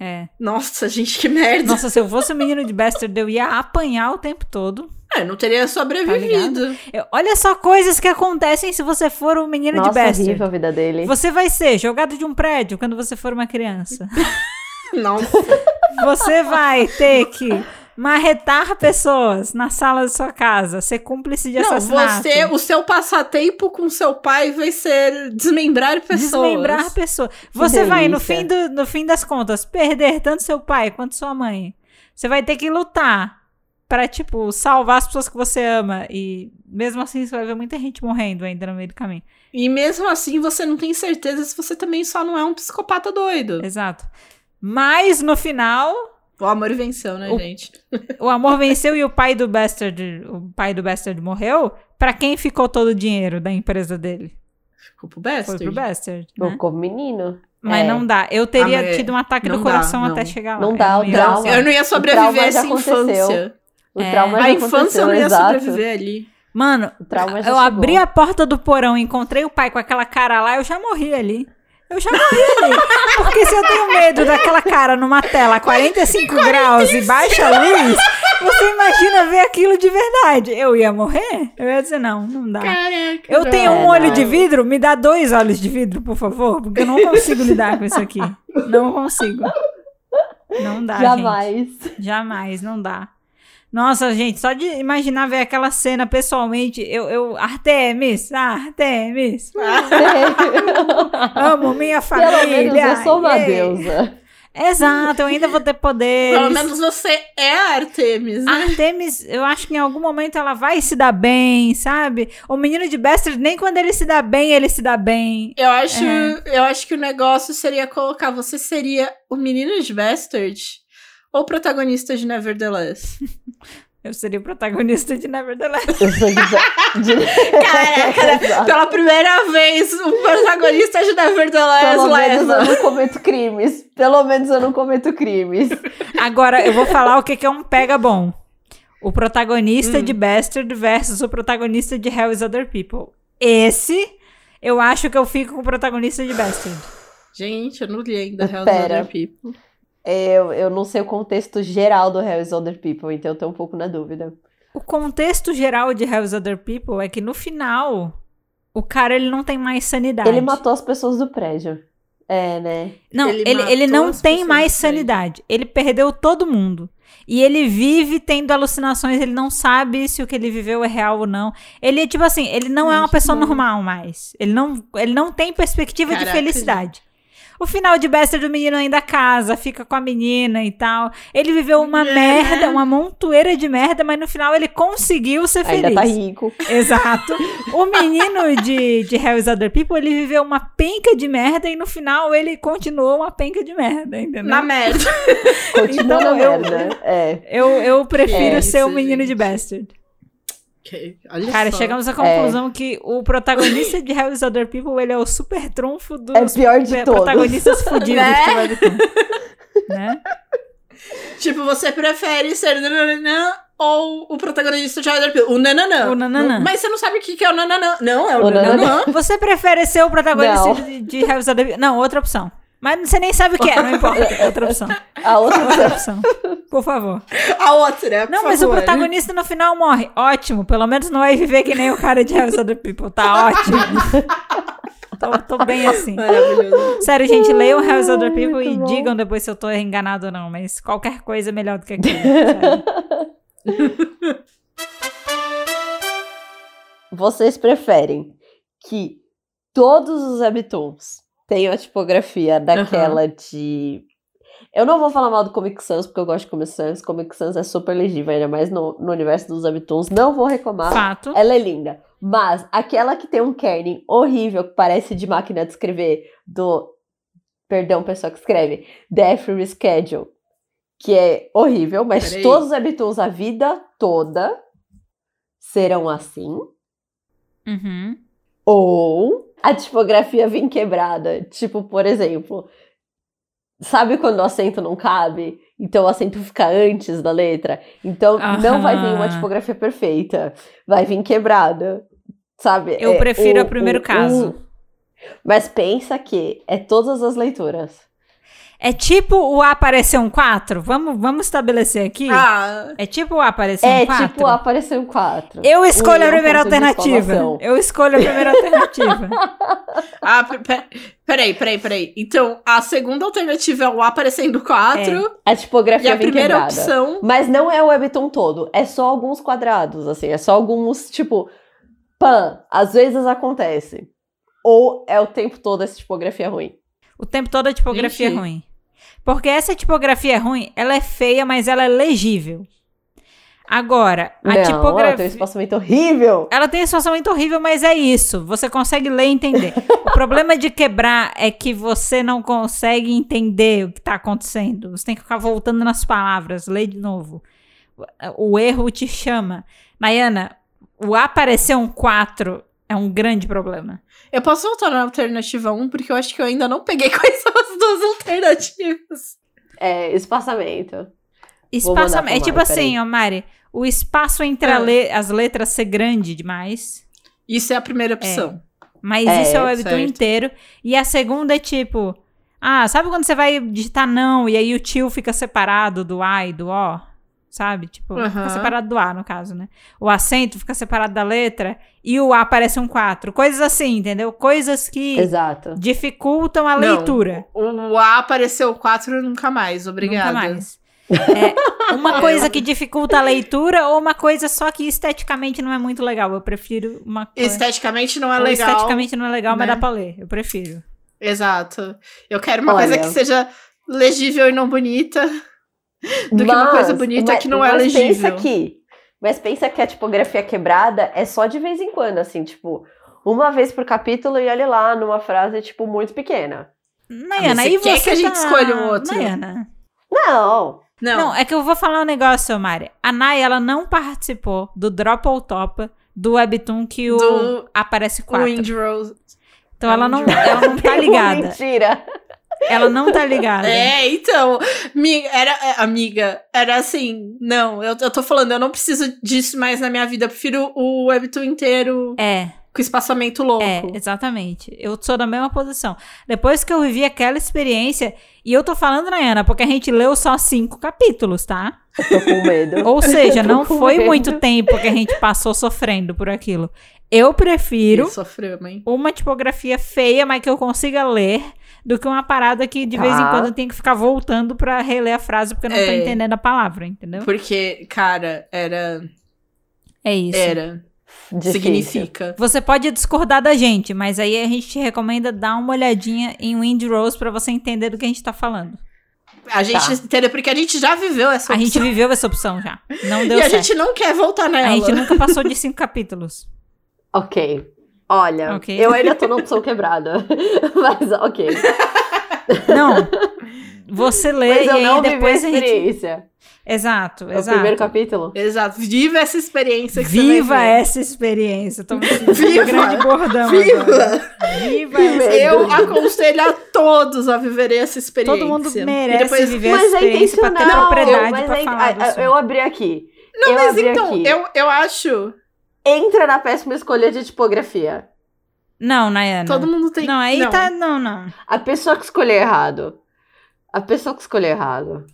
Speaker 1: é.
Speaker 2: Nossa, gente, que merda.
Speaker 1: Nossa, se eu fosse um menino de bastard, eu ia apanhar o tempo todo.
Speaker 2: É, não teria
Speaker 3: Tá
Speaker 2: sobrevivido.
Speaker 1: Eu- olha só coisas que acontecem se você for um menino de
Speaker 3: Nossa,
Speaker 1: bastard.
Speaker 3: horrível a vida dele.
Speaker 1: Você vai ser jogado de um prédio quando você for uma criança.
Speaker 2: Nossa.
Speaker 1: Você vai ter que marretar pessoas na sala de sua casa, ser cúmplice de
Speaker 2: Não,
Speaker 1: assassinato.
Speaker 2: você, é o seu passatempo com seu pai vai ser desmembrar pessoas.
Speaker 1: Desmembrar pessoas. Você vai, no
Speaker 3: delícia.
Speaker 1: fim, do, no fim das contas, perder tanto seu pai quanto sua mãe. Você vai ter que lutar pra, tipo, salvar as pessoas que você ama. E mesmo assim, você vai ver muita gente morrendo ainda no meio do caminho.
Speaker 2: E mesmo assim, você não tem certeza se você também só não é um psicopata doido.
Speaker 1: Exato. Mas no final,
Speaker 2: O amor venceu, né,
Speaker 1: O-
Speaker 2: gente?
Speaker 1: o amor venceu e o pai do Bastard, o pai do Bastard morreu. Pra quem ficou todo o dinheiro da empresa dele?
Speaker 2: Ficou pro best.
Speaker 1: Foi pro Bastard.
Speaker 3: Bom,
Speaker 1: né?
Speaker 3: como menino.
Speaker 1: Mas
Speaker 3: É.
Speaker 1: não dá. Eu teria
Speaker 2: Ah, mas
Speaker 1: tido um ataque
Speaker 2: não
Speaker 1: do
Speaker 2: dá,
Speaker 1: coração
Speaker 2: não.
Speaker 1: até chegar lá. É assim.
Speaker 3: Não dá,
Speaker 1: Eu
Speaker 3: o
Speaker 1: ia-
Speaker 3: trauma.
Speaker 2: Eu não ia
Speaker 3: O
Speaker 2: sobreviver
Speaker 3: trauma já
Speaker 2: essa infância.
Speaker 3: O
Speaker 1: É.
Speaker 3: trauma já
Speaker 2: a infância
Speaker 3: aconteceu,
Speaker 2: eu não ia
Speaker 3: exato.
Speaker 2: sobreviver ali.
Speaker 1: Mano,
Speaker 3: O trauma é já
Speaker 1: eu
Speaker 3: chegou.
Speaker 1: abri a porta do porão, encontrei o pai com aquela cara lá, eu já morri ali. Eu já morri ali. Porque se eu tenho medo daquela cara numa tela a 45 graus e baixa luz, você imagina ver aquilo de verdade. Eu ia morrer? Eu ia dizer, não, não
Speaker 2: Tá.
Speaker 1: dá.
Speaker 2: Caraca.
Speaker 1: Eu tenho um
Speaker 3: não.
Speaker 1: olho de vidro, me dá dois olhos de vidro, por favor, porque eu não consigo lidar com isso aqui. Não consigo. Não dá, gente.
Speaker 3: Jamais.
Speaker 1: Jamais, não dá. Nossa, gente, só de imaginar ver aquela cena pessoalmente, eu, eu Artemis, ah, Artemis,
Speaker 2: Ah.
Speaker 1: amo minha família.
Speaker 3: Pelo menos eu sou uma
Speaker 1: yeah.
Speaker 3: deusa.
Speaker 1: Exato, eu ainda vou ter
Speaker 2: Pelo
Speaker 1: poderes.
Speaker 2: menos você é a Artemis,
Speaker 1: Ah.
Speaker 2: né?
Speaker 1: Artemis, eu acho que em algum momento ela vai se dar bem, sabe? O menino de Bastard, nem quando ele se dá bem, ele se dá bem.
Speaker 2: Eu acho,
Speaker 1: Uhum.
Speaker 2: eu acho que o negócio seria colocar você seria o menino de Bastard ou o protagonista de Nevertheless.
Speaker 1: Eu seria o protagonista de Nevertheless.
Speaker 3: Eu sou de... de-
Speaker 2: Caraca, né?
Speaker 3: Exato.
Speaker 2: pela primeira vez, o protagonista de Nevertheless
Speaker 3: Pelo menos
Speaker 2: leva.
Speaker 3: eu não cometo crimes. Pelo menos eu não cometo crimes.
Speaker 1: Agora, eu vou falar o que que é um pega bom. O protagonista
Speaker 2: Hum.
Speaker 1: de Bastard versus o protagonista de Hell is Other People. Esse, eu acho que eu fico com o protagonista de Bastard.
Speaker 2: Gente, eu não li ainda Hell's
Speaker 3: Pera.
Speaker 2: Other People.
Speaker 3: Eu, eu não sei o contexto geral do Hell is Other People, então eu tô um pouco na dúvida.
Speaker 1: O contexto geral de Hell is Other People é que no final o cara ele não tem mais sanidade.
Speaker 3: Ele matou as pessoas do prédio. É, né?
Speaker 1: Não,
Speaker 2: Ele
Speaker 1: ele, ele,
Speaker 2: matou
Speaker 1: não
Speaker 2: as
Speaker 1: tem
Speaker 2: pessoas
Speaker 1: mais
Speaker 2: do prédio.
Speaker 1: sanidade. Ele perdeu todo mundo. E ele vive tendo alucinações, ele não sabe se o que ele viveu é real ou não. Ele, tipo assim, ele não é uma
Speaker 3: Gente,
Speaker 1: pessoa
Speaker 3: não.
Speaker 1: normal mais. Ele não, ele não tem perspectiva de
Speaker 2: Caraca,
Speaker 1: felicidade. O final de Bester do menino ainda casa, fica com a menina e tal. Ele viveu uma
Speaker 2: É.
Speaker 1: merda, uma montoeira de merda, mas no final ele conseguiu ser feliz.
Speaker 3: Ainda tá rico.
Speaker 1: Exato. O menino de, de Hell is Other People, ele viveu uma penca de merda e no final ele continuou uma penca de merda, entendeu?
Speaker 2: Na merda.
Speaker 3: Continua
Speaker 1: Então,
Speaker 3: na
Speaker 1: eu-
Speaker 3: merda. É.
Speaker 1: Eu, eu prefiro
Speaker 2: É
Speaker 1: ser o
Speaker 2: isso,
Speaker 1: menino de
Speaker 2: gente.
Speaker 1: Bastard.
Speaker 2: Ok, olha
Speaker 1: Cara,
Speaker 2: só.
Speaker 1: chegamos à
Speaker 3: É.
Speaker 1: conclusão que o protagonista de Hell is Other People, ele é o super trunfo dos
Speaker 3: É pior de
Speaker 1: pe-
Speaker 3: todos.
Speaker 1: protagonistas fudidos
Speaker 2: Né?
Speaker 1: que vai do tempo. Né?
Speaker 2: Tipo, você prefere ser nananã ou o protagonista de Rider Pill? O nananã.
Speaker 1: O nananã.
Speaker 2: Mas você não sabe o que que é o nananã. Não, é o,
Speaker 3: O nananã.
Speaker 2: nananã.
Speaker 1: Você prefere ser o protagonista
Speaker 3: Não.
Speaker 1: de, de Hell is Other People? Não, outra opção. Mas você nem sabe o que é, não importa. É Outra opção.
Speaker 3: A outra
Speaker 1: Outra opção. Por favor.
Speaker 2: A outra, por
Speaker 1: Não, mas o
Speaker 2: favor. né?
Speaker 1: protagonista no final morre. Ótimo, pelo menos não vai viver que nem o cara de House of the People. Tá ótimo. tô, tô bem assim.
Speaker 2: Maravilhoso.
Speaker 1: Sério, gente, leiam House of the People
Speaker 3: Muito
Speaker 1: e
Speaker 3: bom.
Speaker 1: digam depois se eu tô enganado ou não, mas qualquer coisa é melhor do que aquilo. sério.
Speaker 3: Vocês preferem que todos os webtoons tenham a tipografia daquela de. Eu não vou falar mal do Comic Sans, porque eu gosto de Comic Sans. Comic Sans é super legível, ainda mais no, no universo dos webtoons. Não vou reclamar.
Speaker 1: Fato.
Speaker 3: Ela é linda. Mas aquela que tem um kerning horrível, que parece de máquina de escrever, do. Perdão, pessoal que escreve. Death Reschedule. Que é horrível, mas
Speaker 2: Peraí.
Speaker 3: todos os webtoons a vida toda serão assim.
Speaker 1: Uhum.
Speaker 3: Ou a tipografia vem quebrada. Tipo, por exemplo, sabe quando o acento não cabe? Então o acento fica antes da letra. Então não vai vir uma
Speaker 1: Aham.
Speaker 3: tipografia perfeita. Vai vir quebrada. Sabe?
Speaker 1: Eu
Speaker 3: É,
Speaker 1: prefiro
Speaker 3: o-
Speaker 1: o primeiro
Speaker 3: o-
Speaker 1: caso.
Speaker 3: o- Mas pensa que é todas as leituras.
Speaker 1: É tipo o Aparecer um 4? Vamos, vamos estabelecer aqui?
Speaker 2: Ah,
Speaker 1: É tipo o Aparecer
Speaker 3: é
Speaker 1: um 4?
Speaker 3: tipo apareceu quatro.
Speaker 1: Eu escolho a
Speaker 3: um
Speaker 1: primeira
Speaker 3: ponto de
Speaker 1: alternativa.
Speaker 3: exclamação.
Speaker 1: Eu escolho a primeira alternativa.
Speaker 2: ah pe- pe- peraí, peraí, peraí. Então, a segunda alternativa é o aparecendo 4.
Speaker 3: A
Speaker 2: e
Speaker 1: É,
Speaker 3: tipografia
Speaker 2: a
Speaker 3: vem
Speaker 2: primeira
Speaker 3: quebrada.
Speaker 2: opção.
Speaker 3: Mas não é o webtoon todo, é só alguns quadrados, assim, é só alguns, tipo, pan, às vezes acontece. Ou é o tempo todo essa tipografia ruim.
Speaker 1: O tempo todo a tipografia é
Speaker 2: Gente.
Speaker 1: ruim. Porque essa tipografia ruim, ela é feia, mas ela é legível. Agora, a
Speaker 3: não, ela tem um
Speaker 1: tipografia.
Speaker 3: espaçamento horrível.
Speaker 1: Ela tem um espaçamento horrível, mas é isso. Você consegue ler e entender. o problema de quebrar é que você não consegue entender o que está acontecendo. Você tem que ficar voltando nas palavras, ler de novo. O o erro te chama. Nayana, o aparecer um 4 é um grande problema.
Speaker 2: Eu posso voltar na alternativa 1, porque eu acho que eu ainda não peguei quais são as duas alternativas.
Speaker 3: É, espaçamento. Vou
Speaker 1: Espaço,
Speaker 3: mandar pra
Speaker 1: é tipo
Speaker 3: Mari, peraí.
Speaker 1: assim, ó, Mari, o espaço entre a
Speaker 2: Ah.
Speaker 1: le- as letras ser grande demais,
Speaker 2: Isso é a primeira opção.
Speaker 1: mas
Speaker 3: É,
Speaker 1: isso é o webtoon
Speaker 2: certo.
Speaker 1: inteiro. E a segunda é tipo, ah, sabe quando você vai digitar não e aí o tio fica separado do A e do O? Sabe? Tipo, fica
Speaker 2: Aham.
Speaker 1: separado do A, no caso, né? O acento fica separado da letra e o A parece um 4. Coisas assim, entendeu? Coisas que
Speaker 3: Exato.
Speaker 1: dificultam a
Speaker 2: Não.
Speaker 1: leitura.
Speaker 2: O A apareceu 4 nunca mais, obrigada.
Speaker 1: Nunca mais. É, uma coisa que dificulta a leitura ou uma coisa só que esteticamente não é muito legal. Eu prefiro uma coisa.
Speaker 2: Esteticamente não é
Speaker 1: Ou
Speaker 2: legal.
Speaker 1: Esteticamente não é legal, mas
Speaker 2: né?
Speaker 1: dá pra ler. Eu prefiro.
Speaker 2: Exato. Eu quero uma coisa
Speaker 3: Olha.
Speaker 2: que seja legível e não bonita. do que uma coisa bonita que não é
Speaker 3: mas
Speaker 2: legível.
Speaker 3: Pensa que, mas pensa que a tipografia quebrada é só de vez em quando, assim, tipo, uma vez por capítulo e olha lá, numa frase, tipo, muito pequena.
Speaker 1: Nayana,
Speaker 2: Ah, você
Speaker 1: e
Speaker 2: quer
Speaker 1: você
Speaker 2: que a gente
Speaker 1: tá-
Speaker 2: escolha um outro?
Speaker 1: Nayana.
Speaker 3: Não,
Speaker 2: Não.
Speaker 1: Não. é que eu vou falar um negócio, Mari. A Nay, ela não participou do Drop ou Topa do Webtoon que o
Speaker 2: Do
Speaker 1: aparece
Speaker 2: O
Speaker 1: 4.
Speaker 2: Windrose.
Speaker 1: Então ela não, ela não tá ligada.
Speaker 3: mentira.
Speaker 1: Ela não tá ligada.
Speaker 2: É, então, mi- era, é, amiga, era assim, não, eu, eu tô falando, eu não preciso disso mais na minha vida, eu prefiro o webtoon inteiro
Speaker 1: É.
Speaker 2: Com espaçamento louco.
Speaker 1: É, exatamente. Eu sou da mesma posição. Depois que eu vivi aquela experiência, e eu tô falando, Nayana, porque a gente leu só cinco capítulos, tá?
Speaker 3: Eu tô com medo.
Speaker 1: Ou seja,
Speaker 3: Eu tô
Speaker 1: não
Speaker 3: com
Speaker 1: foi
Speaker 3: medo.
Speaker 1: muito tempo que a gente passou sofrendo por aquilo. Eu prefiro
Speaker 2: Ih, Sofremos, hein?
Speaker 1: uma tipografia feia, mas que eu consiga ler, do que uma parada que de vez em
Speaker 3: Tá.
Speaker 1: quando eu tenho que ficar voltando pra reler a frase porque eu não tô
Speaker 2: É.
Speaker 1: entendendo a palavra, entendeu?
Speaker 2: Porque, cara, era.
Speaker 1: É isso.
Speaker 2: Era.
Speaker 3: Difícil.
Speaker 2: Significa.
Speaker 1: Você pode discordar da gente, mas aí a gente te recomenda dar uma olhadinha em Windrose pra você entender do que a gente tá falando.
Speaker 2: A gente. Entendeu? Porque a gente já viveu essa
Speaker 1: Tá. A
Speaker 2: opção.
Speaker 1: gente viveu essa opção já. Não deu
Speaker 2: e a
Speaker 1: certo.
Speaker 2: gente não quer voltar nela.
Speaker 1: A gente nunca passou de cinco capítulos.
Speaker 3: Ok. Olha,
Speaker 1: Ok.
Speaker 3: eu ainda tô na opção quebrada. Mas ok.
Speaker 1: Não. Você lê
Speaker 3: Mas
Speaker 1: é, e
Speaker 3: eu não
Speaker 1: aí
Speaker 3: vivi a
Speaker 1: depois a gente.
Speaker 3: experiência.
Speaker 1: Exato,
Speaker 3: É o
Speaker 1: exato.
Speaker 3: primeiro capítulo.
Speaker 2: Exato. Viva essa experiência que
Speaker 1: Viva
Speaker 2: você
Speaker 1: essa experiência. Tô me sentindo
Speaker 2: Viva!
Speaker 1: um grande bordão
Speaker 2: vai ver.
Speaker 1: agora.
Speaker 2: Viva!
Speaker 1: Viva
Speaker 3: Viva!
Speaker 1: essa
Speaker 2: Eu aconselho a todos a viverem essa experiência.
Speaker 1: Todo mundo
Speaker 2: E
Speaker 1: merece
Speaker 2: depois-
Speaker 1: viver
Speaker 3: Mas
Speaker 1: essa
Speaker 3: é
Speaker 1: experiência pra ter
Speaker 3: intencional. eu,
Speaker 1: propriedade
Speaker 3: mas
Speaker 1: pra
Speaker 3: é-
Speaker 1: falar do
Speaker 3: a- a-
Speaker 1: assunto.
Speaker 3: eu abri aqui.
Speaker 2: Não,
Speaker 3: eu
Speaker 2: mas
Speaker 3: abri
Speaker 2: então,
Speaker 3: aqui.
Speaker 2: eu, eu acho.
Speaker 3: Entra na péssima escolha de tipografia.
Speaker 1: Não, Nayana.
Speaker 2: Todo mundo tem.
Speaker 1: Não, aí tá... Não, não.
Speaker 3: A pessoa que escolheu errado. A pessoa que escolheu errado.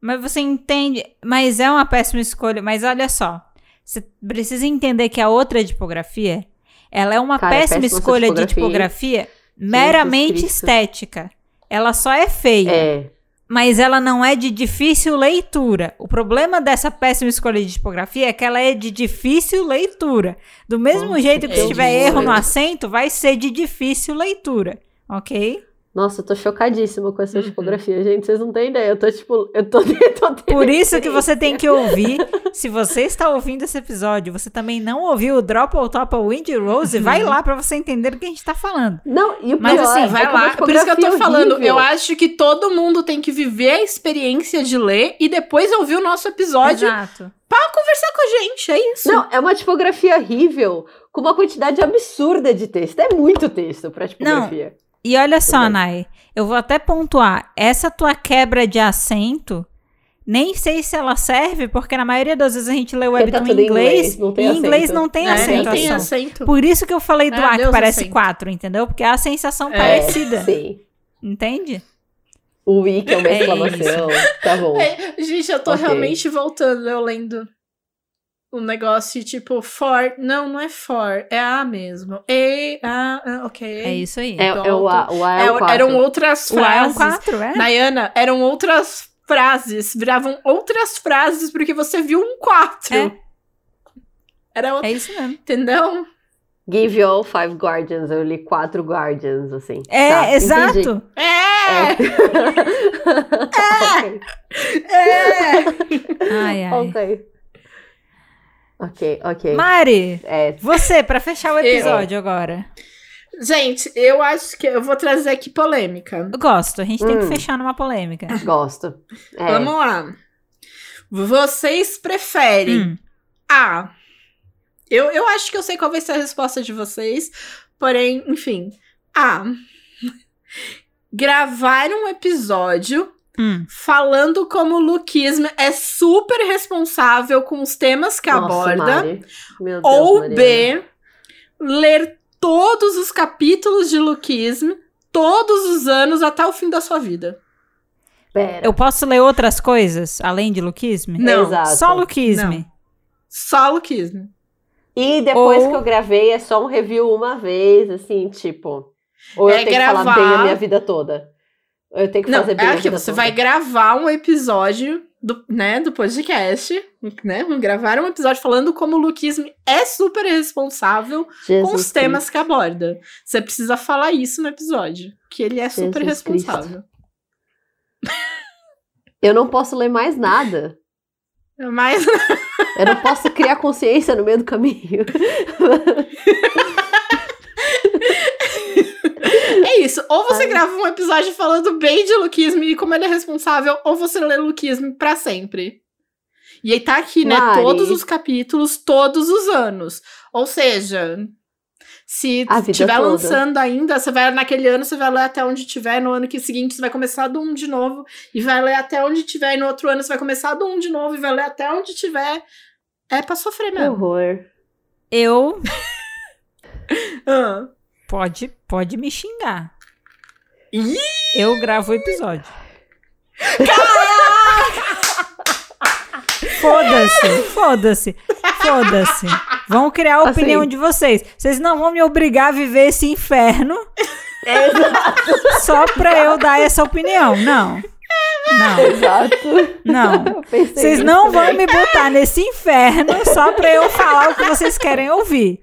Speaker 1: Mas você entende... Mas é uma péssima escolha. Mas olha só. Você precisa entender que a outra tipografia, ela é uma
Speaker 3: Cara, é
Speaker 1: péssima,
Speaker 3: péssima essa
Speaker 1: escolha de tipografia
Speaker 3: tipografia.
Speaker 1: meramente
Speaker 3: Cristo.
Speaker 1: estética. Ela só é feia.
Speaker 3: É.
Speaker 1: mas ela não é de difícil leitura. O problema dessa péssima escolha de tipografia é que ela é de difícil leitura. Do mesmo
Speaker 3: Nossa,
Speaker 1: jeito que
Speaker 2: que
Speaker 1: se tiver
Speaker 2: horror.
Speaker 1: erro no acento, vai ser de difícil leitura, ok?
Speaker 3: Nossa, eu tô chocadíssima com essa
Speaker 2: Uhum.
Speaker 3: tipografia, gente. Vocês não têm ideia. Eu tô tipo. Eu tô, eu tô tendo
Speaker 1: Por isso que
Speaker 3: experiência.
Speaker 1: você tem que ouvir. Se você está ouvindo esse episódio, você também não ouviu o Drop ou Top ou Windy Rose, vai lá pra você entender o que a gente está falando.
Speaker 3: Não, e o
Speaker 1: Mas,
Speaker 3: pior
Speaker 1: assim,
Speaker 3: é que
Speaker 2: Vai
Speaker 3: é
Speaker 2: lá,
Speaker 3: uma
Speaker 2: por isso que eu tô
Speaker 3: tipografia
Speaker 2: falando,
Speaker 3: horrível.
Speaker 2: eu acho que todo mundo tem que viver a experiência de ler e depois ouvir o nosso episódio
Speaker 1: Exato.
Speaker 2: pra conversar com a gente, é isso.
Speaker 3: Não, é uma tipografia horrível, com uma quantidade absurda de texto. É muito texto pra tipografia.
Speaker 1: E olha só,
Speaker 3: bem.
Speaker 1: Nay, eu vou até pontuar. Essa tua quebra de acento, nem sei se ela serve, porque na maioria das vezes a gente lê o
Speaker 3: Porque tá
Speaker 1: webtoon
Speaker 3: tudo
Speaker 1: em
Speaker 3: em
Speaker 1: inglês,
Speaker 3: inglês, não tem
Speaker 1: e em inglês
Speaker 3: acento.
Speaker 1: não tem
Speaker 2: É,
Speaker 1: acento.
Speaker 2: nem tem
Speaker 1: ação.
Speaker 2: acento.
Speaker 1: Por isso que eu falei do
Speaker 2: É,
Speaker 1: A, que
Speaker 2: Deus
Speaker 1: parece
Speaker 2: acento.
Speaker 1: 4, entendeu? Porque é a sensação
Speaker 2: É,
Speaker 1: parecida,
Speaker 3: Sim.
Speaker 1: entende?
Speaker 3: O wiki é uma
Speaker 1: É
Speaker 3: exclamação. tá bom.
Speaker 2: É, gente, eu tô
Speaker 3: Ok.
Speaker 2: realmente voltando, eu lendo um negócio e, tipo for, não, não é for, é a mesmo. E a, ah, OK.
Speaker 1: É isso aí.
Speaker 3: É, é o A, o A é, o
Speaker 2: É,
Speaker 3: 4.
Speaker 2: eram outras
Speaker 1: o A é um
Speaker 2: frases.
Speaker 1: 4, é?
Speaker 2: Nayana, eram outras frases, viravam outras frases porque você viu um 4.
Speaker 1: É.
Speaker 2: Era outra,
Speaker 1: É isso mesmo.
Speaker 2: entendeu?
Speaker 3: Give you all five guardians. Eu li quatro guardians, assim.
Speaker 1: É,
Speaker 3: Tá, entendi.
Speaker 1: exato.
Speaker 2: É!
Speaker 3: Ok,
Speaker 2: É!
Speaker 1: Ai, ai.
Speaker 3: ok. Ok, ok.
Speaker 1: Mari,
Speaker 3: É,
Speaker 1: você, pra fechar o
Speaker 2: Eu.
Speaker 1: episódio agora.
Speaker 2: Gente, eu acho que eu vou trazer aqui polêmica.
Speaker 1: Eu gosto, a gente tem que
Speaker 3: Hum.
Speaker 1: fechar numa polêmica.
Speaker 3: gosto. É.
Speaker 2: Vamos lá. Vocês preferem
Speaker 1: Hum.
Speaker 2: A. Eu, eu acho que eu sei qual vai ser a resposta de vocês, porém, enfim. A. Gravar um episódio
Speaker 1: Hum.
Speaker 2: falando como o Luquismo é super responsável com os temas que
Speaker 3: Nossa,
Speaker 2: aborda.
Speaker 3: Mari. Meu Deus,
Speaker 2: Ou
Speaker 3: Mariana.
Speaker 2: B, ler todos os capítulos de Luquismo todos os anos até o fim da sua vida.
Speaker 3: Pera.
Speaker 1: Eu posso ler outras coisas além de Luquisme?
Speaker 2: Não,
Speaker 3: Exato.
Speaker 1: Só Luquisme.
Speaker 2: Só Luquismo.
Speaker 3: E depois
Speaker 1: Ou-
Speaker 3: que eu gravei, é só um review uma vez, assim, tipo. Ou eu
Speaker 2: É
Speaker 3: tenho que falar bem
Speaker 2: gravar.
Speaker 3: a minha vida toda. Ou eu tenho que
Speaker 2: Não,
Speaker 3: fazer bem
Speaker 2: é
Speaker 3: a
Speaker 2: aqui,
Speaker 3: vida
Speaker 2: você
Speaker 3: toda.
Speaker 2: vai gravar um episódio do, né, do podcast, né? Vamos gravar um episódio falando como o Luquismo é super responsável
Speaker 3: Jesus
Speaker 2: com os
Speaker 3: Cristo.
Speaker 2: temas que aborda. Você precisa falar isso no episódio, que ele é super
Speaker 3: Jesus
Speaker 2: responsável.
Speaker 3: Eu não posso ler mais nada.
Speaker 2: Mas
Speaker 3: Eu não posso criar consciência no meio do caminho.
Speaker 2: É isso. Ou você
Speaker 3: Ai.
Speaker 2: grava um episódio falando bem de Luquismo e como ele é responsável, ou você lê Luquismo pra sempre. E aí tá aqui, né?
Speaker 3: Mari.
Speaker 2: Todos os capítulos, todos os anos. Ou seja, se
Speaker 3: A vida
Speaker 2: tiver
Speaker 3: toda.
Speaker 2: lançando ainda, você vai naquele ano, você vai ler até onde tiver, no ano que seguinte você vai começar do um de novo e vai ler até onde tiver, e no outro ano você vai começar do um de novo e vai ler até onde tiver. É pra sofrer
Speaker 3: Que
Speaker 2: mesmo.
Speaker 3: horror.
Speaker 1: Eu.
Speaker 2: Ah.
Speaker 1: Pode, pode me xingar.
Speaker 2: Ih!
Speaker 1: Eu gravo o episódio. Foda-se, foda-se, foda-se. Vão criar a
Speaker 3: Assim.
Speaker 1: opinião de vocês. Vocês não vão me obrigar a viver esse inferno
Speaker 3: É, Exato,
Speaker 1: só pra eu dar essa opinião. Não. Não,
Speaker 3: exato.
Speaker 1: não.
Speaker 3: Eu pensei
Speaker 1: Vocês
Speaker 3: nisso
Speaker 1: não vão me
Speaker 3: também.
Speaker 1: botar nesse inferno só pra eu falar o que vocês querem ouvir.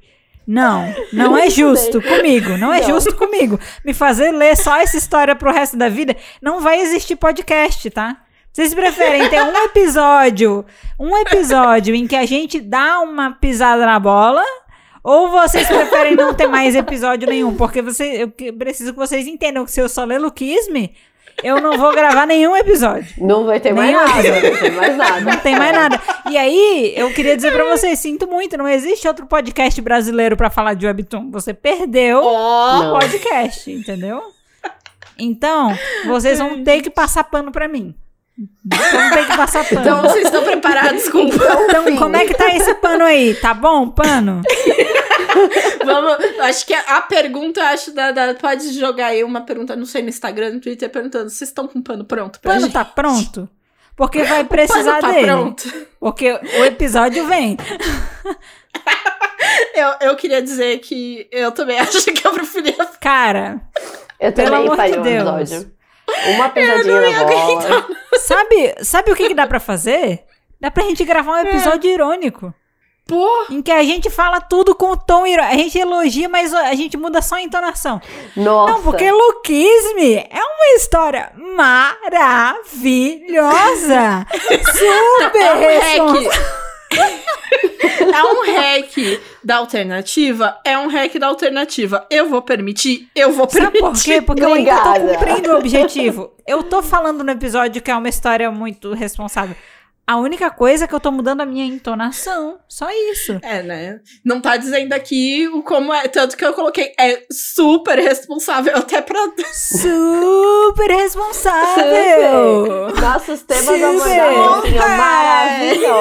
Speaker 1: Não, não é justo comigo, não é
Speaker 3: Não.
Speaker 1: justo comigo. Me fazer ler só essa história pro resto da vida, não vai existir podcast, tá? Vocês preferem ter um episódio, um episódio em que a gente dá uma pisada na bola, ou vocês preferem não ter mais episódio nenhum? Porque você, eu que- preciso que vocês entendam que se eu só ler Luquisme, eu não vou gravar nenhum episódio.
Speaker 3: Não vai ter mais
Speaker 1: Nenhum
Speaker 3: nada. Não vai ter mais nada.
Speaker 1: Ah, Não tem mais nada. E aí, eu queria dizer pra vocês, sinto muito, não existe outro podcast brasileiro pra falar de webtoon. Você perdeu
Speaker 2: Ó.
Speaker 1: o
Speaker 3: Não.
Speaker 1: podcast, entendeu? Então, vocês vão ter que passar pano pra mim. Vão ter que passar pano.
Speaker 2: Então
Speaker 1: Então,
Speaker 2: assim. vocês estão preparados com
Speaker 3: Enfim.
Speaker 1: como é que tá esse pano aí? Tá bom, pano?
Speaker 2: Vamos, acho que a pergunta, acho, da, da- pode jogar aí uma pergunta, não sei, no Instagram, no Twitter, perguntando, vocês estão com pano pronto pra
Speaker 1: Pano
Speaker 2: gente?
Speaker 1: tá pronto? Porque vai precisar
Speaker 2: pano tá
Speaker 1: dele.
Speaker 2: pronto.
Speaker 1: Porque o episódio vem.
Speaker 2: Eu, eu queria dizer que eu também acho que eu preferia...
Speaker 1: Cara,
Speaker 3: Eu
Speaker 1: Pelo
Speaker 3: também
Speaker 1: amor
Speaker 3: faria
Speaker 1: de
Speaker 3: um
Speaker 1: Deus.
Speaker 3: episódio. Uma pisadinha na bola.
Speaker 1: Sabe, sabe o que, que dá pra fazer? Dá pra gente gravar um episódio irônico.
Speaker 2: Pô,
Speaker 1: Em que a gente fala tudo com o tom irônico. A gente elogia, mas a gente muda só a entonação.
Speaker 3: Nossa.
Speaker 1: Não, porque Luquisme é uma história maravilhosa.
Speaker 2: é
Speaker 1: Super
Speaker 2: um
Speaker 1: responsável.
Speaker 2: hack. é um hack da alternativa? É um hack da alternativa. Eu vou permitir, eu vou
Speaker 1: Sabe
Speaker 2: permitir.
Speaker 1: por quê? Porque eu ainda tô
Speaker 3: Obrigada.
Speaker 1: cumprindo o objetivo. Eu tô falando no episódio que é uma história muito responsável. A única coisa é que eu tô mudando a minha entonação. Só isso.
Speaker 2: É, né? Não tá dizendo aqui o como é. Tanto que eu coloquei, é super responsável até pra.
Speaker 1: Super responsável.
Speaker 3: Super. Nossos temas um
Speaker 1: Super.
Speaker 3: abordados seriam maravilhosos.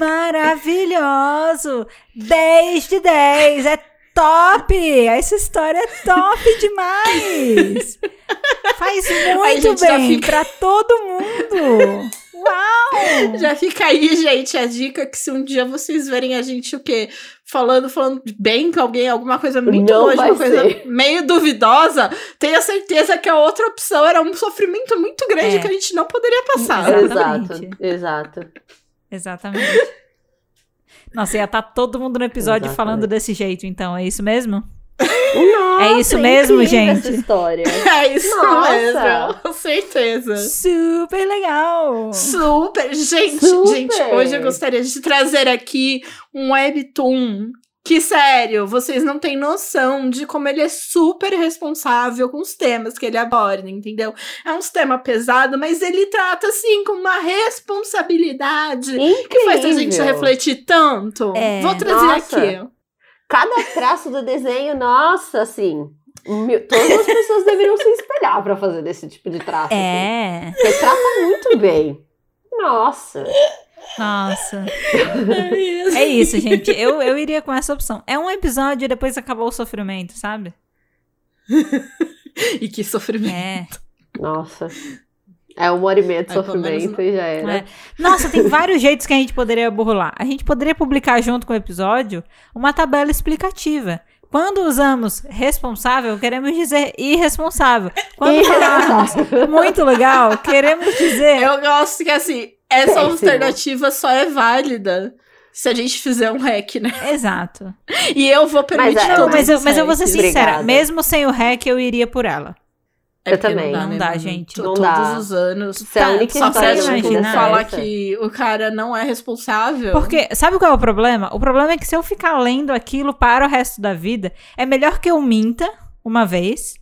Speaker 1: Maravilhoso! 10 de 10! É top! Essa história é top demais! Faz
Speaker 2: Aí a
Speaker 1: muito
Speaker 2: gente já
Speaker 1: bem
Speaker 2: fica-
Speaker 1: pra todo mundo! Uau!
Speaker 2: Já fica aí, gente, a dica que se um dia vocês verem a gente o quê? Falando, falando bem com alguém, alguma coisa muito
Speaker 3: Não
Speaker 2: longe,
Speaker 3: vai
Speaker 2: uma coisa
Speaker 3: ser.
Speaker 2: meio duvidosa, tenha certeza que a outra opção era um sofrimento muito grande
Speaker 1: É.
Speaker 2: que a gente não poderia passar.
Speaker 1: Exato.
Speaker 3: Exato, exato.
Speaker 1: Exatamente. Nossa, ia estar todo mundo no episódio
Speaker 3: Exatamente.
Speaker 1: falando desse jeito, então. É isso mesmo?
Speaker 3: Nossa,
Speaker 1: É isso mesmo,
Speaker 3: incrível
Speaker 1: gente?
Speaker 3: Essa história.
Speaker 2: É isso
Speaker 3: Nossa.
Speaker 2: mesmo, com certeza.
Speaker 1: Super legal!
Speaker 2: Super! Gente,
Speaker 3: Super.
Speaker 2: gente, hoje eu gostaria de trazer aqui um webtoon. Que sério, vocês não têm noção de como ele é super responsável com os temas que ele aborda, entendeu? É um tema pesado, mas ele trata assim com uma responsabilidade
Speaker 3: Incrível.
Speaker 2: que faz a gente refletir tanto.
Speaker 1: É.
Speaker 2: Vou trazer
Speaker 3: Nossa.
Speaker 2: aqui.
Speaker 3: Cada traço do desenho, nossa, assim. meu- todas as pessoas deveriam se espelhar pra fazer desse tipo de traço. assim.
Speaker 1: É,
Speaker 3: Retrata muito bem. Nossa.
Speaker 1: nossa. É isso, gente. Eu, eu iria com essa opção. É um episódio e depois acabou o sofrimento, sabe?
Speaker 2: E que sofrimento.
Speaker 1: É.
Speaker 3: Nossa. É uma hora e meia de
Speaker 2: Ai, pelo menos
Speaker 3: sofrimento e já era.
Speaker 1: É. Nossa, tem vários jeitos que a gente poderia burlar. A gente poderia publicar junto com o episódio uma tabela explicativa. Quando usamos responsável, queremos dizer irresponsável. Quando
Speaker 3: E-
Speaker 1: falamos muito legal, queremos dizer.
Speaker 2: Eu gosto que assim, essa
Speaker 3: É. Péssimo.
Speaker 2: alternativa só é válida se a gente fizer um hack, né?
Speaker 1: Exato.
Speaker 2: E eu vou permitir
Speaker 3: Mas é-
Speaker 1: Não,
Speaker 2: todos
Speaker 1: mas eu,
Speaker 2: os
Speaker 1: mas eu vou ser
Speaker 2: hacks.
Speaker 1: sincera.
Speaker 3: Obrigada.
Speaker 1: Mesmo sem o hack, eu iria por ela.
Speaker 2: É
Speaker 3: Eu
Speaker 2: porque
Speaker 3: também.
Speaker 1: Não
Speaker 2: né,
Speaker 1: dá,
Speaker 2: mano?
Speaker 1: gente.
Speaker 2: To-
Speaker 3: Não
Speaker 2: todos
Speaker 3: dá.
Speaker 2: os anos.
Speaker 3: Isso é a
Speaker 1: Tá,
Speaker 3: única
Speaker 2: Só pra
Speaker 3: história
Speaker 1: que
Speaker 2: tipo,
Speaker 1: imagina
Speaker 3: imagina
Speaker 2: falar
Speaker 3: essa.
Speaker 2: que o cara não é responsável.
Speaker 1: Porque, sabe qual é o problema? O problema é que se eu ficar lendo aquilo para o resto da vida, é melhor que eu minta uma vez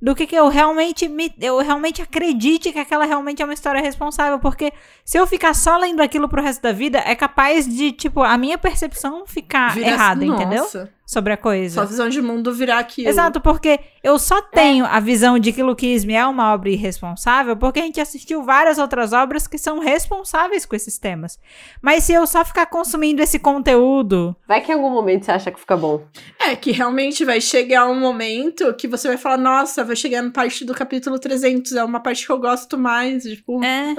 Speaker 1: do que que eu realmente me, eu realmente acredite que aquela realmente é uma história responsável, porque se eu ficar só lendo aquilo pro resto da vida, é capaz de, tipo, a minha percepção ficar
Speaker 2: Vira-
Speaker 1: errada,
Speaker 2: assim, Nossa.
Speaker 1: entendeu? sobre a coisa.
Speaker 2: Sua visão de mundo virar aquilo.
Speaker 1: Exato, porque eu só tenho a visão de que Luquisme é uma obra irresponsável porque a gente assistiu várias outras obras que são responsáveis com esses temas. Mas se eu só ficar consumindo esse conteúdo.
Speaker 3: Vai que em algum momento você acha que fica bom.
Speaker 2: É que realmente vai chegar um momento que você vai falar, nossa, vai chegar na parte do capítulo 300, é uma parte que eu gosto mais, tipo,
Speaker 1: É.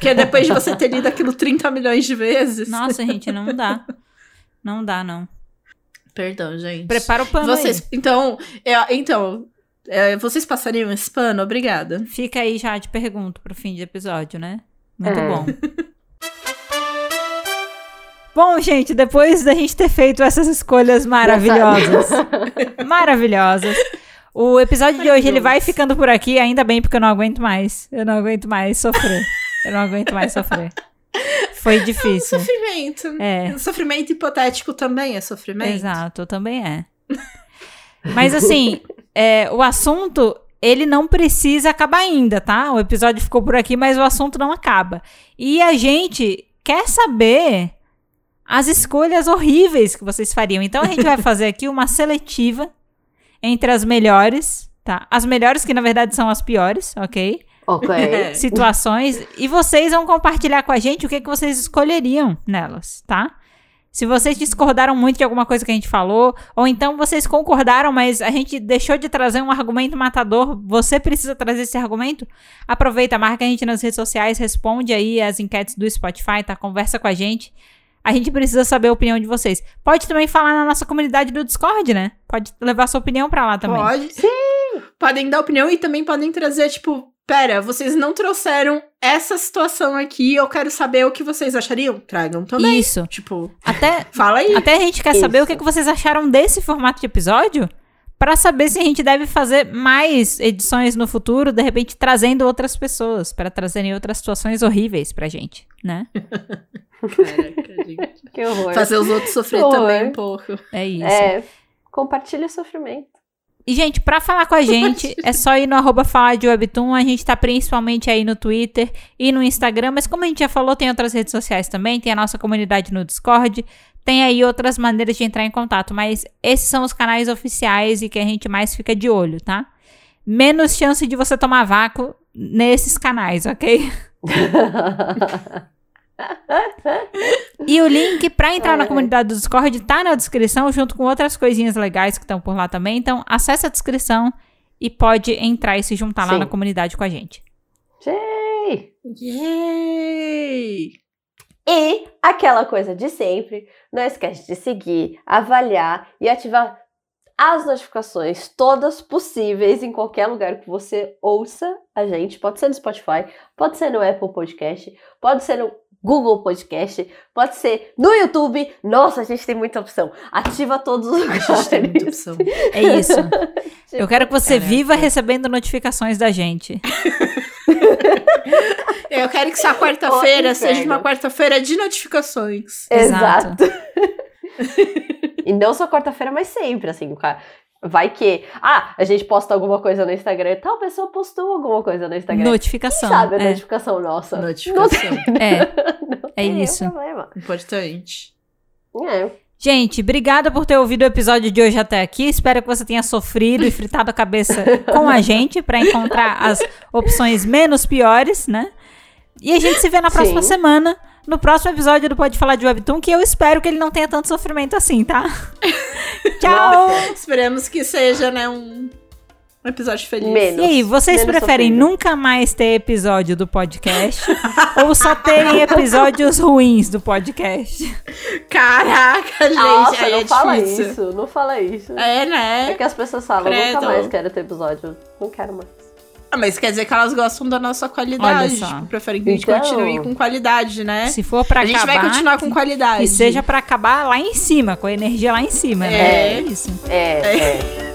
Speaker 2: que é depois de você ter lido aquilo 30 milhões de vezes.
Speaker 1: Nossa, gente, não dá. Não dá, não.
Speaker 2: Perdão, gente.
Speaker 1: Prepara o pano.
Speaker 2: Vocês, então, é, então, é, vocês passariam esse pano? Obrigada.
Speaker 1: aí. Fica aí já de pergunta pro fim de episódio, né? Muito
Speaker 3: É.
Speaker 1: bom. Bom, gente, depois da gente ter feito essas escolhas maravilhosas, maravilhosas, o episódio de hoje ele vai ficando por aqui, ainda bem, porque eu não aguento mais. Eu não aguento mais sofrer. Eu não aguento mais sofrer. Foi difícil.
Speaker 2: Sofrimento.
Speaker 1: É.
Speaker 2: Sofrimento hipotético também é sofrimento.
Speaker 1: Exato, também é. Mas assim, é, o assunto, ele não precisa acabar ainda, tá? O episódio ficou por aqui, mas o assunto não acaba. E a gente quer saber as escolhas horríveis que vocês fariam. Então a gente vai fazer aqui uma seletiva entre as melhores, tá? As melhores que na verdade são as piores, ok?
Speaker 3: Ok.
Speaker 2: É.
Speaker 1: situações e vocês vão compartilhar com a gente o que, que vocês escolheriam nelas, tá? Se vocês discordaram muito de alguma coisa que a gente falou, ou então vocês concordaram, mas a gente deixou de trazer um argumento matador, você precisa trazer esse argumento? Aproveita, marca a gente nas redes sociais, responde aí as enquetes do Spotify, tá? Conversa com a gente. A gente precisa saber a opinião de vocês. Pode também falar na nossa comunidade do Discord, né? Pode levar sua opinião pra lá também.
Speaker 2: Pode. Podem dar opinião e também podem trazer, tipo, pera, vocês não trouxeram essa situação aqui, eu quero saber o que vocês achariam. Tragam também.
Speaker 1: Isso.
Speaker 2: Tipo,
Speaker 1: Até
Speaker 2: fala aí.
Speaker 1: Até a gente quer
Speaker 3: Isso.
Speaker 1: saber o que, que vocês acharam desse formato de episódio pra saber se a gente deve fazer mais edições no futuro, de repente trazendo outras pessoas pra trazerem outras situações horríveis pra gente, né?
Speaker 2: Caraca, gente.
Speaker 3: Que horror.
Speaker 2: Fazer os outros sofrer
Speaker 3: Oi.
Speaker 2: também um pouco.
Speaker 1: É isso.
Speaker 3: É, compartilha o sofrimento.
Speaker 1: E, gente, pra falar com a gente, é só ir no arroba falar de Webtoon. A gente tá principalmente aí no Twitter e no Instagram. Mas como a gente já falou, tem outras redes sociais também. Tem a nossa comunidade no Discord. Tem aí outras maneiras de entrar em contato. Mas esses são os canais oficiais e que a gente mais fica de olho, tá? Menos chance de você tomar vácuo nesses canais, ok? E o link pra entrar na
Speaker 3: Ai.
Speaker 1: comunidade do Discord tá na descrição, junto com outras coisinhas legais que estão por lá também. Então, acessa a descrição e pode entrar e se juntar lá
Speaker 3: Sim.
Speaker 1: na comunidade com a gente.
Speaker 3: Yay!
Speaker 2: Yay!
Speaker 3: E aquela coisa de sempre, não esquece de seguir, avaliar e ativar as notificações, todas possíveis, em qualquer lugar que você ouça a gente. Pode ser no Spotify, pode ser no Apple Podcast, pode ser no Google Podcast, pode ser no YouTube. Nossa, a gente tem muita opção. Ativa todos os
Speaker 2: A gente tem muita
Speaker 3: lugares.
Speaker 2: opção.
Speaker 1: É isso. Eu quero que você
Speaker 2: Caraca.
Speaker 1: viva recebendo notificações da gente.
Speaker 2: Eu quero que essa quarta-feira
Speaker 3: Ó,
Speaker 2: seja
Speaker 3: inferno.
Speaker 2: uma quarta-feira de notificações.
Speaker 3: Exato. E não só quarta-feira, mas sempre, assim, cara. Vai que. Ah, a gente posta alguma coisa no Instagram. Tal pessoa postou alguma coisa no
Speaker 1: Tá
Speaker 3: Instagram.
Speaker 1: Notificação.
Speaker 3: Sabe a
Speaker 1: é.
Speaker 3: notificação nossa?
Speaker 2: Notificação.
Speaker 1: É.
Speaker 3: Não
Speaker 1: É
Speaker 3: tem nenhum
Speaker 1: isso.
Speaker 3: problema.
Speaker 2: Importante.
Speaker 3: É.
Speaker 1: Gente, obrigada por ter ouvido o episódio de hoje até aqui. Espero que você tenha sofrido e fritado a cabeça com a gente pra encontrar as opções menos piores, né? E a gente se vê na próxima
Speaker 3: Sim.
Speaker 1: semana, no próximo episódio do Pode Falar de Webtoon, que eu espero que ele não tenha tanto sofrimento assim, tá? Tchau!
Speaker 2: Esperamos que seja, né, um um episódio feliz.
Speaker 1: E
Speaker 3: Menos.
Speaker 1: aí, vocês
Speaker 3: Menos
Speaker 1: preferem
Speaker 3: sofrido.
Speaker 1: nunca mais ter episódio do podcast ou só terem episódios ruins do podcast?
Speaker 2: Caraca, gente,
Speaker 3: Nossa,
Speaker 2: aí
Speaker 3: não
Speaker 2: é
Speaker 3: fala
Speaker 2: difícil.
Speaker 3: isso. Não fala isso. É,
Speaker 2: É, né?
Speaker 3: que as pessoas falam, eu nunca
Speaker 2: Credo.
Speaker 3: mais quero ter episódio. Não quero mais.
Speaker 2: Ah, mas quer dizer que elas gostam da nossa
Speaker 1: Olha
Speaker 2: qualidade.
Speaker 1: só.
Speaker 2: Tipo, preferem que a gente
Speaker 3: Então.
Speaker 2: continue com qualidade, né?
Speaker 1: Se for pra
Speaker 2: a gente
Speaker 1: acabar,
Speaker 2: vai continuar com qualidade.
Speaker 1: que seja pra acabar lá em cima, com a energia lá em cima, né?
Speaker 2: É.
Speaker 1: é né? isso.
Speaker 3: É, é.